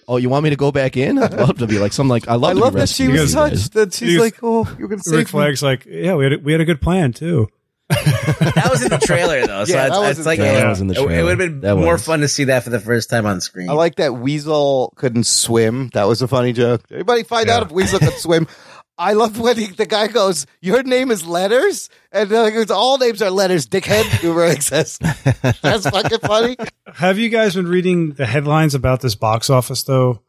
Oh, you want me to go back in? I'd love to be like some like I love.
I
to be
love that she
rescued,
was
you guys.
touched. That she's like, oh, you're gonna save
Rick
me.
Flag's like, yeah, we had a, we had a good plan too.
That was in the trailer though, so
Yeah,
it's,
that was
it's
in
like
the trailer.
it,
That was in the
it would have been
trailer. That
more
was.
fun to see that for the first time on screen.
I like that Weasel couldn't swim. That was a funny joke. Everybody find out if Weasel could swim. I love when he, the guy goes, "Your name is letters," and they're like, it's, all names are letters. Dickhead, you really exist. That's fucking funny.
Have you guys been reading the headlines about this box office though?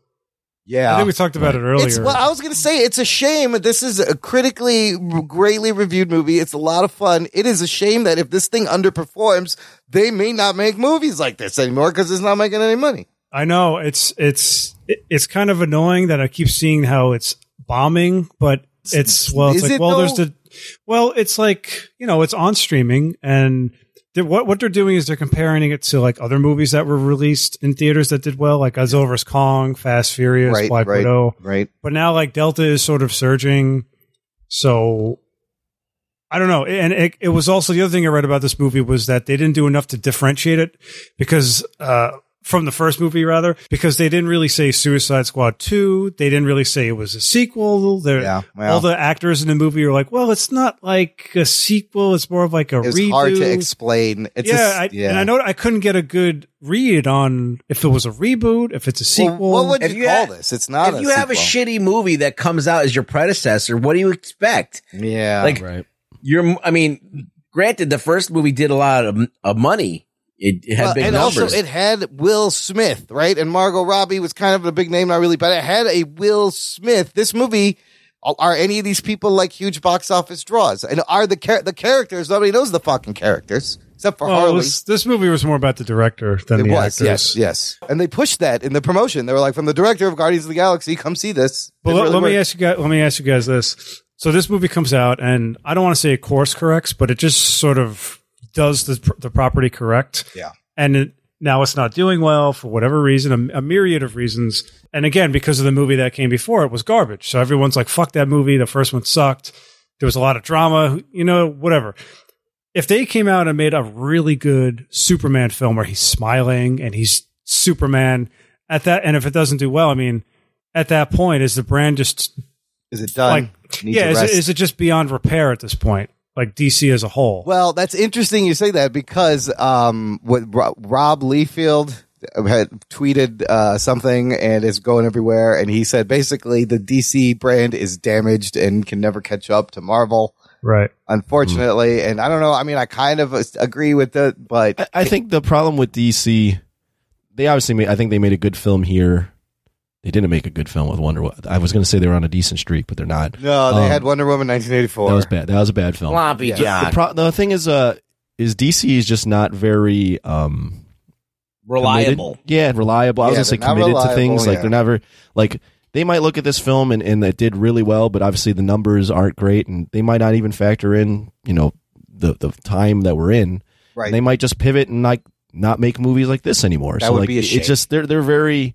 Yeah,
I think we talked about it earlier.
It's, well, I was going to say it's a shame. This is a critically greatly reviewed movie. It's a lot of fun. It is a shame that if this thing underperforms, they may not make movies like this anymore because it's not making any money.
I know it's it's it- it's kind of annoying that I keep seeing how it's bombing, but it's well, it's
Is
like
it,
well, there's
though?
the well, it's like you know, it's on streaming, and they're, what what they're doing is they're comparing it to like other movies that were released in theaters that did well, like Godzilla vs Kong, Fast Furious,
Right,
Black
right,
Widow,
right.
But now like Delta is sort of surging, so I don't know. And it, it was also the other thing I read about this movie was that they didn't do enough to differentiate it because, uh, from the first movie rather, because they didn't really say Suicide Squad 2. They didn't really say it was a sequel. They're-
well.
All the actors in the movie are like, well, it's not like a sequel. It's more of like a
It's
redo.
hard to explain. It's a
yeah,
s-
I-
yeah.
and I know I couldn't get a good read on if it was a reboot, if it's a sequel.
what would you, call this? It's not.
if you have a
sequel.
shitty movie that comes out as your predecessor, what do you expect?
Yeah,
like you're. I mean, granted, the first movie did a lot of, of money. It, it had
Well,
big
and
numbers.
also it had Will Smith, right? And Margot Robbie was kind of a big name, not really, but it had a Will Smith. This movie, are- are any of these people like huge box office draws? And are the char- the characters? Nobody knows the fucking characters except for
Well, it
Harley.
was- this movie was more about the director than
It
the
was, yes,
actors.
yes. And they pushed that in the promotion. They were like, from the director of Guardians of the Galaxy, come see this.
But
It
let,
really
let me
worked.
ask you guys. Let me ask you guys this. So this movie comes out, and I don't want to say it course corrects, but it just sort of does the pr- the property correct.
Yeah.
And it, now it's not doing well for whatever reason, a, a myriad of reasons. And again, because of the movie that came before, it was garbage. So everyone's like, "Fuck that movie. The first one sucked. There was a lot of drama. You know, whatever." if they came out and made a really good Superman film where he's smiling and he's Superman at that, and if it doesn't do well, I mean, at that point, is the brand just
is it done?
Like,
Needs a
yeah, is it,
rest?
is it just beyond repair at this point? Like DC as a whole.
Well, that's interesting you say that because um, what Ro- Rob Leafield had tweeted uh, something and is going everywhere, and he said basically the DC brand is damaged and can never catch up to Marvel,
Right.
unfortunately. And I don't know. I mean, I kind of uh, agree with it, but
I, I think the problem with DC, they obviously made. I think they made a good film here. They didn't make a good film with Wonder Woman. I was going to say they were on a decent streak, but they're not.
no, they
Um,
had Wonder Woman 1984.
That was bad. That was a bad film.
Floppy
The- The,
job.
pro- the thing is, uh, is DC is just not very um
Reliable.
committed- Yeah, reliable. I
Yeah,
was
they're
gonna say
not
committed to
reliable,
things. Like
yeah.
they're not very like they might look at this film and, and it did really well, but obviously the numbers aren't great and they might not even factor in, you know, the the time that we're in.
Right.
And they might just pivot and like not make movies like this anymore.
That
so
would
like
be a
it-
shame.
it's just they're they're very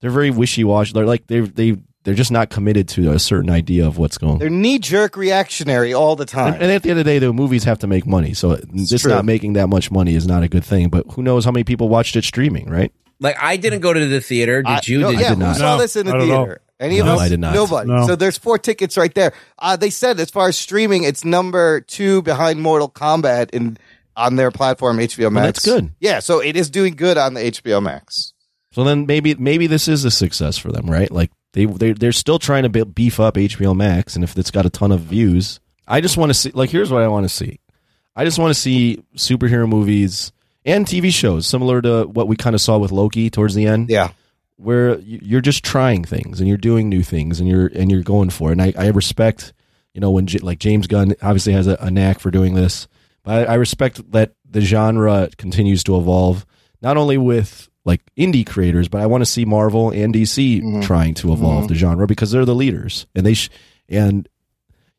they're very wishy washy. They're like they they they're just not committed to a certain idea of what's going
They're knee jerk reactionary all the time.
and, and at the end of the day, the movies have to make money. So just
true.
not making that much money is not a good thing. But who knows how many people watched it streaming, right?
like I didn't go to the theater. Did you?
No,
did
yeah,
you?
who saw this in the theater? Any of
No,
us?
I did not.
Nobody.
No.
So there's four tickets right there. Uh, they said as far as streaming, it's number two behind Mortal Kombat in on their platform HBO Max.
that's good.
Yeah, so it is doing good on the HBO Max.
So then maybe maybe this is a success for them, right? Like they they they're still trying to be- beef up HBO Max, and if it's got a ton of views, I just want to see. Like here's what I want to see. I just want to see superhero movies and TV shows similar to what we kind of saw with Loki towards the end.
Yeah.
Where you- you're just trying things and you're doing new things and you're and you're going for it. And I, I respect, you know, when J- like James Gunn obviously has a, a knack for doing this, but I, I respect that the genre continues to evolve not only with like indie creators, but I want to see Marvel and DC trying to evolve the genre because they're the leaders and they sh- and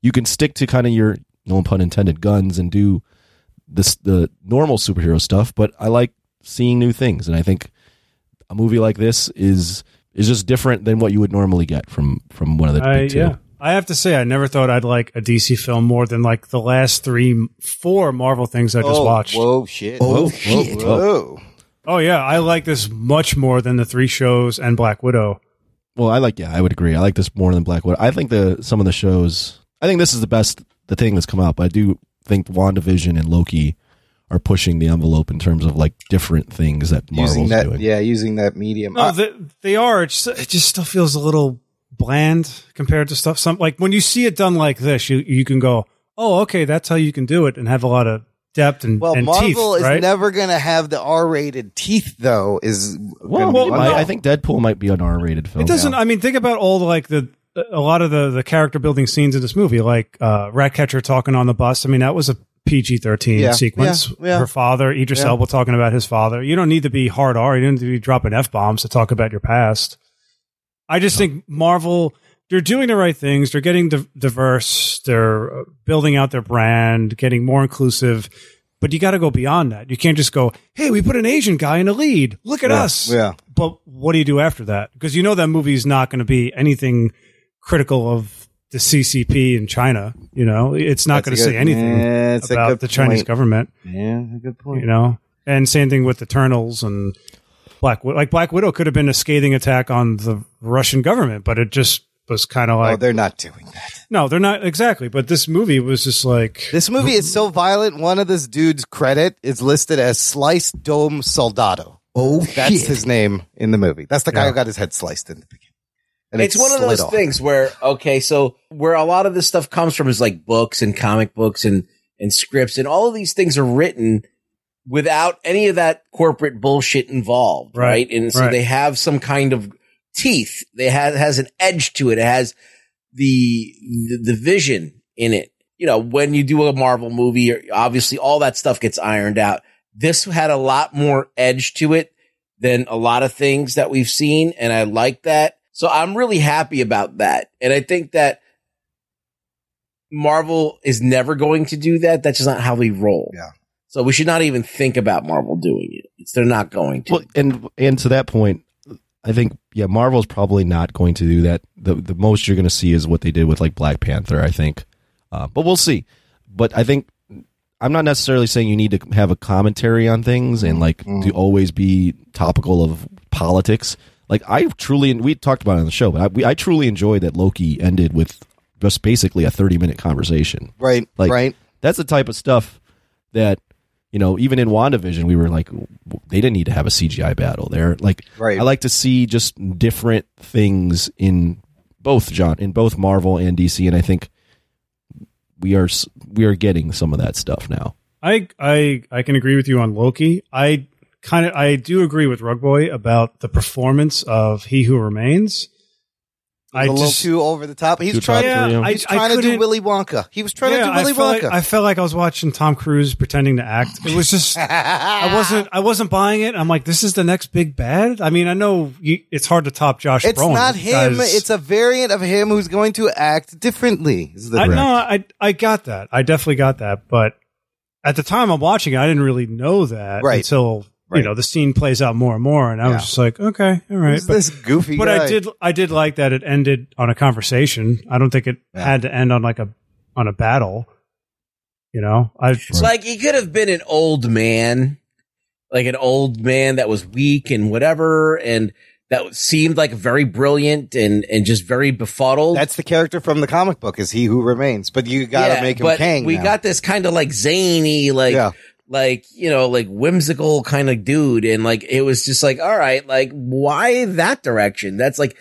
you can stick to kind of your no pun intended guns and do this the normal superhero stuff but i like seeing new things and i think a movie like this is is just different than what you would normally get from from one of the
I,
big two
yeah. I have to say, I never thought I'd like a DC film more than like the last three, four Marvel things I just
Oh,
watched.
Whoa, shit.
Oh,
Whoa,
shit.
Whoa.
Oh yeah, I like this much more than the three shows and Black Widow.
Well, I like. Yeah, I would agree. I like this more than Black Widow. I think the some of the shows. I think this is the best the thing that's come out. But I do think WandaVision and Loki are pushing the envelope in terms of like different things that Marvel's
using that,
doing.
yeah, using that medium.
No,
Uh,
they, they are. It's, it just still feels a little bland compared to stuff. Some like when you see it done like this, you you can go, oh, okay, that's how you can do it, and have a lot of depth and
well,
and
Marvel
teeth,
is
right?
never going to have the R-rated teeth, though. Is
Well,
gonna be
well,
one
I,
of-
I think Deadpool might be an R-rated film.
It doesn't. I mean, think about all the, like the a lot of the the character building scenes in this movie, like uh, Ratcatcher talking on the bus. I mean, that was a PG thirteen
Yeah.
sequence.
Yeah. Yeah.
Her father, Idris
Yeah.
Elba, talking about his father. You don't need to be hard R. You don't need to be dropping f bombs to talk about your past. I just think Marvel. They're doing the right things. They're getting di- diverse. They're uh, building out their brand, getting more inclusive. But you got to go beyond that. You can't just go, "Hey, we put an Asian guy in the lead. Look at
Yeah.
us."
Yeah.
But what do you do after that? Because you know that movie is not going to be anything critical of the CCP in China. You know, it's not
That's
going to
a good-
say anything
Yeah, it's a
about
good
the Chinese
point.
government.
Yeah, that's a good point.
You know, and same thing with Eternals and Black Widow. Like Black Widow could have been a scathing attack on the Russian government, but it just was kind of like
oh, they're not doing that.
no, they're not exactly. But this movie was just like
This movie is so violent. One of this dude's credit is listed as Sliced Dome Soldado.
Oh,
that's
shit.
his name in the movie. That's the guy
Yeah.
who got his head sliced in the beginning.
it's
it
one of
slid
those
off.
things where okay, so where a lot of this stuff comes from is like books and comic books and and scripts and all of these things are written without any of that corporate bullshit involved,
Right,
right? And so
right.
they have some kind of teeth. They have has an edge to it. It has the, the the vision in it. You know, when you do a Marvel movie, obviously all that stuff gets ironed out. This had a lot more edge to it than a lot of things that we've seen. And I like that. So I'm really happy about that. And I think that Marvel is never going to do that. That's just not how they roll.
Yeah.
So we should not even think about Marvel doing it. It's, they're not going to.
Well, and and to that point, I think yeah, Marvel's probably not going to do that. The the most you're going to see is what they did with like Black Panther, I think. Uh, but we'll see. But I think I'm not necessarily saying you need to have a commentary on things and like to always be topical of politics. Like I truly, and we talked about it on the show, but I, we, I truly enjoyed that Loki ended with just basically a 30 minute conversation.
Right,
Like
right.
that's the type of stuff that you know, even in WandaVision, we were like, w- they didn't need to have a CGI battle there. Like,
Right.
I like to see just different things in both John, in both Marvel and DC, and I think we are s- we are getting some of that stuff now.
I I I can agree with you on Loki. I kind of I do agree with Rugboy about the performance of He Who Remains.
I a little too over the top. He's
Too
trying.
top for you.
I-
he's trying to do
couldn't-
Willy Wonka. He was trying
yeah,
to do Willy
I felt, like,
Wonka.
I felt like I was watching Tom Cruise pretending to act. It was just I wasn't I wasn't buying it. I'm like, this is the next big bad. I mean, I know you, it's hard to top Josh.
it's
Brolin,
not him.
because-
It's a variant of him who's going to act differently. Is the
I, no, I I got that. I definitely got that. But at the time I'm watching it, I didn't really know that
Right.
until
Right.
you know the scene plays out more and more, and I
Yeah.
was just like, okay, all right.
Who's
But-
this goofy?
but
guy?
I did I did like that it ended on a conversation. I don't think it
Yeah.
had to end on like a on a battle. You know, I
It's like he could have been an old man, like an old man that was weak and whatever, and that seemed like very brilliant and and just very befuddled.
That's the character from the comic book. Is he who remains? But you got to
Yeah,
make him
but
Kang.
We
now.
got this kind of like zany, like
Yeah.
like you know, like whimsical kind of dude, and like it was just like, all right, like why that direction? That's like,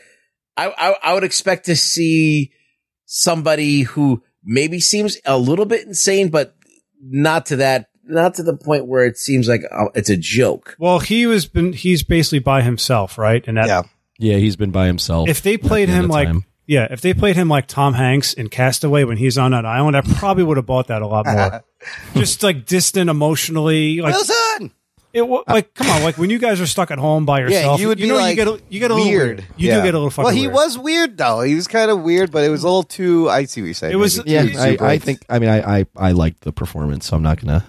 I I, I would expect to see somebody who maybe seems a little bit insane, but not to that, not to the point where it seems like uh, it's a joke.
well, he was been he's basically by himself, right? And that
yeah.
Yeah, he's been by himself.
if they played
at the
him like
time.
yeah, if they played him like Tom Hanks in Castaway when he's on that island, I probably would have bought that a lot more. Just like distant emotionally, like
Wilson.
it, wa- like come on, like when you guys are stuck at home by yourself,
you would be
know
like
you get a, you get a little weird. You
Yeah.
do get a little fucking.
Well, he
weird.
was weird though. He was kind of weird, but it was a little too. I see what you're saying.
It was-
maybe.
yeah,
He's
I,
super
I
into-
think I mean I I, I liked the performance, so I'm not gonna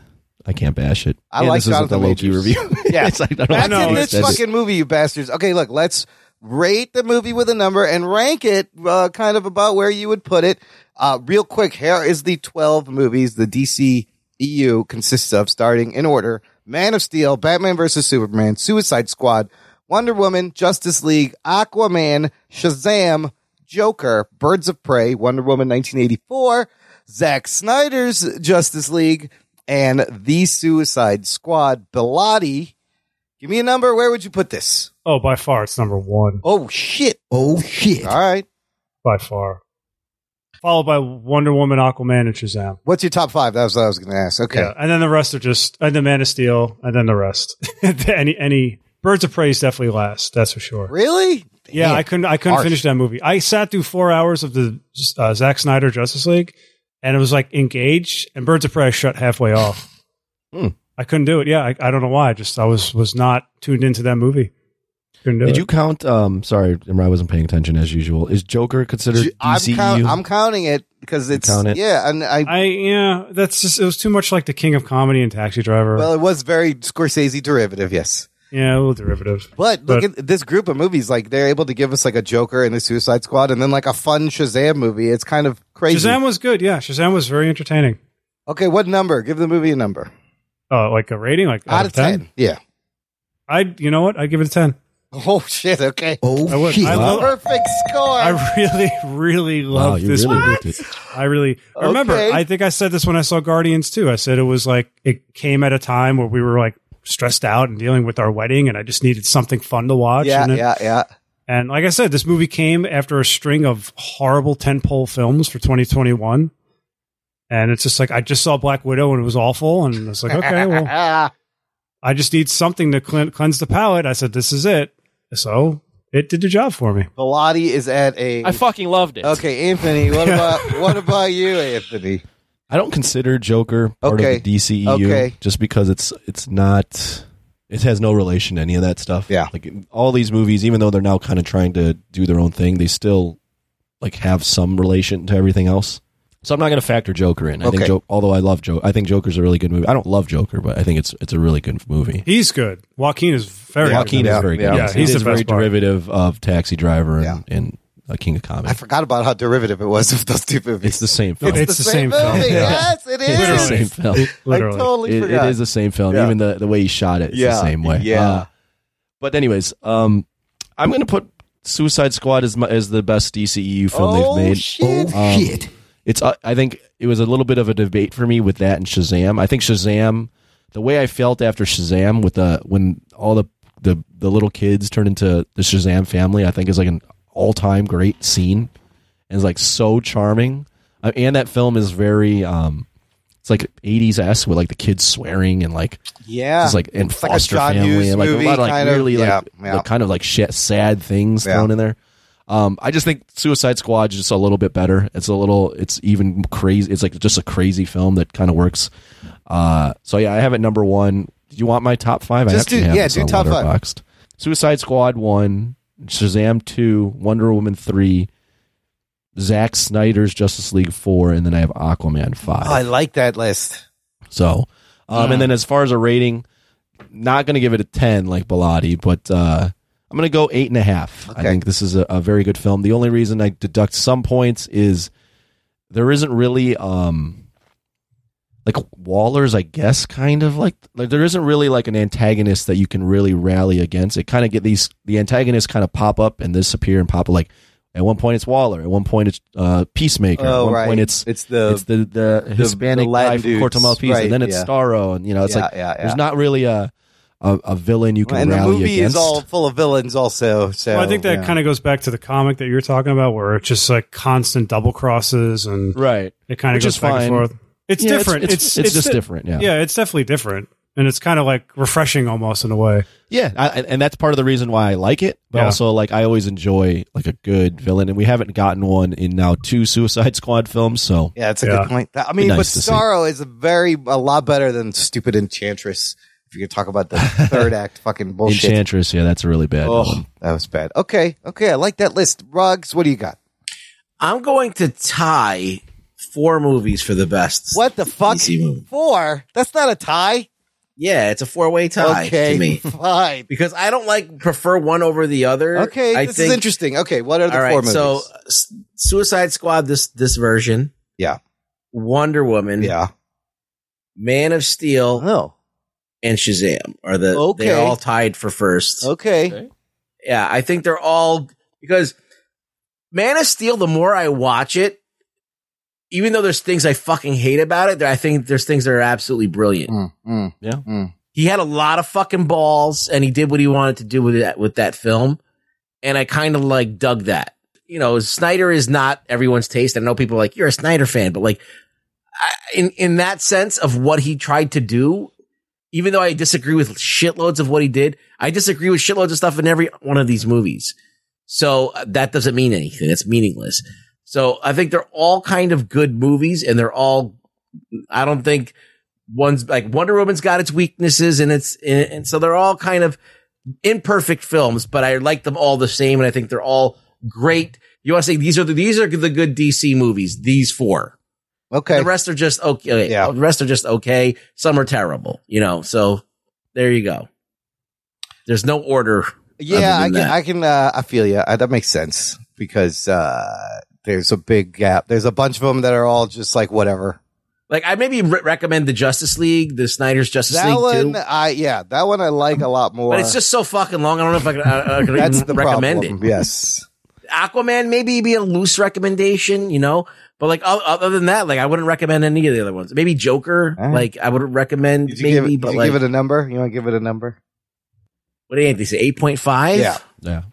I can't bash it.
I
And
like
this isn't
Jonathan
the Loki
Majors.
review.
Yeah,
It's like, I don't
that's
know.
in this
That's just-
fucking movie, you bastards. Okay, look, let's rate the movie with a number and rank it uh, kind of about where you would put it. Uh, real E quick, here is the 12 movies the DC EU consists of, starting in order Man of Steel, Batman vs. Superman, Suicide Squad, Wonder Woman, Justice League, Aquaman, Shazam, Joker, Birds of Prey, Wonder Woman 1984, Zack Snyder's Justice League, and The Suicide Squad. Bilotti, give me a number. Where would you put this?
Oh, by far it's number one.
Oh shit!
Oh
shit! All right,
by far. Followed by Wonder Woman, Aquaman, and Shazam.
What's your top five? That was what I was going to ask. Okay.
Yeah, and then the rest are just and the Man of Steel, and then the rest. any any Birds of Prey is definitely last. That's for sure.
Really?
Yeah,
Damn.
I couldn't I couldn't
Harsh.
finish that movie. I sat through four hours of the uh, Zack Snyder Justice League, and it was like engaged, and Birds of Prey I shut halfway off.
Hmm.
I couldn't do it. Yeah, I, I don't know why. I just I was was not tuned into that movie. Couldn't do
Did
it.
you count? Um, sorry, I wasn't paying attention as usual. Is Joker considered E
I'm,
DCU?
count- I'm counting it because it's
count it?
yeah, and I,
I yeah, that's just it was too much like the King of Comedy and Taxi Driver.
well, it was very Scorsese derivative. Yes.
yeah, a little derivative.
But look at this group of movies. Like they're able to give us like a Joker and the Suicide Squad, and then like a fun Shazam movie. It's kind of crazy.
Shazam was good. Yeah, Shazam was very entertaining.
Okay, what number? Give the movie a number.
Uh, like a rating, like out,
Out of 10. Yeah.
I you know what? I give it a ten.
Oh shit! Okay.
Oh, I would. I, lo-
Perfect score.
I really, really love
you
this
really
movie.
beat it.
I really I remember.
Okay.
I think I said this when I saw Guardians too. I said it was like it came at a time where we were like stressed out and dealing with our wedding, and I just needed something fun to watch.
Yeah,
and it-
yeah, yeah.
And like I said, this movie came after a string of horrible tentpole films for 2021. And it's just like I just saw Black Widow and it was awful, and it's like okay, well,
Ah.
I just need something to clean, cleanse the palate. I said this is it, so it did the job for me.
Bilotti is at a.
I fucking loved it.
okay, Anthony. What about what about you, Anthony?
I don't consider Joker part
Okay.
of the DCEU
Okay.
just because it's it's not it has no relation to any of that stuff.
Yeah.
Like all these movies even though they're now kind of trying to do their own thing, they still like have some relation to everything else. So I'm not going to factor Joker in. I
Okay.
think jo- although I love Joker, I think Joker's a really good movie. I don't love Joker, but I think it's it's a really good movie.
He's good. Joaquin is very good.
Joaquin is very good.
Yeah, he's
It
the
is very
best part.
derivative of Taxi Driver and, and uh, King of Comedy.
I forgot about how derivative it was of those two movies.
It's the same film.
It's the same film.
movie.
Yeah.
Yes, it is.
It's the same film.
I totally
It-
forgot.
it is the same film.
Yeah.
Even the, the way he shot it is
Yeah,
the same way. Uh,
yeah.
but anyways, um, I'm gonna put Suicide Squad as my, as the best DCEU film
Oh,
they've made.
shit.
Um, It's uh, I think it was a little bit of a debate for me with that and Shazam. I think Shazam, the way I felt after Shazam with the when all the the, the little kids turn into the Shazam family, I think is like an all time great scene, and it's like so charming. Uh, and that film is very um, it's like 80s s with like the kids swearing and like
Yeah.
just like and
It's like a
foster
John
family
Hughes
and like
movie,
a lot of like
kind of.
really like,
Yeah, yeah.
like, kind of like shit, sad things
Yeah.
thrown in there. Um, I just think Suicide Squad is just a little bit better. It's a little, it's even crazy. It's like just a crazy film that kind of works. Uh, so yeah, I have it number one. Do you want my top five? I
Just
actually
do-
have
yeah,
this
do
on
top five.
Letterboxd. Suicide Squad one, Shazam two, Wonder Woman three, Zack Snyder's Justice League four, and then I have Aquaman five.
Oh, I like that list.
So, um, and then as far as a rating, not going to give it a 10 like Bilotti, but uh, I'm going to go eight and a half. I
Okay.
think this is a, a very good film. The only reason I deduct some points is there isn't really um, like Waller's, I guess, kind of like, like there isn't really like an antagonist that you can really rally against. It kind of get these, the antagonists kind of pop up and disappear and pop up like, at one point it's Waller. At one point it's uh, Peacemaker.
Oh,
at one
right.
point it's
It's the-
it's the, the Hispanic
the
guy
Latin
from
dudes.
Corto Maltese,
Right,
and then it's
yeah.
Starro, and you know, it's
Yeah,
like
yeah, yeah.
there's not really a a, a villain you can
And the
rally
movie
against.
is all full of villains, also. So
Well, I think that
yeah.
kind of goes back to the comic that you're talking about, where it's just like constant double crosses and
right.
it kind of
Which
goes
is
back
fine.
and forth. It's
Yeah, it's-
different.
it's- it's just
di-
different, yeah.
yeah, it's definitely different, and it's kind of like refreshing almost in a way.
Yeah, I, I- and that's part of the reason why I like it, but
Yeah.
also like I always enjoy like a good villain, and we haven't gotten one in now two Suicide Squad films, so
Yeah, it's a
Yeah.
good point. That- I mean,
nice
but
to see.
Starro is a very a lot better than stupid Enchantress. If you could talk about the third act, fucking bullshit.
Enchantress, yeah, that's a really bad.
oh,
villain.
that was bad. Okay, okay, I like that list. Rugs, what do you got?
I'm going to tie four movies for the best.
What the fuck?
DC movie.
Four? That's not a tie.
Yeah, it's a four way tie
okay,
to me
fine.
because I don't like prefer one over the other.
Okay,
I
this is interesting. Okay, what are the
all
four
right,
movies?
so uh, S- Suicide Squad this this version,
yeah,
Wonder Woman,
yeah.
Man of Steel,
Oh,
and Shazam are the
Okay.
they're all tied for first.
Okay. Okay.
Yeah, I think they're all because Man of Steel. The more I watch it, even though there's things I fucking hate about it, there- I think there's things that are absolutely brilliant.
Mm,
yeah.
He had a lot of fucking balls, and he did what he wanted to do with that with that film. And I kind of like dug that. You know, Snyder is not everyone's taste. I know people are like you're a Snyder fan, but like I, in in that sense of what he tried to do, even though I disagree with shitloads of what he did, I disagree with shitloads of stuff in every one of these movies. So uh, that doesn't mean anything. It's meaningless. So I think they're all kind of good movies and they're all, I don't think one's like Wonder Woman's got its weaknesses and it's, and, and so they're all kind of imperfect films, but I like them all the same. And I think they're all great. You want to say these are the, these are the good DC movies, these four.
Okay.
The rest are just okay. Yeah. The rest are just okay. Some are terrible, you know. So there you go. There's no order.
Yeah, I
other
can.
than that.
I can. Uh, I feel you. Uh, that makes sense because uh, there's a big gap. There's a bunch of them that are all just like whatever.
Like I maybe re- recommend the Justice League, the Snyder's Justice
That
League
one,
too,
I yeah, that one I like a lot more.
but it's just so fucking long. I don't know if I can, I, I can
that's
even
the
recommend
problem.
it.
Yes.
Aquaman maybe be a loose recommendation, you know. But like o- other than that, like I wouldn't recommend any of the other ones. Maybe Joker,
All right.
like I would recommend
Did you,
maybe,
give, it-
but
did you
like
give it a number? You want to give it a number?
what do you think? They say eight point five.
Yeah.
Yeah.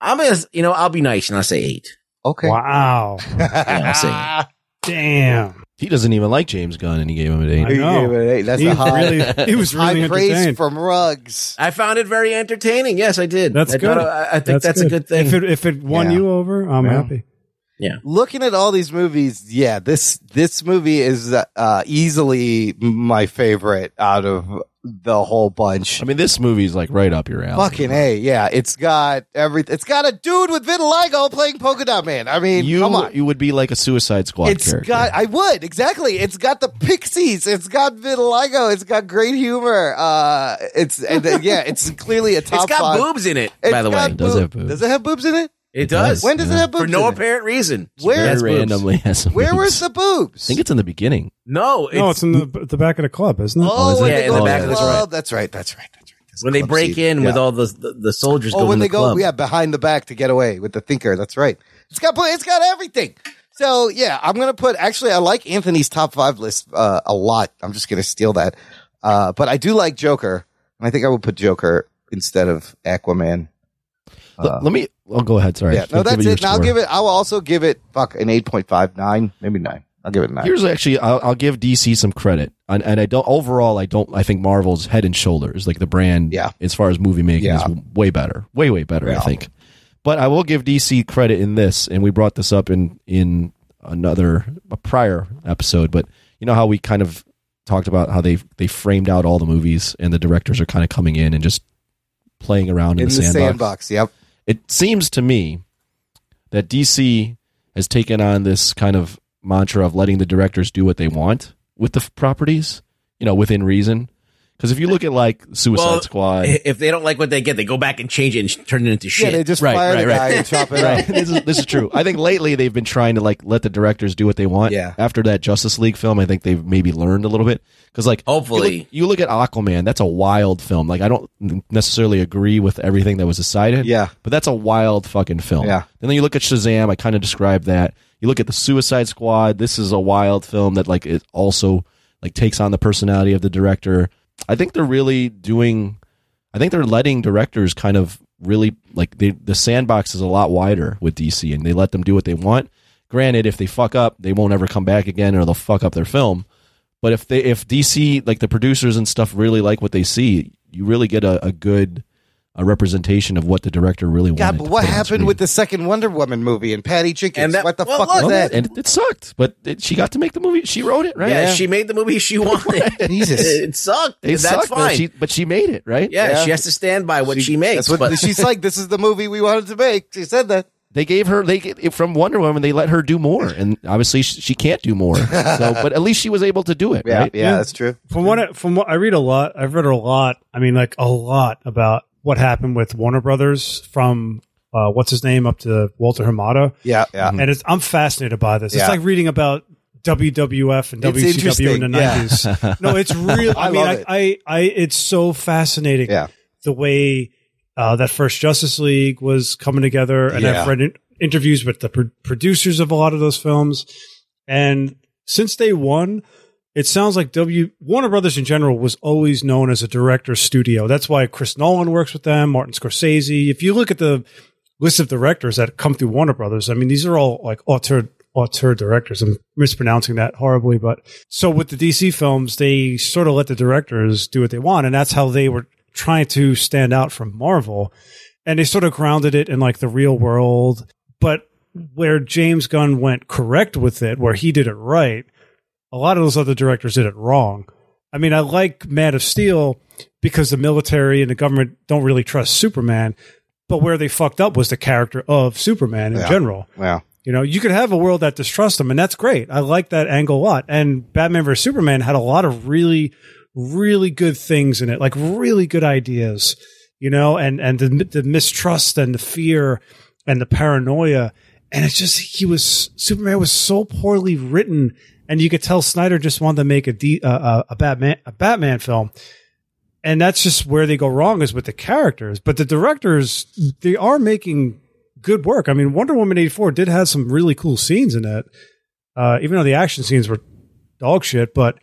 I'm gonna, you know, I'll be nice and I'll say eight.
Okay.
Wow.
I'll say
Damn.
He doesn't even like James Gunn, and he gave him an eight.
I know.
gave it an eight. That's
he
the high-
really, he was really
High praise
entertained.
from Rugs.
I found it very entertaining. Yes, I did.
that's
I
good.
thought- I, I think that's, a good thing.
If it, if it won
Yeah.
you over, I'm
Yeah.
happy.
Looking at all these movies, yeah, this this movie is uh, easily my favorite out of the whole bunch.
I mean, this movie's like right up your alley.
Fucking a, yeah. It's got everything. It's got a dude with vitiligo playing polka dot man. I mean,
you,
come on.
you would be like a Suicide Squad
It's
character.
got. I would exactly. It's got the pixies. It's got vitiligo. It's got great humor. Uh, it's and, uh, yeah. It's clearly a top.
it's got
five.
boobs in it,
It's
by the way.
got
It does
boob-
have boobs.
Does it have boobs in it?
It does.
When does it
Yeah.
have boobs?
For no
in it?
apparent reason.
Where?
very randomly. Has some
Where was
boobs.
the boobs?
I think it's in the beginning.
No, it's,
no, it's in the the back of the club, isn't it?
oh,
is
when
it?
they go
Yeah, in
to
the back
the
of the
club. That's right. That's right. That's right. That's
when they
club
break
scene.
in with
Yeah.
all the the, the soldiers.
Oh,
going
when
to
they
the
go,
club.
yeah, behind the back to get away with the thinker. That's right. It's got it's got everything. So yeah, I'm gonna put. Actually, I like Anthony's top five list uh, a lot. I'm just gonna steal that. Uh, but I do like Joker, and I think I would put Joker instead of Aquaman.
L- let me. I'll go ahead. Sorry.
Uh. Yeah, no,
Give
that's
your
it. And I'll
score.
give it. I will also give it. Fuck an eight point five nine, maybe nine. I'll give it a nine.
Here's actually, I'll, I'll give DC some credit, and, and I don't. Overall, I don't. I think Marvel's head and shoulders, like the brand,
Yeah.
as far as movie making,
Yeah.
is way better, way way better.
Yeah.
I think. But I will give DC credit in this, and we brought this up in in another a prior episode. But you know how we kind of talked about how they they framed out all the movies, and the directors are kind of coming in and just playing around in,
in the sandbox. Yep.
it seems to me that DC has taken on this kind of mantra of letting the directors do what they want with the f- properties, you know, within reason. Because if you look at like Suicide
Well,
Squad,
If they don't like what they get, they go back and change it and sh- turn it into
Yeah,
shit.
they just
Right,
fire
right,
the
right.
guy and chop it
Right.
up.
this, is, this is true. I think lately they've been trying to like let the directors do what they want.
Yeah.
After that Justice League film, I think they've maybe learned a little bit because like you look-
Hopefully.
you look, at Aquaman. That's a wild film. Like I don't necessarily agree with everything that was decided.
Yeah.
But that's a wild fucking film.
Yeah.
And then you look at Shazam. I kind of described that. You look at the Suicide Squad. This is a wild film that like it also like takes on the personality of the director. I think they're really doing I think they're letting directors kind of really like they, the sandbox is a lot wider with DC, and they let them do what they want. Granted, if they fuck up, they won't ever come back again, or they'll fuck up their film. But if they if DC like the producers and stuff really like what they see, you really get a, a good a representation of what the director really
God,
wanted.
but
to
what
put on
happened
screen.
with the second Wonder Woman movie and Patty Jenkins?
And that-
what the
well,
fuck
look-
was
Well,
that?
Oh, and it, it sucked, but it, she got to make the movie. She wrote it, right?
yeah, she made the movie she wanted.
Jesus.
it sucked.
It
That's
sucked,
fine.
But she, but she made it, right?
yeah, she has to stand by what she, makes.
That's what
but
she's like. This is the movie we wanted to make. She said that.
they gave her they get- from Wonder Woman they let her do more, and obviously she, she can't do more. So, but at least she was able to do it, right?
yeah, that's true.
From what I, from what I read a lot, I've read a lot. I mean, like a lot about what happened with Warner Brothers from uh, what's his name up to Walter Hamada.
Yeah, yeah.
and it's I'm fascinated by this.
Hmm. Yeah.
It's like reading about WWF and
It's
WCW in the
interesting, yeah.
nineties. No, it's real. I,
I
mean,
love
I, I, I, it's so fascinating. Yeah. the way uh, that first Justice League was coming together, and
Yeah.
I've read in- interviews with the pro- producers of a lot of those films, and since day one. It sounds like W Warner Brothers in general was always known as a director studio. That's why Chris Nolan works with them, Martin Scorsese. If you look at the list of directors that come through Warner Brothers. I mean, these are all like auteur auteur directors. I'm mispronouncing that horribly, but so with the DC films, they sort of let the directors do what they want, and that's how they were trying to stand out from Marvel. And they sort of grounded it in like the real world, but where James Gunn went correct with it, where he did it right, a lot of those other directors did it wrong. I mean, I like Man of Steel because the military and the government don't really trust Superman, but where they fucked up was the character of Superman in
Yeah.
general.
Mm-hmm.
Wow.
You know, you could have a world that distrusts him, and that's great. I like that angle a lot. And Batman vs Superman had a lot of really, really good things in it, like really good ideas. You know, and and the, the mistrust and the fear and the paranoia, and it's just he was Superman was so poorly written, and you could tell Snyder just wanted to make a D, uh, uh, a Batman a Batman film and that's just where they go wrong is with the characters. But the directors, they are making good work. I mean, Wonder Woman eighty four did have some really cool scenes in it, uh, even though the action scenes were dog shit. But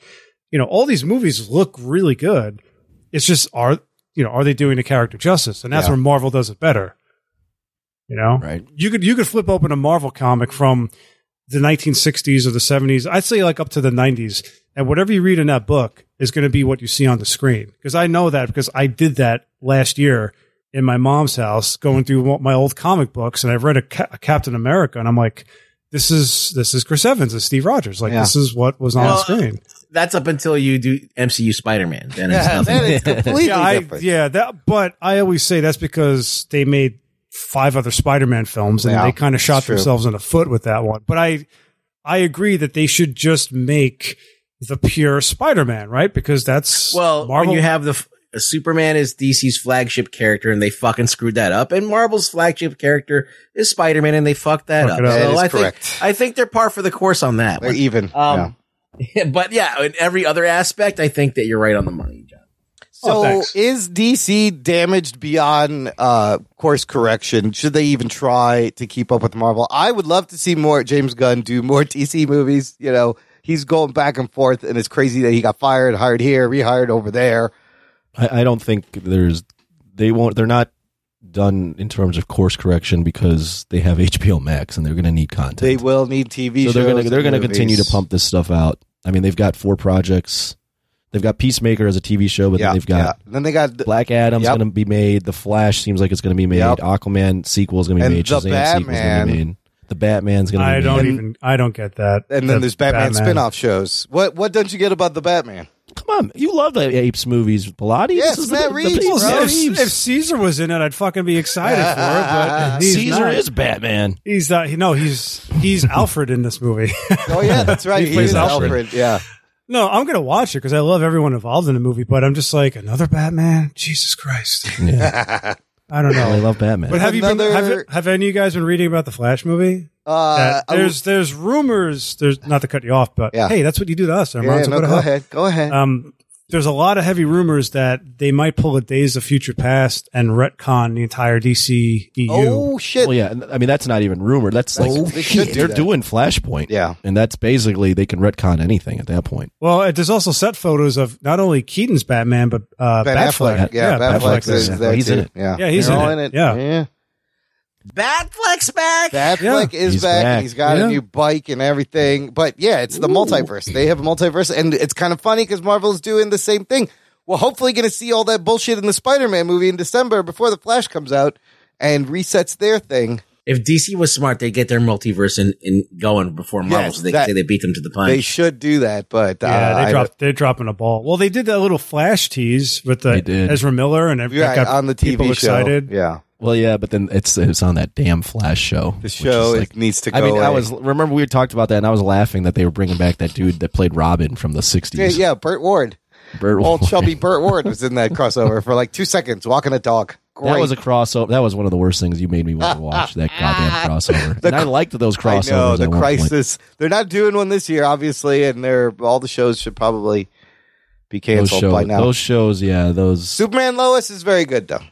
you know, all these movies look really good. It's just are you know are they doing the character justice? And that's
Yeah.
where Marvel does it better. You know, right? You could you could flip open a Marvel comic from the 1960s or the 70s. I'd say like up to the 90s, and whatever you read in that book is going to be what you see on the screen. Because I know that because I did that last year in my mom's house, going through all my old comic books, and I've read a, Ca- a Captain America, and I'm like, this is this is Chris Evans, it's Steve Rogers, like
Yeah.
this is what was on
Well,
the screen.
That's up until you do MCU Spider Man. Then it's nothing.
yeah, I- yeah, that. But I always say that's because they made five other Spider-Man films and
Yeah,
they kind of
it's
shot
true.
themselves in the foot with that one. But I, I agree that they should just make the pure Spider-Man, right? Because that's
Well,
Marvel.
when you have the f- uh, Superman is DC's flagship character, and they fucking screwed that up. And Marvel's flagship character is Spider Man, and they fucked that
Fuck
up.
it up. That is
I
correct.
think I think they're par for the course on that.
They're even.
oh,
Um, But yeah, in every other aspect, I think that you're right on the money, John.
So
Oh, thanks.
is DC damaged beyond uh, course correction? Should they even try to keep up with Marvel? I would love to see more James Gunn do more DC movies. You know, he's going back and forth, and it's crazy that he got fired, hired here, rehired over there.
I, I don't think there's they won't they're not done in terms of course correction because they have HBO Max and they're going to need content.
They will need TV
so
shows.
they're going to they're
and
going to continue to
movies.
pump this stuff out. I mean, they've got four projects. They've got Peacemaker as a TV show, but
Yeah,
then they've got
Then they got
Black Adam's
Yep.
going to be made. The Flash seems like it's going to be made.
Yep.
Aquaman sequel is going to
And
be made.
the
Shazam sequel is going to
Batman.
be made. The Batman's going to be
I
made.
don't even, I don't get that.
and
that
then there's Batman, spin-off shows. What what don't you get about the Batman?
Come on, you love the Apes movies, Pilates.
Yeah,
This is
it's Matt
the-
Reeves,
the people's
bro.
Matt
If,
Reeves.
if Caesar was in it, I'd fucking be excited for it. But he's
Caesar
not.
is Batman.
He's not. No, he's he's Alfred in this movie.
Oh yeah, that's right.
He plays
is
Alfred.
Yeah.
No, I'm gonna watch it because I love everyone involved in the movie, but I'm just like another Batman. Jesus Christ! I don't know.
I love Batman.
But have you been?
Another-
Have, have any of you guys been reading about the Flash movie?
Uh,
That- there's there's rumors. There's not to cut you off, but
Yeah.
hey, that's what you do to us.
I,
Armand,
oh, yeah,
so
no,
what the
go
hell?
ahead. Go ahead.
Um, there's a lot of heavy rumors that they might pull a Days of Future Past and retcon the entire E DC EU.
oh shit.
Well, yeah, and- I mean that's not even rumored. That's,
That's-
like
Oh, they should do
they're
that.
doing Flashpoint.
Yeah.
and that's basically they can retcon anything at that point.
Well, uh, there's also set photos of not only Keaton's Batman but uh,
Ben
Batfleck.
Affleck. Yeah,
Batfleck
Batfleck
is-
is
yeah,
there
he's
too.
in it.
Yeah,
Yeah, he's
They're
in
all
it. Yeah.
Batfleck's back.
Batfleck
Yeah.
is
He's
back,
back.
and he's got
Yeah.
a new bike and everything. But yeah, it's the multiverse. They have a multiverse, and it's kind of funny because Marvel's doing the same thing. We're hopefully going to see all that bullshit in the Spider-Man movie in December before the Flash comes out and resets their thing.
If DC was smart, they'd get their multiverse in, in going before Marvel, so they
that-
could say they beat them to the punch.
They should do that, but uh,
Yeah,
I
they dropped. They're dropping a ball. Well, they did that little flash tease with the
They did.
Ezra Miller and
don't-
everything
You're right, on the TV
people
show.
excited.
Yeah,
Well, yeah, but then it's it's on that damn Flash show.
the
which
show
is
it
like-
needs to. Go
I mean, I
away.
was remember we talked about that, and I was laughing that they were bringing back that dude that played Robin from the
yeah,
'60s.
yeah. Burt Ward,
Burt
old
Ward.
chubby Burt Ward was in that crossover for like two seconds, walking a dog.
That
great.
was a crossover. That was one of the worst things you made me want to watch. That goddamn crossover.
The
and I
cr-
liked those crossovers.
I know
at
the
one point.
crisis. They're not doing one this year, obviously, and they're all the shows should probably be
Those
canceled
shows,
by now.
those shows, yeah, those.
Superman Lois is very good though.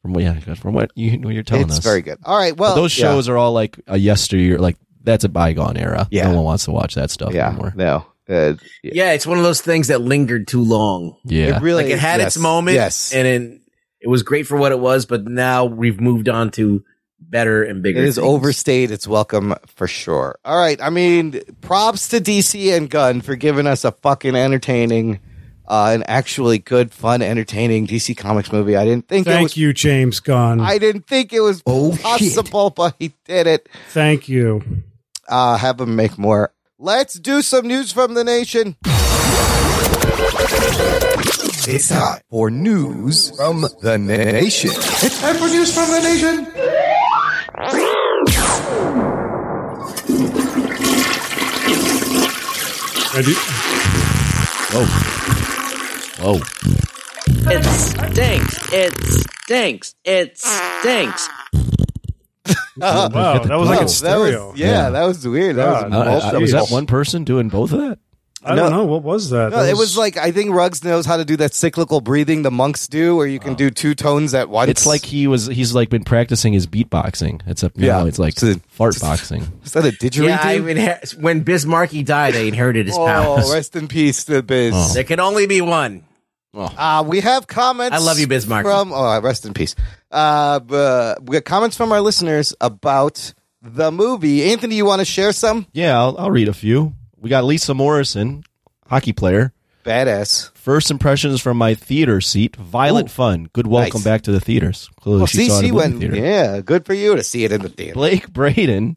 From what, yeah, from what you what you're telling
It's
us,
very good. All right,
But
well,
those
yeah.
shows are all like a yesteryear. Like that's a bygone era. Yeah, no one wants to watch that stuff anymore.
No, Uh,
yeah. it's one of those things that lingered too long.
Yeah. It
really-
like it had
yes,
its moment.
yes.
and then it was great for what it was, but now we've moved on to better and
It
bigger.
is
things.
overstayed. It's welcome for sure. All right. I mean, props to DC and Gunn for giving us a fucking entertaining, uh, an actually good, fun, entertaining DC Comics movie. I didn't think it
Thank
was.
you, James Gunn.
I didn't think it was possible, but he did it.
Thank you.
Uh, have him make more. Let's do some news from the nation.
It's time for news from the nation.
It's time for news from the nation.
Whoa. Whoa.
It stinks. It stinks. It stinks.
wow, that was like in stereo.
yeah, that was weird. That was
Uh, uh,
multiple.
was that one person doing both of that?
I don't know what was that.
No,
That
it was like I think Ruggs knows how to do that cyclical breathing the monks do, where you can do two tones at once.
It's like he was. He's like been practicing his beatboxing. Except now
Yeah.
it's like fart boxing.
is that a didgeridoo?
Yeah, I inher- when Bismarcky died, I inherited his powers.
Oh, rest in peace, the Biz.
Oh.
There can only be one.
Uh, we have comments.
I love you, Bismarck.
From oh, rest in peace. Uh, but we got comments from our listeners about the movie. Anthony, you want to share some?
Yeah, I'll, I'll read a few. We got Lisa Morrison, hockey player.
Badass.
First impressions from my theater seat. Violent fun. Good welcome
nice.
back to the theaters. Clearly,
Well,
she
see,
saw it in
she
the movie
went.
theater.
Yeah, good for you to see it in the theater.
Blake Braden.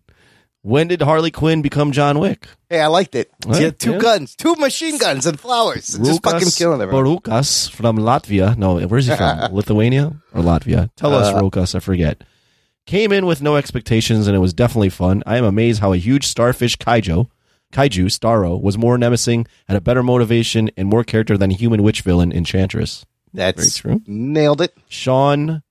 When did Harley Quinn become John Wick?
Hey, I liked it.
What?
Yeah, two
Yeah.
guns, two machine guns, and flowers. Just fucking killing everyone.
Barukas from Latvia. No, where's he from? Lithuania or Latvia? Tell us,
Uh,
Rukas. I forget. Came in with no expectations, and it was definitely fun. I am amazed how a huge starfish kaijo, kaiju Starro, was more nemesing, had a better motivation, and more character than a human witch villain Enchantress.
That's
Very true.
Nailed it.
Sean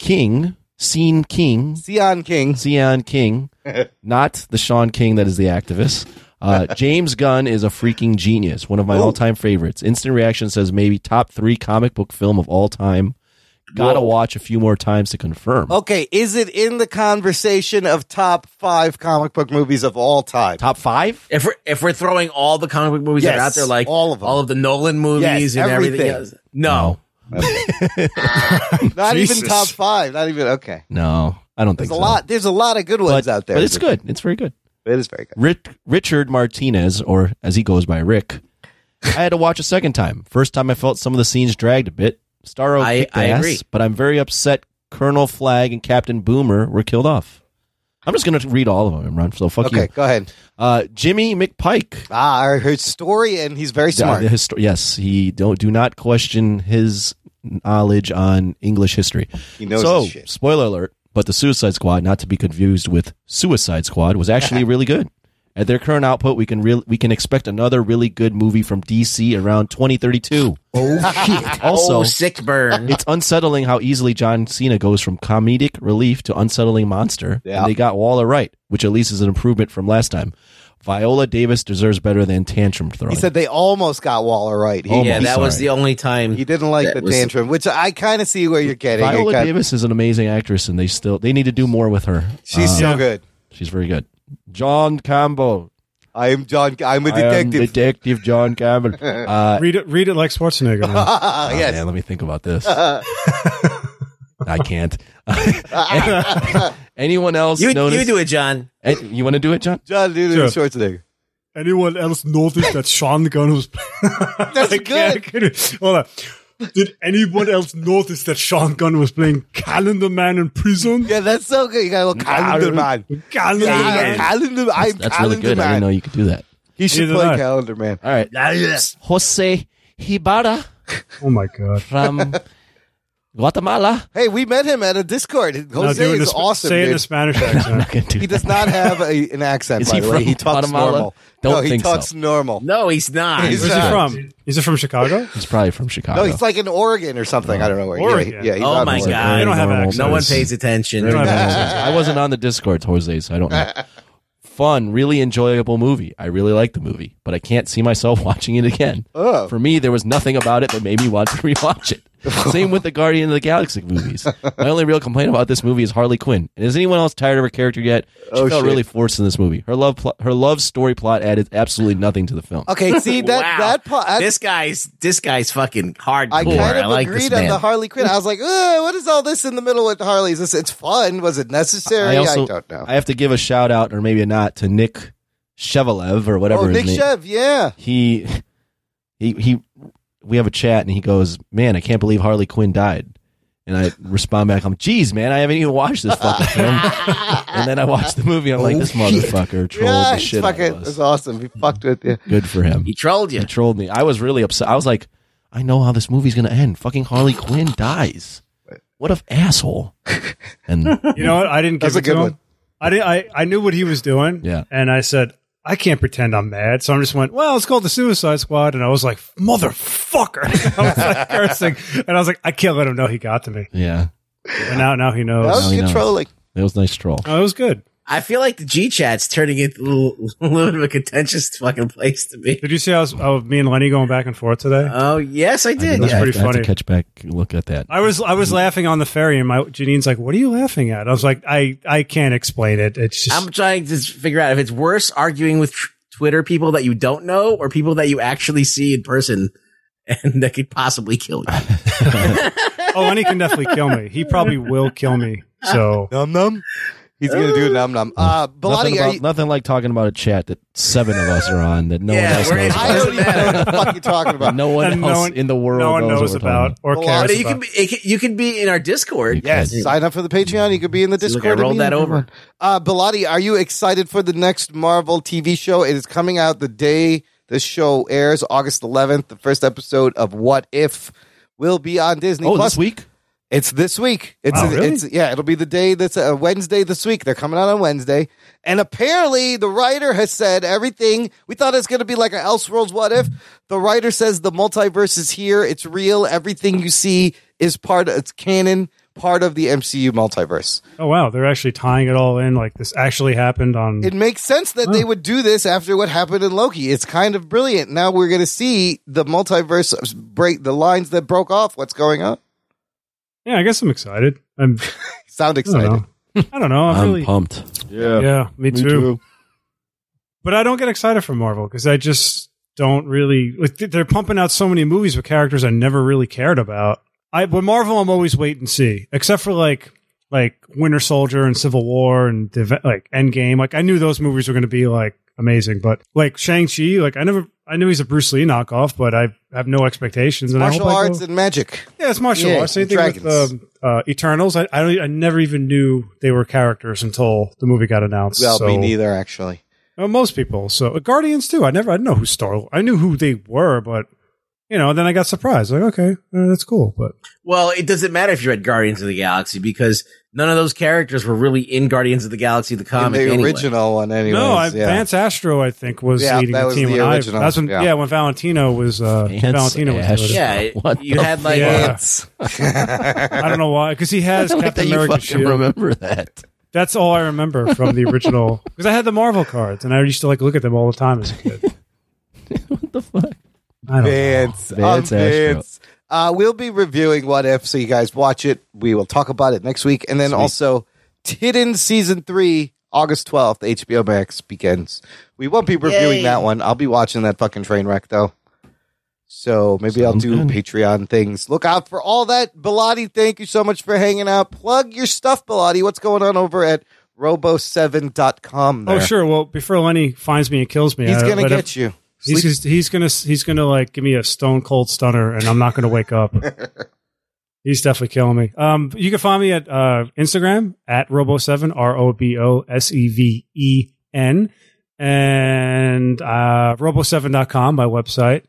King, Sean King,
Sean King,
Sean King, not the Sean King that is the activist. Uh, James Gunn is a freaking genius. One of my
Ooh.
all-time favorites. Instant Reaction says maybe top three comic book film of all time. Gotta
Whoa. Oh,
watch a few more times to confirm.
Okay, is it in the conversation of top five comic book movies of all time?
Top five?
If we're if we're throwing all the comic book movies that
Yes,
are out there, like all of
them.
all of the Nolan
Yes,
movies and everything,
everything.
else, no,
Not even
Jesus.
top five. Not even okay.
No, I don't
There's
think
a
so.
lot. There's a lot of good ones out there.
but it's good. It's very good.
It is very good.
Rick, Richard Martinez, or as he goes by, Rick. I had to watch a second time. First time, I felt some of the scenes dragged a bit. Starro
I-
kicked
I
ass,
agree.
but I'm very upset. Colonel Flag and Captain Boomer were killed off. I'm just going to read all of them and run. So fuck
Okay,
you.
go ahead.
Uh, Jimmy McPike. Uh,
Ah, I heard story, and he's very smart.
The, the histo- yes, he don't do not question his knowledge on English history.
He knows
so,
his shit.
spoiler alert, but the Suicide Squad, not to be confused with Suicide Squad, was actually really good. At their current output, we can real we can expect another really good movie from DC around 2032.
Oh shit!
Also,
oh, sick burn.
it's unsettling how easily John Cena goes from comedic relief to unsettling monster.
Yeah.
And they got Waller right, which at least is an improvement from last time. Viola Davis deserves better than tantrum throwing.
He said they almost got Waller right. He,
Almost.
yeah, that was
Sorry.
the only time
he didn't like
That
the
was-
tantrum, which I kind of see where you're getting. It
Viola
got-
Davis is an amazing actress, and they still they need to do more with her.
She's
Uh,
so good.
she's very good. John Campbell,
I am John. I'm a
I am
detective.
detective John Campbell. Uh,
read it. Read it like Schwarzenegger. man.
Ah,
oh,
yes.
man, let me think about this. I can't. Anyone else
you
notice?
you do it, John.
Eh, you want to do it, John?
John Newton
Sure.
Schwarzenegger.
Anyone else notice that Sean Gunn was?
That's
I can't- I
good.
couldn't- Hold on. Did anyone else notice that Sean Gunn was playing Calendar Man in prison?
Yeah, that's so good. You got a little calendar man.
Calendar
Yeah,
Man.
calendar. I'm
That's
calendar
really good. I
man.
didn't know you could do that.
He should
Neither
play
did I.
calendar man.
All right, Jose Hibara
Oh my god.
from Guatemala.
Hey, we met him at a Discord. Jose
do it in
is
a Sp-
awesome.
say it in
dude.
a Spanish accent. I'm not gonna do
he does not have a, an accent.
Is
by
he
the way,
from
he talks
Guatemala?
normal.
Don't
no, he
think so.
talks normal.
No, he's not.
He's
Where's he
not.
from? Is it from Chicago?
He's probably from Chicago.
No, he's like in Oregon or something. I don't know where. Yeah,
Oregon.
Yeah, he's
oh
out
my
of Oregon.
god!
They don't have
no
accents.
one pays attention.
They don't have accents. I wasn't on the Discord, Jose, so I don't know. Fun, really enjoyable movie. I really like the movie, but I can't see myself watching it again.
Oh.
For me, there was nothing about it that made me want to rewatch it. Same with the Guardian of the Galaxy movies. My only real complaint about this movie is Harley Quinn. And is anyone else tired of her character yet? She
Oh,
felt
shit.
really forced in this movie. Her love, pl- her love story plot added absolutely nothing to the film.
Okay, see that
Wow.
that part. I,
this guy's this guy's fucking hardcore. I,
I kind of
like this
agreed on
man.
the Harley Quinn. I was like, "Ugh, what is all this in the middle with Harley? Is this it's fun? Was it necessary?
I
I,
also,
don't know.
I have to give a shout out, or maybe not, to Nick Chevalev or whatever.
oh,
his
Nick
name-
Chev, yeah.
he he he we have a chat and he goes, "Man, I can't believe Harley Quinn died." And I respond back, "I'm, geez, man, I haven't even watched this fucking film." and then I watched the movie. I'm like, "This motherfucker trolled
Oh, Yeah,
the
it's
shit out
fucking,
of
it's
us."
awesome. He fucked with you.
Good for him.
He trolled you.
He trolled me. I was really upset. I was like, "I know how this movie's gonna end. Fucking Harley Quinn dies. What an asshole!" And
You know what? I didn't give
That's a
it
good
to him.
one.
I did. I I knew what he was doing.
Yeah.
and I said. I can't pretend I'm mad, so I am just went. Well, it's called the Suicide Squad, and I was like, "Motherfucker!" I was like cursing, and I was like, "I can't let him know he got to me."
yeah,
And now, now he knows.
That
Now
was
he knows.
controlling.
it was a nice troll.
Oh, it was good.
I feel like the G chat's turning into a little, a little bit of a contentious fucking place to be.
Did you see how I was, oh, me and Lenny going back and forth today?
Uh,
Oh yes, I did.
I
That's
yeah.
have
pretty
to- I have to
funny.
catch back, look at that.
I was I was laughing on the ferry, and my Janine's like, "What are you laughing at?" I was like, "I I can't explain it. It's just
I'm trying to figure out if it's worse arguing with tr- Twitter people that you don't know or people that you actually see in person and that could possibly kill you.
oh, Lenny can definitely kill me. He probably will kill me. So
Num num. He's gonna do num num. Uh,
Nothing,
Bilotti, are
about-
you,
nothing like talking about a chat that seven of us are on that no
Yeah,
one else
we're in-
knows.
I don't even know what the fuck you're talking about.
no one else
And no one-
in the world
no one
knows,
knows
what we're talking
about or
Well,
cares
But you
about.
can be it can, you can be in our Discord.
Yes, sign up for the Patreon. You could be in the
See, look,
Discord.
I rolled
and
that
meet
over.
everyone. Uh, Bilotti, are you excited for the next Marvel TV show? It is coming out the day this show airs, August 11th. The first episode of What If will be on Disney
Oh,
Plus.
this week?
It's this week. It's,
Wow, really?
it's yeah. It'll be the day that's uh, Wednesday this week. They're coming out on Wednesday, and apparently the writer has said everything. We thought it's going to be like an Elseworlds what if. The writer says the multiverse is here. It's real. Everything you see is part. Of, it's canon. Part of the MCU multiverse.
oh wow, they're actually tying it all in. Like this actually happened on.
It makes sense that they would do this after what happened in Loki. It's kind of brilliant. Now we're going to see the multiverse uh, break the lines that broke off. What's going on?
yeah, I guess I'm excited. I'm
Sound
I don't
excited.
know. I don't know. I'm,
I'm
really,
pumped.
yeah, me, too. But I don't get excited for Marvel because I just don't really. Like, th- they're pumping out so many movies with characters I never really cared about. I with Marvel, I'm always wait and see, except for like like Winter Soldier and Civil War and the event- like Endgame. Like I knew those movies were going to be like amazing, but like Shang Chi, like I never. I knew he's a Bruce Lee knockoff, but I have no expectations. And
Martial
I hope I go-
arts and magic.
yeah, it's martial
Yeah,
arts. Same
and
thing with
dragons.
um, uh, Eternals. I, I don't. I never even knew they were characters until the movie got announced.
Well, me
so-
neither, actually.
well, most people. So uh, Guardians too. I never. I didn't know who Star. I knew who they were, but you know, then I got surprised. Like, okay, uh, that's cool. But
Well, it doesn't matter if you read Guardians of the Galaxy because none of those characters were really in Guardians of the Galaxy the
In
comic
the
anyway.
original one, anyways.
no, I,
yeah.
Vance Astro, I think, was
Yeah,
leading
that
the
was
team.
the
when I-
original,
that's when,
yeah.
yeah. when Valentino was. Uh,
Vance
Valentino was. doing it.
Yeah,
What
you
the
had like
fuck?
Vance.
I don't know why, because he has
I like that
Captain
you
America
fucking
shield.
remember that.
That's all I remember from the original. Because I had the Marvel cards, and I used to like look at them all the time as a kid.
What the fuck?
I don't know.
Vance.
Vance
I'm
Oh, Astro.
Vance. Uh, we'll be reviewing What If, so you guys watch it. We will talk about it next week. And then also, Tidden Season 3, August 12th, HBO Max begins. We won't be reviewing that one. I'll be watching that fucking train wreck, though. So maybe I'll
Sounds
do
good.
Patreon things. Look out for all that. Bilotti, thank you so much for hanging out. Plug your stuff, Bilotti. What's going on over at robo7.com?
Oh
there?
sure. Well, before Lenny finds me and kills me,
He's
I
going to
let him-
get you.
He's, just- he's gonna he's gonna like give me a stone cold stunner, and I'm not gonna wake up. he's definitely killing me. Um, you can find me at uh, Instagram at robo seven r o b o s e v e n and uh, robo7.com my website,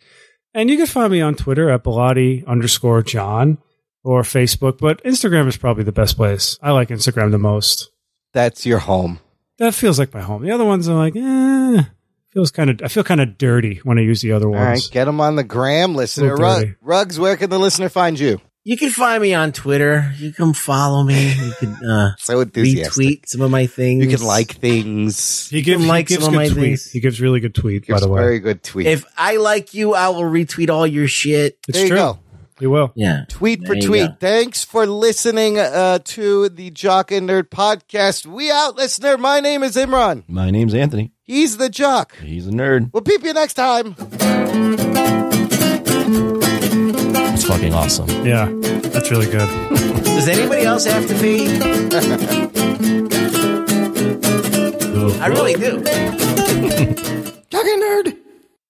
and you can find me on Twitter at Bilotti underscore John. or Facebook, but Instagram is probably the best place. I like Instagram the most.
That's your home.
That feels like my home. The other ones I'm like, eh, feels kind of. I feel kind of dirty when I use the other ones.
All right, get them on the gram, listener.
Little dirty.
Rug, Rugs, where can the listener find you?
You can find me on Twitter. You can follow me. You can uh,
so
retweet some of my things.
You can like things.
He gives,
can like
he gives
some of
good
my
tweet.
things.
He gives really good tweet, by
Gives
the way.
very good tweet.
If I like you, I will retweet all your shit.
it's
there you
true.
go.
He will.
Yeah.
Tweet for
There you
tweet.
go.
Thanks for listening uh, to the Jock and Nerd podcast. We out, listener. My name is Imran.
My name's Anthony.
He's the Jock.
He's a nerd.
We'll peep you next time.
It's fucking awesome.
Yeah, that's really good.
Does anybody else have to pee? I really do.